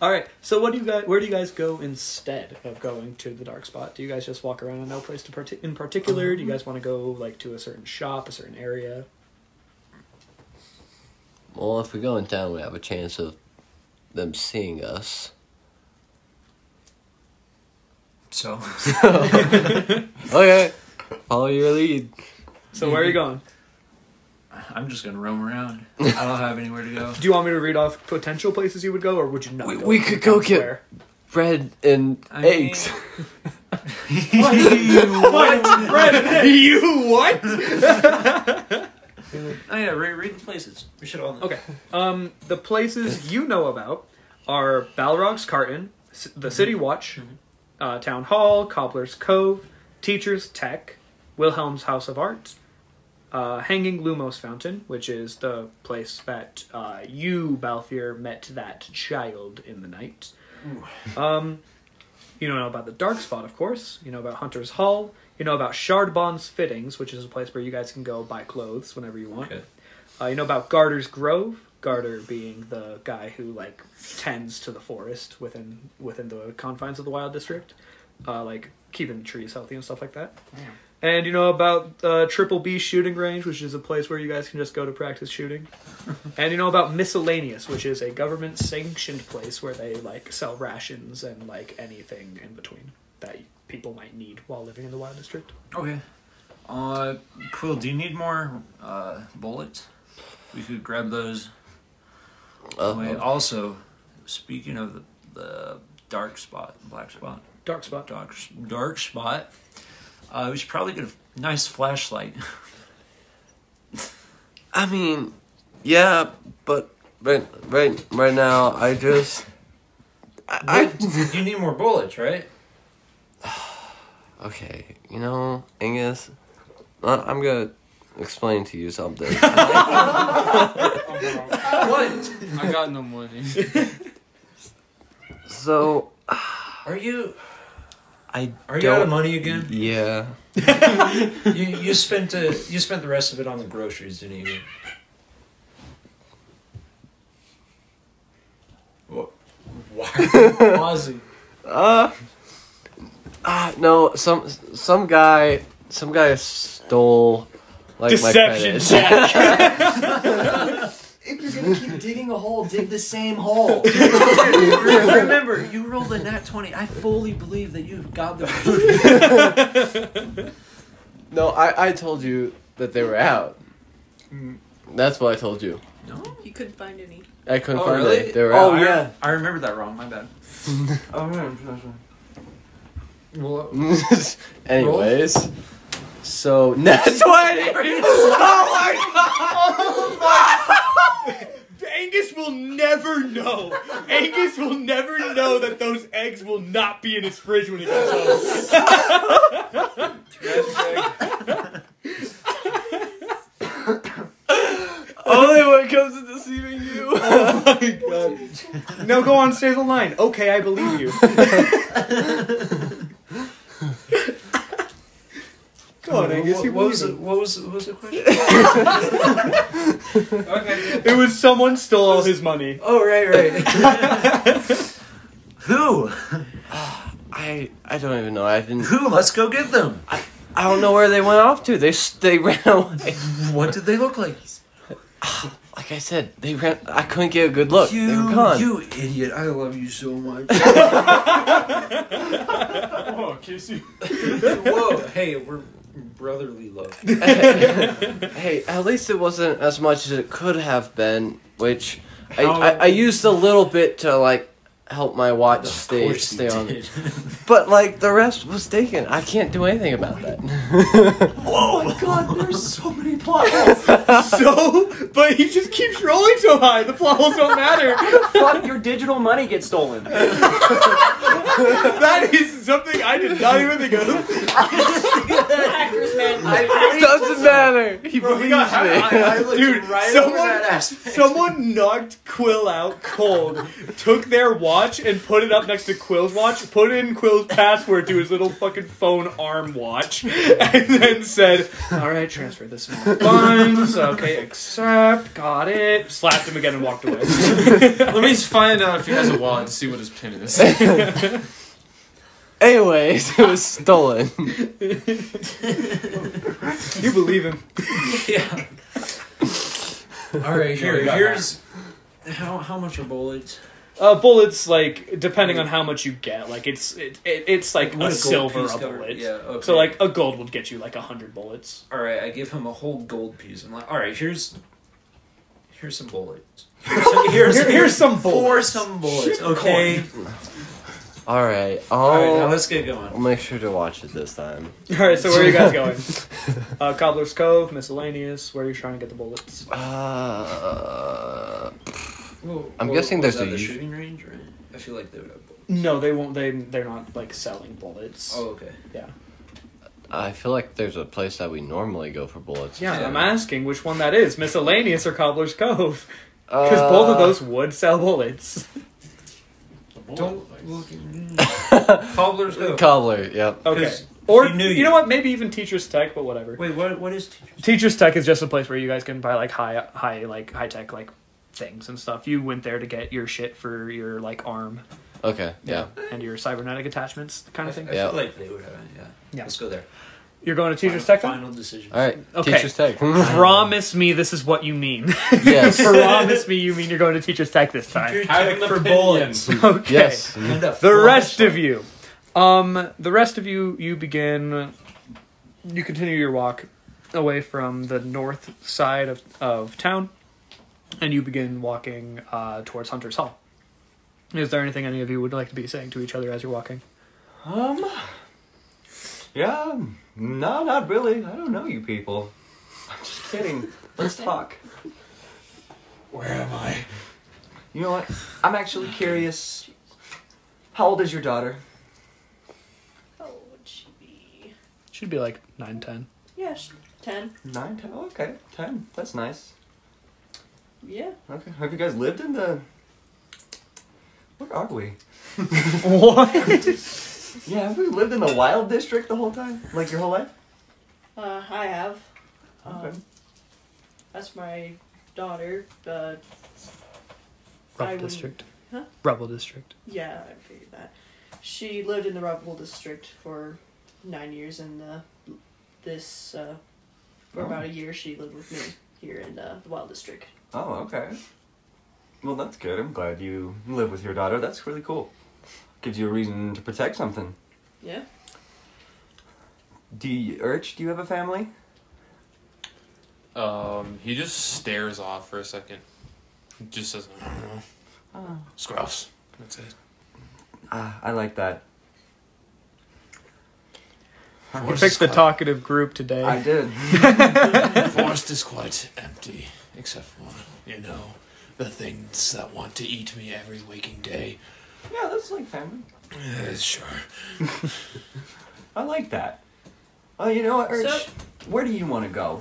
[SPEAKER 3] Alright, so what do you guys, where do you guys go instead of going to the dark spot? Do you guys just walk around and no place to parti- in particular? Do you guys want to go, like, to a certain shop, a certain area?
[SPEAKER 2] Well, if we go in town, we have a chance of them seeing us.
[SPEAKER 6] So <laughs>
[SPEAKER 2] Okay, follow your lead.
[SPEAKER 3] So where are you
[SPEAKER 2] Mm-hmm.
[SPEAKER 3] going?
[SPEAKER 6] I'm just gonna roam <laughs> around. I don't have anywhere to go.
[SPEAKER 3] Do you want me to read off potential places you would go, or would you not?
[SPEAKER 2] We-
[SPEAKER 3] go
[SPEAKER 2] we
[SPEAKER 3] to
[SPEAKER 2] could
[SPEAKER 3] the
[SPEAKER 2] go
[SPEAKER 3] town
[SPEAKER 2] get-
[SPEAKER 3] square?
[SPEAKER 2] Bread and
[SPEAKER 6] I
[SPEAKER 2] eggs.
[SPEAKER 6] <laughs> what?
[SPEAKER 2] <laughs>
[SPEAKER 3] you what?
[SPEAKER 6] <laughs> Oh yeah, read, read the places. We should all know.
[SPEAKER 3] Okay. Um, the places you know about are Balrog's Carton, S-
[SPEAKER 6] Mm-hmm.
[SPEAKER 3] the City Watch, uh, Town Hall, Cobbler's Cove, Teacher's Tech, Wilhelm's House of Art, uh, Hanging Lumos Fountain, which is the place that uh, you, Balfour, met that child in the night. Um, you know about the Dark Spot, of course. You know about Hunter's Hall. You know about Shardbond's Fittings, which is a place where you guys can go buy clothes whenever you want.
[SPEAKER 6] Okay.
[SPEAKER 3] Uh, you know about Garter's Grove. Garter being the guy who like tends to the forest within within the confines of the Wild District, uh, like keeping the trees healthy and stuff like that. And you know about uh, Triple B shooting range, which is a place where you guys can just go to practice shooting. and you know about miscellaneous, which is a government sanctioned place where they like sell rations and like anything in between that people might need while living in the Wild District.
[SPEAKER 6] Okay. Uh, Quill, do you need more uh, bullets? We could grab those. Wait,
[SPEAKER 2] Uh,
[SPEAKER 6] also, speaking of the, the dark spot, black spot,
[SPEAKER 3] Dark spot.
[SPEAKER 6] dark dark spot, uh, we should probably get a nice flashlight.
[SPEAKER 2] I mean, yeah, but right, right, right now, I just, I,
[SPEAKER 6] you need more bullets, <laughs> right?
[SPEAKER 2] I okay, you know, Angus, I- I'm gonna explain to you
[SPEAKER 6] <laughs>
[SPEAKER 2] something.
[SPEAKER 9] What? I got no money.
[SPEAKER 2] so
[SPEAKER 6] Are you?
[SPEAKER 2] I
[SPEAKER 6] Are you
[SPEAKER 2] don't.
[SPEAKER 6] out of money again?
[SPEAKER 2] Yeah.
[SPEAKER 6] you you spent uh, you spent the rest of it on the groceries, didn't you? What?
[SPEAKER 9] Ozzy.
[SPEAKER 2] Uh, ah, no, some some guy, some guy stole like my credit.
[SPEAKER 4] If you're gonna keep digging a hole, dig the same hole.
[SPEAKER 6] <laughs> Remember, you rolled a nat twenty. I fully believe that you
[SPEAKER 4] <laughs>
[SPEAKER 6] got the. Mm.
[SPEAKER 2] No, I I told you that they were out. That's what I told you.
[SPEAKER 6] No?
[SPEAKER 5] You couldn't find any.
[SPEAKER 2] I couldn't
[SPEAKER 6] Oh,
[SPEAKER 2] find
[SPEAKER 6] really?
[SPEAKER 2] it. They were
[SPEAKER 4] Oh,
[SPEAKER 2] out.
[SPEAKER 6] I-
[SPEAKER 4] yeah.
[SPEAKER 6] I remember that wrong. My bad.
[SPEAKER 4] Oh, man. that's right.
[SPEAKER 6] Well,
[SPEAKER 2] <laughs> Anyways, so <laughs> that's why.
[SPEAKER 1] Angus will never know. Angus will never know that those eggs will not be in his fridge when he comes home.
[SPEAKER 2] Only when it comes to deceiving
[SPEAKER 1] <laughs>
[SPEAKER 2] you.
[SPEAKER 1] Oh
[SPEAKER 3] No, go on, say the line. Okay, I believe you. go on, Angus. You
[SPEAKER 6] what, what was
[SPEAKER 3] believe
[SPEAKER 6] the,
[SPEAKER 3] him.
[SPEAKER 6] what was what was the question?
[SPEAKER 3] it? was someone stole all his money.
[SPEAKER 6] Oh right, right. Who?
[SPEAKER 2] I I don't even know. I didn't.
[SPEAKER 6] Who? Let's go get them.
[SPEAKER 2] I don't know where they went off to. They s- they <laughs> ran away.
[SPEAKER 6] What did they look like?
[SPEAKER 2] Like I said, they ran. I couldn't get a good look. they were gone.
[SPEAKER 6] you idiot! I love you so <laughs> much.
[SPEAKER 1] Oh, Casey.
[SPEAKER 6] Whoa! Hey, we're brotherly love.
[SPEAKER 2] Hey, at least it wasn't as much as it could have been, which I,
[SPEAKER 6] How-
[SPEAKER 2] I, I used a little bit to like help my watch stay stay on.
[SPEAKER 3] <laughs>
[SPEAKER 2] But like the rest was taken. I can't do anything about that.
[SPEAKER 6] Oh my god, there's so many plot
[SPEAKER 3] <laughs> So, but he just keeps rolling so high. The plot holes don't matter.
[SPEAKER 4] Fuck, your digital money gets stolen.
[SPEAKER 3] That is something I did not even think of.
[SPEAKER 5] <laughs> Hackers, man.
[SPEAKER 2] Doesn't matter. He believes me.
[SPEAKER 3] Dude, someone, someone knocked Quill out cold, took their watch and put it up next to Quill's watch, put in Quill's password to his little fucking phone arm watch, and then said, Alright, transfer this to my funds. Okay, accept. Got it. Slapped him again and walked away.
[SPEAKER 1] Let me find out if he has a wallet to see what his pin is.
[SPEAKER 2] Anyways, it was stolen.
[SPEAKER 3] <laughs> You believe him.
[SPEAKER 6] yeah. All right,
[SPEAKER 4] we
[SPEAKER 6] here,
[SPEAKER 4] got
[SPEAKER 6] here's how how much are bullets?
[SPEAKER 3] Uh, bullets, like, depending on how much you get, like, it's it, it, it's like
[SPEAKER 6] Would
[SPEAKER 3] a
[SPEAKER 6] gold
[SPEAKER 3] silver
[SPEAKER 6] piece
[SPEAKER 3] a
[SPEAKER 6] cover-
[SPEAKER 3] bullet.
[SPEAKER 6] Yeah. Okay.
[SPEAKER 3] So, like, a gold would get you, like, a hundred <laughs> bullets.
[SPEAKER 6] all right, I give him a whole gold piece. I'm like, all right, here's here's some bullets. Here's <laughs>
[SPEAKER 3] Here- here's some
[SPEAKER 6] for
[SPEAKER 3] bullets.
[SPEAKER 6] some bullets. Okay.
[SPEAKER 2] All right.
[SPEAKER 6] All right, now
[SPEAKER 2] I'll,
[SPEAKER 6] let's get going.
[SPEAKER 2] I'll make sure to watch it this time.
[SPEAKER 3] Alright, so where are you guys going? <laughs> Uh, Cobbler's Cove, miscellaneous, where are you trying to get the bullets?
[SPEAKER 2] Uh,
[SPEAKER 6] Well,
[SPEAKER 2] I'm guessing
[SPEAKER 6] was
[SPEAKER 2] there's
[SPEAKER 6] that
[SPEAKER 2] a
[SPEAKER 6] the
[SPEAKER 2] us-
[SPEAKER 6] shooting range, right? I feel like they would have. Bullets.
[SPEAKER 3] No, they won't. They they're not like selling bullets.
[SPEAKER 6] Oh, okay.
[SPEAKER 2] I feel like there's a place that we normally go for bullets.
[SPEAKER 3] yeah,
[SPEAKER 6] yeah.
[SPEAKER 3] I'm asking which one that is, miscellaneous or Cobbler's Cove,
[SPEAKER 2] Uh,
[SPEAKER 3] because both of those would sell bullets.
[SPEAKER 6] Don't look. <laughs> Cobbler's Oak.
[SPEAKER 2] Cobbler. Yep.
[SPEAKER 3] Okay,
[SPEAKER 6] <laughs> 'Cause
[SPEAKER 3] or
[SPEAKER 6] you
[SPEAKER 3] you,
[SPEAKER 6] knew you-
[SPEAKER 3] know what? Maybe even Teachers Tech, but whatever.
[SPEAKER 6] Wait, what? What is teacher?
[SPEAKER 3] Teachers Tech is just a place where you guys can buy like high high like high tech like things and stuff. You went there to get your shit for your like arm
[SPEAKER 2] Okay. Yeah.
[SPEAKER 3] and your cybernetic attachments kind of
[SPEAKER 6] I,
[SPEAKER 3] thing.
[SPEAKER 6] I
[SPEAKER 2] Yeah.
[SPEAKER 6] feel like they would have. Yeah.
[SPEAKER 3] Yeah.
[SPEAKER 6] Let's go there.
[SPEAKER 3] You're going to Teachers
[SPEAKER 6] final,
[SPEAKER 3] Tech. then?
[SPEAKER 6] Final decision.
[SPEAKER 2] All right.
[SPEAKER 3] Okay.
[SPEAKER 2] Teacher's tech.
[SPEAKER 3] <laughs> Promise me this is what you mean.
[SPEAKER 2] <laughs> yes.
[SPEAKER 3] <laughs> Promise me you mean you're going to Teachers Tech this time.
[SPEAKER 1] Having for
[SPEAKER 6] <laughs>
[SPEAKER 1] bullets.
[SPEAKER 3] Okay.
[SPEAKER 2] Yes. Uh,
[SPEAKER 6] And a
[SPEAKER 3] the
[SPEAKER 6] flash-
[SPEAKER 3] rest of you um the rest of you you begin you continue your walk away from the north side of, of town and you begin walking uh, towards hunter's hall is there anything any of you would like to be saying to each other as you're walking
[SPEAKER 4] Um. Yeah. No, not really. I don't know you people. I'm just kidding. Let's talk.
[SPEAKER 8] Where am I?
[SPEAKER 4] You know what? I'm actually curious. How old is your daughter?
[SPEAKER 5] Oh, would she be?
[SPEAKER 3] should be like 9
[SPEAKER 5] <laughs>
[SPEAKER 3] 10
[SPEAKER 5] Yeah, she, ten.
[SPEAKER 4] Nine, ten. Oh, okay, ten. That's nice.
[SPEAKER 5] Yeah.
[SPEAKER 4] Okay. Have you guys lived in the? Where are we?
[SPEAKER 3] what
[SPEAKER 4] Yeah, have we lived in the wild district the whole time? Like your whole life?
[SPEAKER 5] Uh, I have. Um,
[SPEAKER 4] Okay.
[SPEAKER 5] That's my daughter. Uh, I
[SPEAKER 3] rebel
[SPEAKER 5] wouldn't-
[SPEAKER 3] district
[SPEAKER 5] Huh?
[SPEAKER 3] rebel district
[SPEAKER 5] Yeah, I figured that. She lived in the Rebel District for nine years, and uh, this uh,
[SPEAKER 6] Oh.
[SPEAKER 5] for about a year she lived with me here in uh, the Wild District.
[SPEAKER 4] Oh, okay. Well, that's good. I'm glad you live with your daughter. That's really cool. Gives you a reason to protect something.
[SPEAKER 6] <laughs>
[SPEAKER 5] Yeah.
[SPEAKER 4] Do you, Urch, do you have a family?
[SPEAKER 1] Um, he just stares off for a second. Just doesn't.
[SPEAKER 8] I don't know. Scruffs. That's it.
[SPEAKER 7] Ah, I like that.
[SPEAKER 3] You picked the talkative group today.
[SPEAKER 7] I did.
[SPEAKER 8] The forest is quite empty, except for, you know, the things that want to eat me every waking day.
[SPEAKER 4] <laughs> Yeah, that's like family.
[SPEAKER 8] Yeah, sure.
[SPEAKER 4] I like that. Oh, you know what, Urch?
[SPEAKER 5] So-
[SPEAKER 4] where do you want to go?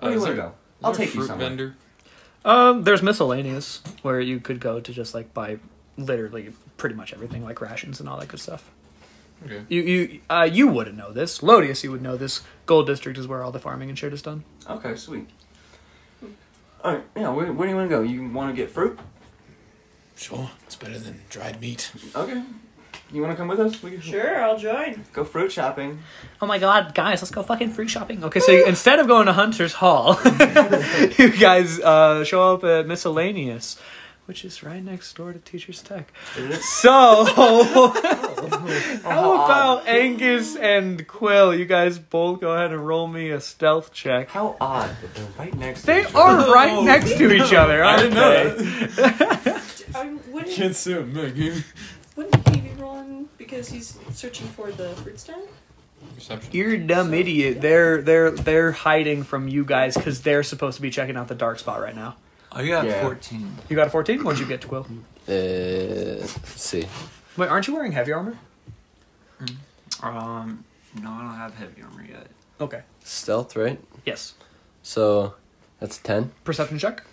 [SPEAKER 1] Uh,
[SPEAKER 4] Where do you
[SPEAKER 1] is
[SPEAKER 4] want to
[SPEAKER 1] there-
[SPEAKER 4] go? I'll
[SPEAKER 1] is there a
[SPEAKER 4] take you
[SPEAKER 1] fruit
[SPEAKER 4] somewhere.
[SPEAKER 1] vendor.
[SPEAKER 3] Um, there's miscellaneous where you could go to just like buy literally pretty much everything, like rations and all that good stuff.
[SPEAKER 1] Okay.
[SPEAKER 3] You you uh, you wouldn't know this. Lodius, you would know this. Gold District is where all the farming and shit is done.
[SPEAKER 4] Okay, sweet. All right, yeah. Where, where do you want to go? You want to get fruit?
[SPEAKER 8] Sure. It's better than dried meat.
[SPEAKER 4] Okay. You want to come with us? We can
[SPEAKER 5] Sure, I'll join.
[SPEAKER 4] Go fruit shopping.
[SPEAKER 3] Oh my god, guys, let's go fucking fruit shopping. Okay, so you, instead of going to Hunter's Hall, <laughs> you guys uh, show up at Miscellaneous, which is right next door to Teacher's Tech. So, <laughs> how about Angus and Quill? You guys both go ahead and roll me a stealth check.
[SPEAKER 4] How odd that they're right next to
[SPEAKER 3] They
[SPEAKER 4] each
[SPEAKER 3] are <laughs>
[SPEAKER 4] other.
[SPEAKER 3] right next to each other.
[SPEAKER 1] I didn't know
[SPEAKER 3] aren't
[SPEAKER 1] that.
[SPEAKER 5] I wouldn't.
[SPEAKER 1] Can't say I'm not game.
[SPEAKER 5] Wouldn't he be rolling because he's searching for the fruit stand?
[SPEAKER 1] Perception.
[SPEAKER 3] they? You're a dumb idiot. They're they're they're hiding from you guys because they're supposed to be checking out the dark spot right now.
[SPEAKER 6] I got
[SPEAKER 4] Yeah.
[SPEAKER 6] 14.
[SPEAKER 3] You got a 14? What'd you get, Quill?
[SPEAKER 2] Uh, let's see.
[SPEAKER 3] Wait, aren't you wearing heavy armor?
[SPEAKER 6] Um, no, I don't have heavy armor yet.
[SPEAKER 3] Okay.
[SPEAKER 2] Stealth, right?
[SPEAKER 3] Yes.
[SPEAKER 2] So that's 10.
[SPEAKER 3] Perception check.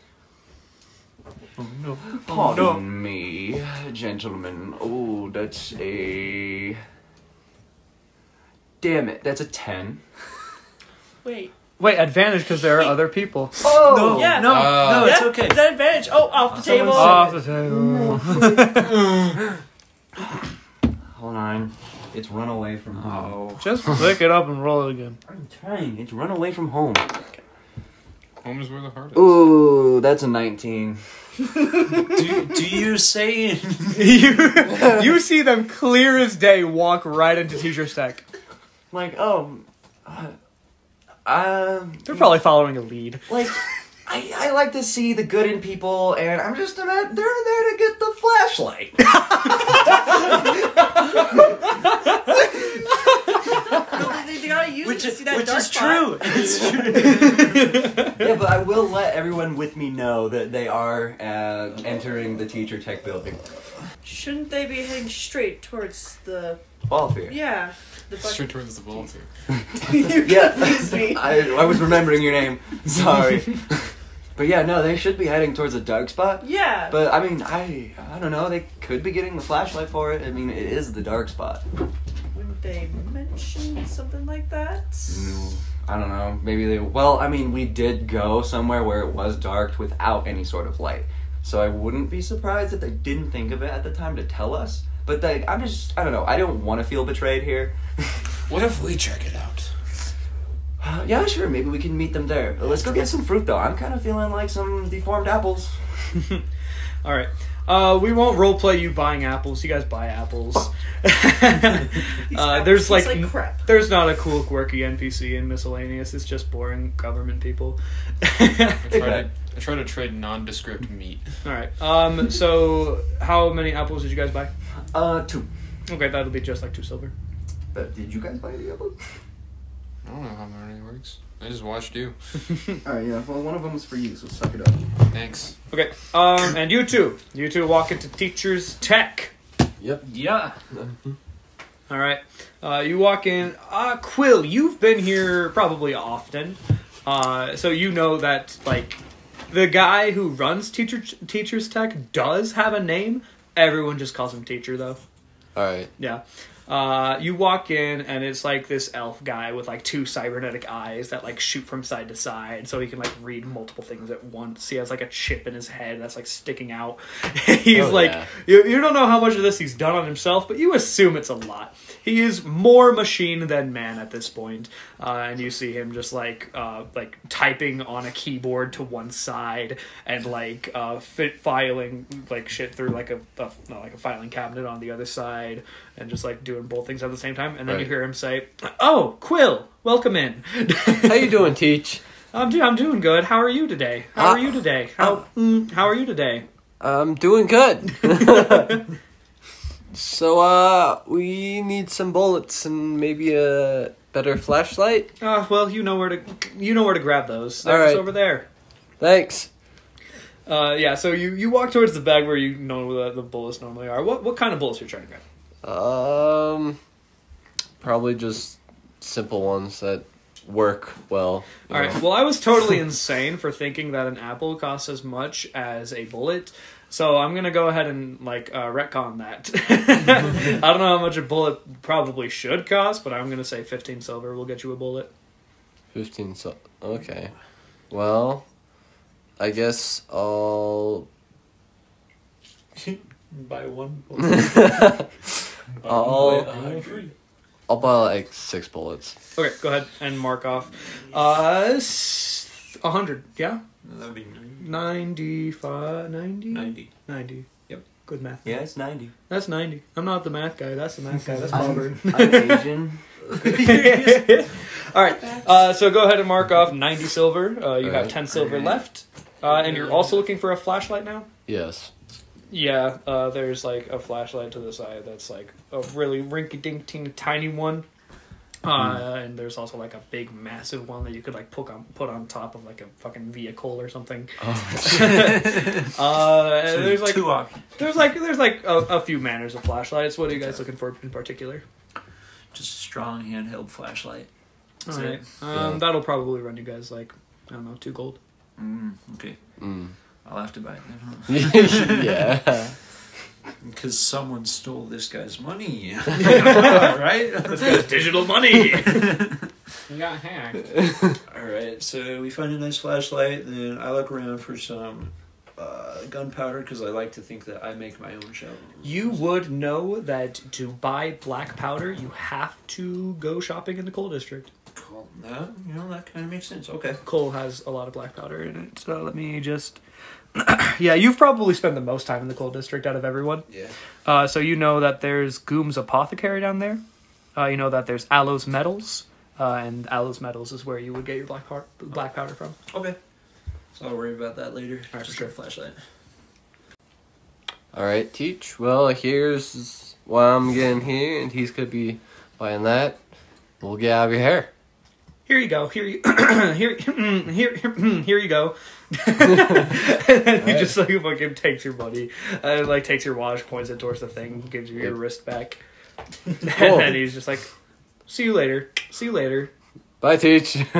[SPEAKER 4] Pardon me, gentlemen. Oh, that's a. Damn it, that's a 10.
[SPEAKER 5] Wait.
[SPEAKER 3] Wait, advantage because there are other people.
[SPEAKER 4] Oh!
[SPEAKER 5] yeah.
[SPEAKER 6] No,
[SPEAKER 1] Ah,
[SPEAKER 6] no, it's
[SPEAKER 5] Yeah,
[SPEAKER 6] okay.
[SPEAKER 5] Is that advantage? Oh, off the table.
[SPEAKER 3] Off the table.
[SPEAKER 4] Hold on. It's run away from home.
[SPEAKER 6] Oh,
[SPEAKER 3] Just pick it up and roll it again.
[SPEAKER 4] I'm trying. It's run away from home.
[SPEAKER 1] Home is where the heart is.
[SPEAKER 4] Ooh, that's a 19.
[SPEAKER 6] do, do you say
[SPEAKER 3] <laughs> you, you see them clear as day walk right into Teacher Stack.
[SPEAKER 4] Like, oh. Uh, um.
[SPEAKER 3] They're probably following a lead.
[SPEAKER 4] like I, I like to see the good in people, and I'm just about they're there to get the <laughs> flashlight.
[SPEAKER 5] No, they, they gotta use
[SPEAKER 6] which
[SPEAKER 5] it to
[SPEAKER 6] is,
[SPEAKER 5] see that
[SPEAKER 6] which
[SPEAKER 5] dark
[SPEAKER 6] is
[SPEAKER 5] spot.
[SPEAKER 6] true? It's true.
[SPEAKER 4] yeah, but I will let everyone with me know that they are uh, entering the teacher tech building.
[SPEAKER 5] Shouldn't they be heading straight towards the
[SPEAKER 4] All
[SPEAKER 5] <laughs>
[SPEAKER 4] fear.
[SPEAKER 5] yeah the bucket? <laughs>
[SPEAKER 1] Straight towards the ball.
[SPEAKER 5] you
[SPEAKER 4] Yeah.
[SPEAKER 5] confused
[SPEAKER 6] <laughs>
[SPEAKER 4] <laughs>
[SPEAKER 5] me.
[SPEAKER 4] I, I was remembering your
[SPEAKER 5] <laughs>
[SPEAKER 4] name. Sorry. but yeah, no, they should be heading towards a dark spot.
[SPEAKER 5] Yeah.
[SPEAKER 4] But I mean, I I don't know. They could be getting the flashlight for it. I mean, it is the dark spot.
[SPEAKER 5] Wouldn't they mention something like that?
[SPEAKER 4] I don't know. Maybe they. Well, I mean, we did go somewhere where it was dark without any sort of light, so I wouldn't be surprised if they didn't think of it at the time to tell us. But like, I'm just. I don't know. I don't want to feel betrayed here. <sighs>
[SPEAKER 8] What if we check it out?
[SPEAKER 4] yeah, sure. Maybe we can meet them there. Let's go get some fruit, though. I'm kind of feeling like some deformed apples.
[SPEAKER 3] All right. Uh, we won't roleplay you buying apples. You guys buy apples. uh, there's
[SPEAKER 5] It's
[SPEAKER 3] like,
[SPEAKER 5] like
[SPEAKER 3] <laughs>
[SPEAKER 5] crap.
[SPEAKER 3] there's not a cool quirky NPC in miscellaneous. It's just boring government people.
[SPEAKER 1] I try to, I try to trade nondescript meat.
[SPEAKER 3] <laughs>
[SPEAKER 8] <laughs>
[SPEAKER 3] All right. Um. So, how many apples did you guys buy?
[SPEAKER 4] Uh, two.
[SPEAKER 3] Okay, that'll be just like two silver. <laughs>
[SPEAKER 4] Uh, did you guys buy the apples?
[SPEAKER 1] I don't know how money works. I just watched you.
[SPEAKER 4] All right. Yeah. Well, one of them was for you, so suck it up.
[SPEAKER 1] Thanks.
[SPEAKER 3] Okay. Um. And you two, you two walk into teachers' tech.
[SPEAKER 6] yeah.
[SPEAKER 3] All right. Uh, you walk in. Uh, Quill, you've been here probably often, uh, so you know that like the guy who runs teacher teachers tech does have a name. Everyone just calls him teacher though.
[SPEAKER 2] Alright.
[SPEAKER 3] Yeah. Uh, you walk in and it's like this elf guy with like two cybernetic eyes that like shoot from side to side so he can like read multiple things at once. He has like a chip in his head that's like sticking out. <laughs> he's
[SPEAKER 2] Oh,
[SPEAKER 3] like
[SPEAKER 2] yeah.
[SPEAKER 3] you, you don't know how much of this he's done on himself, but you assume it's a lot. He is more machine than man at this point. Uh, and you see him just like uh, like typing on a keyboard to one side and like uh, fit filing like shit through like a, a not like a filing cabinet on the other side and just like doing both things at the same time. And then you
[SPEAKER 2] Right.
[SPEAKER 3] hear him say, "Oh, Quill, welcome in."
[SPEAKER 2] How you doing, Teach?
[SPEAKER 3] I'm, do- I'm doing good. How are you today? How are
[SPEAKER 2] Uh,
[SPEAKER 3] you today? How mm, how are
[SPEAKER 2] <laughs>
[SPEAKER 3] you today? <laughs>
[SPEAKER 2] I'm doing good. <laughs> so, uh, we need some bullets and maybe a better flashlight.
[SPEAKER 3] Uh, well, you know where to you know where to grab those.
[SPEAKER 2] All
[SPEAKER 3] They're just
[SPEAKER 2] right.
[SPEAKER 3] over there.
[SPEAKER 2] Thanks.
[SPEAKER 3] Uh, yeah. So you, you walk towards the bag where you know the, the bullets normally are. What what kind of bullets you're trying to grab?
[SPEAKER 2] Um, probably just simple ones that work well. you
[SPEAKER 3] All right.
[SPEAKER 2] know.
[SPEAKER 3] Well, I was totally insane for thinking that an apple costs as much as a bullet. So I'm gonna go ahead and like uh, retcon that. <laughs> I don't know how much a bullet probably should cost, but I'm gonna say 15 silver will get you a bullet.
[SPEAKER 2] Fifteen. So okay. Well, I guess I'll. <laughs>
[SPEAKER 9] Buy one.
[SPEAKER 2] I'll
[SPEAKER 9] I agree.
[SPEAKER 2] I'll buy like six bullets.
[SPEAKER 3] Okay, go ahead and mark off. Uh, s- 100. Yeah.
[SPEAKER 7] That'd be nice.
[SPEAKER 3] 95, 90?
[SPEAKER 9] 90.
[SPEAKER 3] 90. Yep. Good math.
[SPEAKER 4] Yeah, it's 90. <laughs>
[SPEAKER 3] That's 90. I'm not the math guy. That's the math guy. <laughs> That's Robert.
[SPEAKER 4] I'm Asian.
[SPEAKER 3] Um, <laughs> All right. Uh, so go ahead and mark off 90 silver. Uh, you
[SPEAKER 2] All
[SPEAKER 3] have
[SPEAKER 2] right.
[SPEAKER 3] 10 silver left. Uh, and you're also looking for a flashlight now?
[SPEAKER 2] Yes.
[SPEAKER 3] Yeah, uh, there's like a flashlight to the side that's like a really rinky dink ting tiny one. Uh, And there's also like a big massive one that you could like put on, put on top of like a fucking vehicle or something. <laughs> uh, and there's like
[SPEAKER 6] two options.
[SPEAKER 3] there's like there's like a, a few manners of flashlights. What are you guys looking for in particular?
[SPEAKER 6] Just a strong handheld flashlight.
[SPEAKER 3] All
[SPEAKER 6] That's
[SPEAKER 3] right,
[SPEAKER 6] it.
[SPEAKER 3] um,
[SPEAKER 2] Yeah.
[SPEAKER 3] that'll probably run you guys like I don't know two gold.
[SPEAKER 6] Mm, okay.
[SPEAKER 2] Mm. <laughs>
[SPEAKER 6] I'll have to buy it.
[SPEAKER 2] yeah.
[SPEAKER 6] Because someone stole this guy's money. <laughs> right?
[SPEAKER 3] digital money.
[SPEAKER 1] You got hacked.
[SPEAKER 6] Alright, so we find a nice flashlight, then I look around for some uh, gunpowder because I like to think that I make my own shell.
[SPEAKER 3] you would know that to buy black powder, you have to go shopping in the coal district.
[SPEAKER 6] Cool. No, you know, that kind of makes sense. Okay.
[SPEAKER 3] Coal has a lot of black powder in it, so let me just. <clears throat> yeah, you've probably spent the most time in the coal district out of everyone.
[SPEAKER 6] Yeah.
[SPEAKER 3] Uh, so you know that there's Goom's Apothecary down there. Uh, you know that there's Aloe's Metals, uh, and Aloe's Metals is where you would get your black, pow- black powder from.
[SPEAKER 6] Okay. So I'll worry about that later.
[SPEAKER 3] Alright,
[SPEAKER 6] Just
[SPEAKER 3] sure.
[SPEAKER 6] a flashlight.
[SPEAKER 2] All right, teach. Well, here's why I'm getting here, and he's gonna be buying that. We'll get out of your hair.
[SPEAKER 3] Here you go. Here you <clears throat> here here <clears throat> here you go. <laughs> and then he just like fucking takes your money and like takes your watch, points it towards the thing, gives you your
[SPEAKER 2] Yep.
[SPEAKER 3] wrist back, <laughs>
[SPEAKER 2] Cool.
[SPEAKER 3] and then he's just like, "See you later. See you later."
[SPEAKER 2] Bye, teach. <laughs>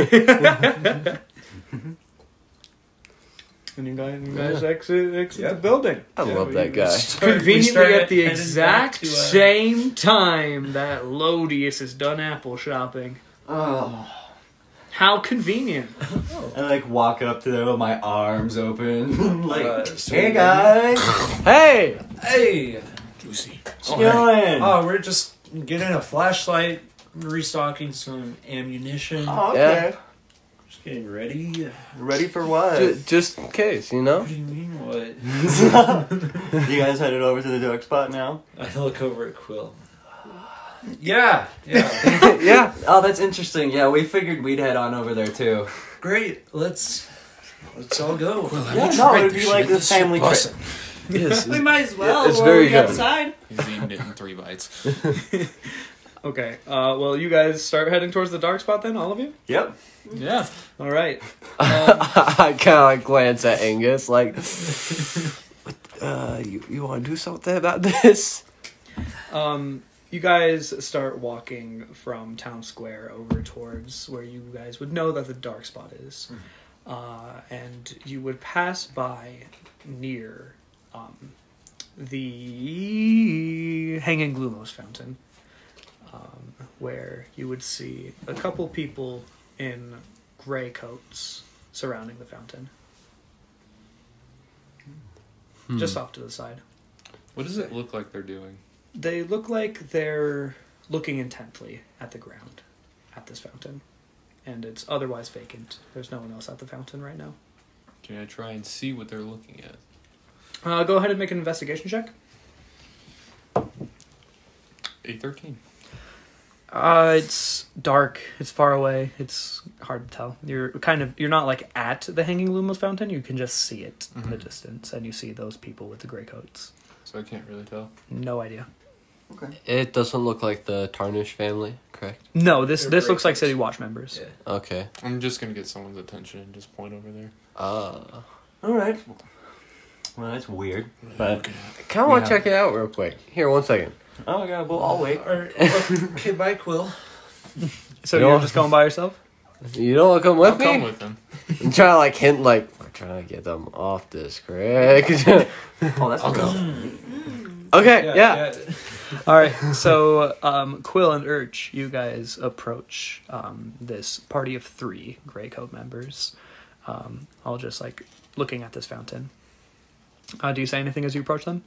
[SPEAKER 3] And you guys, you guys exit, exit the building.
[SPEAKER 2] I love that guy.
[SPEAKER 3] Conveniently at the
[SPEAKER 6] heading back
[SPEAKER 3] exact
[SPEAKER 6] to, uh,
[SPEAKER 3] same time that Lodius is done apple shopping.
[SPEAKER 4] Oh.
[SPEAKER 3] How convenient.
[SPEAKER 4] I like walk up to them with my arms open. <laughs> like,
[SPEAKER 6] Uh, so-
[SPEAKER 4] hey guys,
[SPEAKER 2] <laughs> Hey.
[SPEAKER 6] Hey!
[SPEAKER 8] Juicy.
[SPEAKER 4] how you doing?
[SPEAKER 6] Oh, we're just getting a flashlight, restocking some ammunition.
[SPEAKER 4] Oh,
[SPEAKER 2] Yeah.
[SPEAKER 6] Just getting ready.
[SPEAKER 4] Ready for what?
[SPEAKER 2] Ju-
[SPEAKER 4] <laughs>
[SPEAKER 2] just in case, you know.
[SPEAKER 6] What do you mean, what? <laughs>
[SPEAKER 4] you guys headed over to the dark spot now?
[SPEAKER 6] I look over at Quill. Yeah, yeah.
[SPEAKER 2] yeah.
[SPEAKER 4] Oh, that's interesting. Yeah, we figured we'd head on over there too.
[SPEAKER 6] Great. Let's let's all go.
[SPEAKER 8] Well, have
[SPEAKER 4] Yeah,
[SPEAKER 8] you
[SPEAKER 4] no,
[SPEAKER 8] tried
[SPEAKER 4] it'd
[SPEAKER 8] this
[SPEAKER 4] be like
[SPEAKER 8] shit?
[SPEAKER 4] this
[SPEAKER 8] shit
[SPEAKER 4] family trip.
[SPEAKER 8] bussin'.
[SPEAKER 2] <laughs> Yes.
[SPEAKER 5] We might as well.
[SPEAKER 2] it's
[SPEAKER 5] We're
[SPEAKER 2] very
[SPEAKER 5] already
[SPEAKER 2] good.
[SPEAKER 5] outside.
[SPEAKER 9] He zoomed it in three bites.
[SPEAKER 3] Okay. Uh, well, you guys start heading towards the dark spot then, all of you?
[SPEAKER 4] Yep.
[SPEAKER 9] Yeah.
[SPEAKER 3] All right.
[SPEAKER 2] <laughs> I kind of like glance at Angus, <laughs> like, uh, you you want to do something about <laughs> this?
[SPEAKER 3] Um, you guys start walking from town square over towards where you guys would know that the dark spot is, uh, and you would pass by near um, the Hanging Lumos Fountain, um, where you would see a couple people in gray coats surrounding the fountain. Just off to the side
[SPEAKER 1] What does it look like they're doing?
[SPEAKER 3] they look like they're looking intently at the ground at this fountain and it's otherwise vacant there's no one else at the fountain right now
[SPEAKER 1] Can I try and see what they're looking at?
[SPEAKER 3] uh, go ahead and make an investigation check
[SPEAKER 1] A thirteen.
[SPEAKER 3] Uh, it's dark. It's far away. It's hard to tell. You're kind of you're not like at the hanging Lumos fountain. You can just see it in the distance, and you see those people with the gray coats.
[SPEAKER 1] So I can't really tell.
[SPEAKER 3] No idea.
[SPEAKER 2] It doesn't look like the Tarnish family, correct?
[SPEAKER 3] No, this
[SPEAKER 1] They're
[SPEAKER 3] this
[SPEAKER 1] gray
[SPEAKER 3] looks like
[SPEAKER 1] coats.
[SPEAKER 3] City Watch members.
[SPEAKER 6] Yeah.
[SPEAKER 2] Okay.
[SPEAKER 1] I'm just gonna get someone's attention and just point over there.
[SPEAKER 2] Uh,
[SPEAKER 4] All right.
[SPEAKER 7] Well, that's weird.
[SPEAKER 8] But
[SPEAKER 2] kind of want
[SPEAKER 7] Yeah.
[SPEAKER 2] to check it out real quick. Here, one second.
[SPEAKER 4] Oh yeah, well I'll wait. <laughs>
[SPEAKER 6] Okay, bye, Quill.
[SPEAKER 3] So
[SPEAKER 2] You
[SPEAKER 3] you're
[SPEAKER 2] know-
[SPEAKER 3] just going by yourself?
[SPEAKER 2] You don't want to come with
[SPEAKER 1] I'll
[SPEAKER 2] me?
[SPEAKER 1] come with them.
[SPEAKER 2] I'm trying to like hint, like we're trying to get them off this, Greg. <laughs> okay,
[SPEAKER 4] Oh, that's
[SPEAKER 8] I'll
[SPEAKER 4] gross.
[SPEAKER 8] go.
[SPEAKER 2] yeah.
[SPEAKER 3] All right. So um, Quill and Urch, you guys approach um, this party of three Grey Code members. Um, all just like looking at this fountain. Uh, do you say anything as you approach them?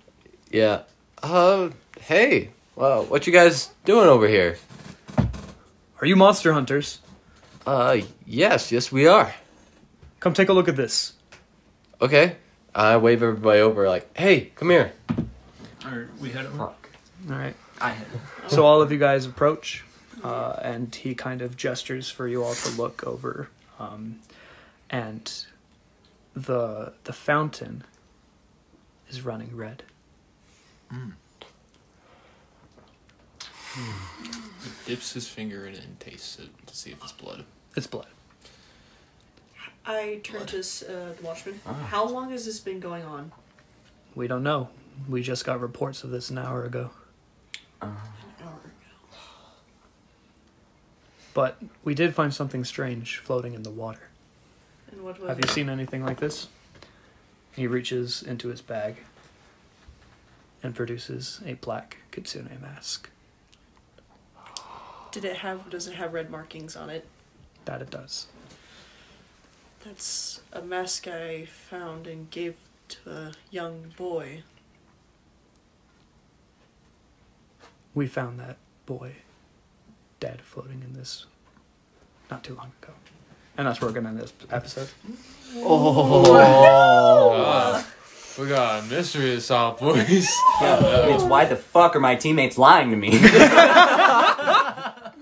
[SPEAKER 2] Yeah. Uh, hey, wow, what you guys doing over here?
[SPEAKER 3] Are you monster hunters?
[SPEAKER 2] Uh, yes, yes, we are.
[SPEAKER 3] Come take a look at this.
[SPEAKER 2] Okay. I wave everybody over, like, hey, come here.
[SPEAKER 6] Or we had it.
[SPEAKER 4] Fuck.
[SPEAKER 3] All right.
[SPEAKER 4] I had
[SPEAKER 3] So all of you guys approach, uh, and he kind of gestures for you all to look over, um, and the the fountain is running red.
[SPEAKER 1] Dips his finger in it and tastes it to see if it's blood.
[SPEAKER 3] It's blood.
[SPEAKER 5] I turn to s- uh, the watchman.
[SPEAKER 3] Ah.
[SPEAKER 5] How long has this been going on?
[SPEAKER 3] We don't know. We just got reports of this an hour ago, but we did find something strange floating in the water.
[SPEAKER 5] And what was
[SPEAKER 3] Have you
[SPEAKER 5] it?
[SPEAKER 3] seen anything like this? He reaches into his bag and produces a black kitsune mask.
[SPEAKER 5] Did it have? Does it have red markings on it?
[SPEAKER 3] That it does.
[SPEAKER 5] That's a mask I found and gave to a young boy.
[SPEAKER 3] We found that boy dead floating in this not too long ago. And that's where we're going to end this episode.
[SPEAKER 1] God. we got a mystery to solve, boys.
[SPEAKER 4] It's why the fuck are my teammates lying to me? <laughs>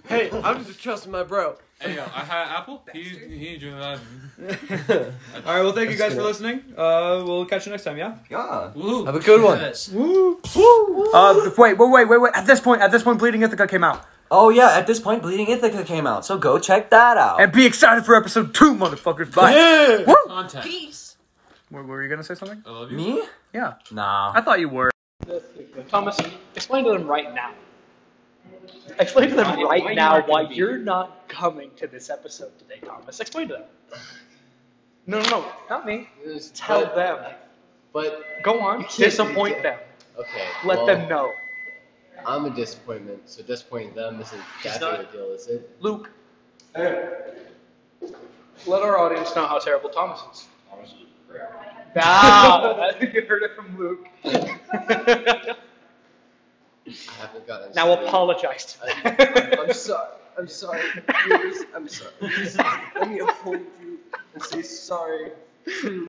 [SPEAKER 2] Hey, I'm just trusting my bro.
[SPEAKER 1] <laughs> hey, yo, I had apple. He he ain't doing that.
[SPEAKER 3] All right, well, thank you guys for listening. Uh, we'll catch you next time, yeah?
[SPEAKER 4] yeah.
[SPEAKER 1] Woo.
[SPEAKER 2] Have a good one.
[SPEAKER 6] Yes.
[SPEAKER 3] Uh, wait, wait, wait, wait, wait. At this point, at this point, Bleeding Ithaca came out.
[SPEAKER 4] Oh yeah, at this point Bleeding Ithaca came out, so go check that out.
[SPEAKER 3] And be excited for episode two, motherfuckers. Bye.
[SPEAKER 1] Contact.
[SPEAKER 5] Peace.
[SPEAKER 3] Were, were you going to say something?
[SPEAKER 1] I love you.
[SPEAKER 4] Me?
[SPEAKER 3] Yeah.
[SPEAKER 4] Nah.
[SPEAKER 3] I thought you were.
[SPEAKER 10] Thomas, explain to them right now. Explain to them right now why you're not coming to this episode today, Thomas. Explain to them. No, no, no, not me. Tell them.
[SPEAKER 2] But
[SPEAKER 10] Go on.
[SPEAKER 2] can't
[SPEAKER 10] Disappoint
[SPEAKER 2] do
[SPEAKER 10] them.
[SPEAKER 2] okay,
[SPEAKER 10] Let them know.
[SPEAKER 2] I'm a disappointment, so disappointing them isn't that
[SPEAKER 10] not-
[SPEAKER 2] big a deal, is it?
[SPEAKER 10] Luke. Let our audience know how terrible Thomas is. Thomas is <laughs> I think you heard it from Luke.
[SPEAKER 2] I haven't gotten.
[SPEAKER 10] now apologize to them.
[SPEAKER 2] I'm sorry. I'm sorry. I'm sorry. Let me appoint you and say sorry.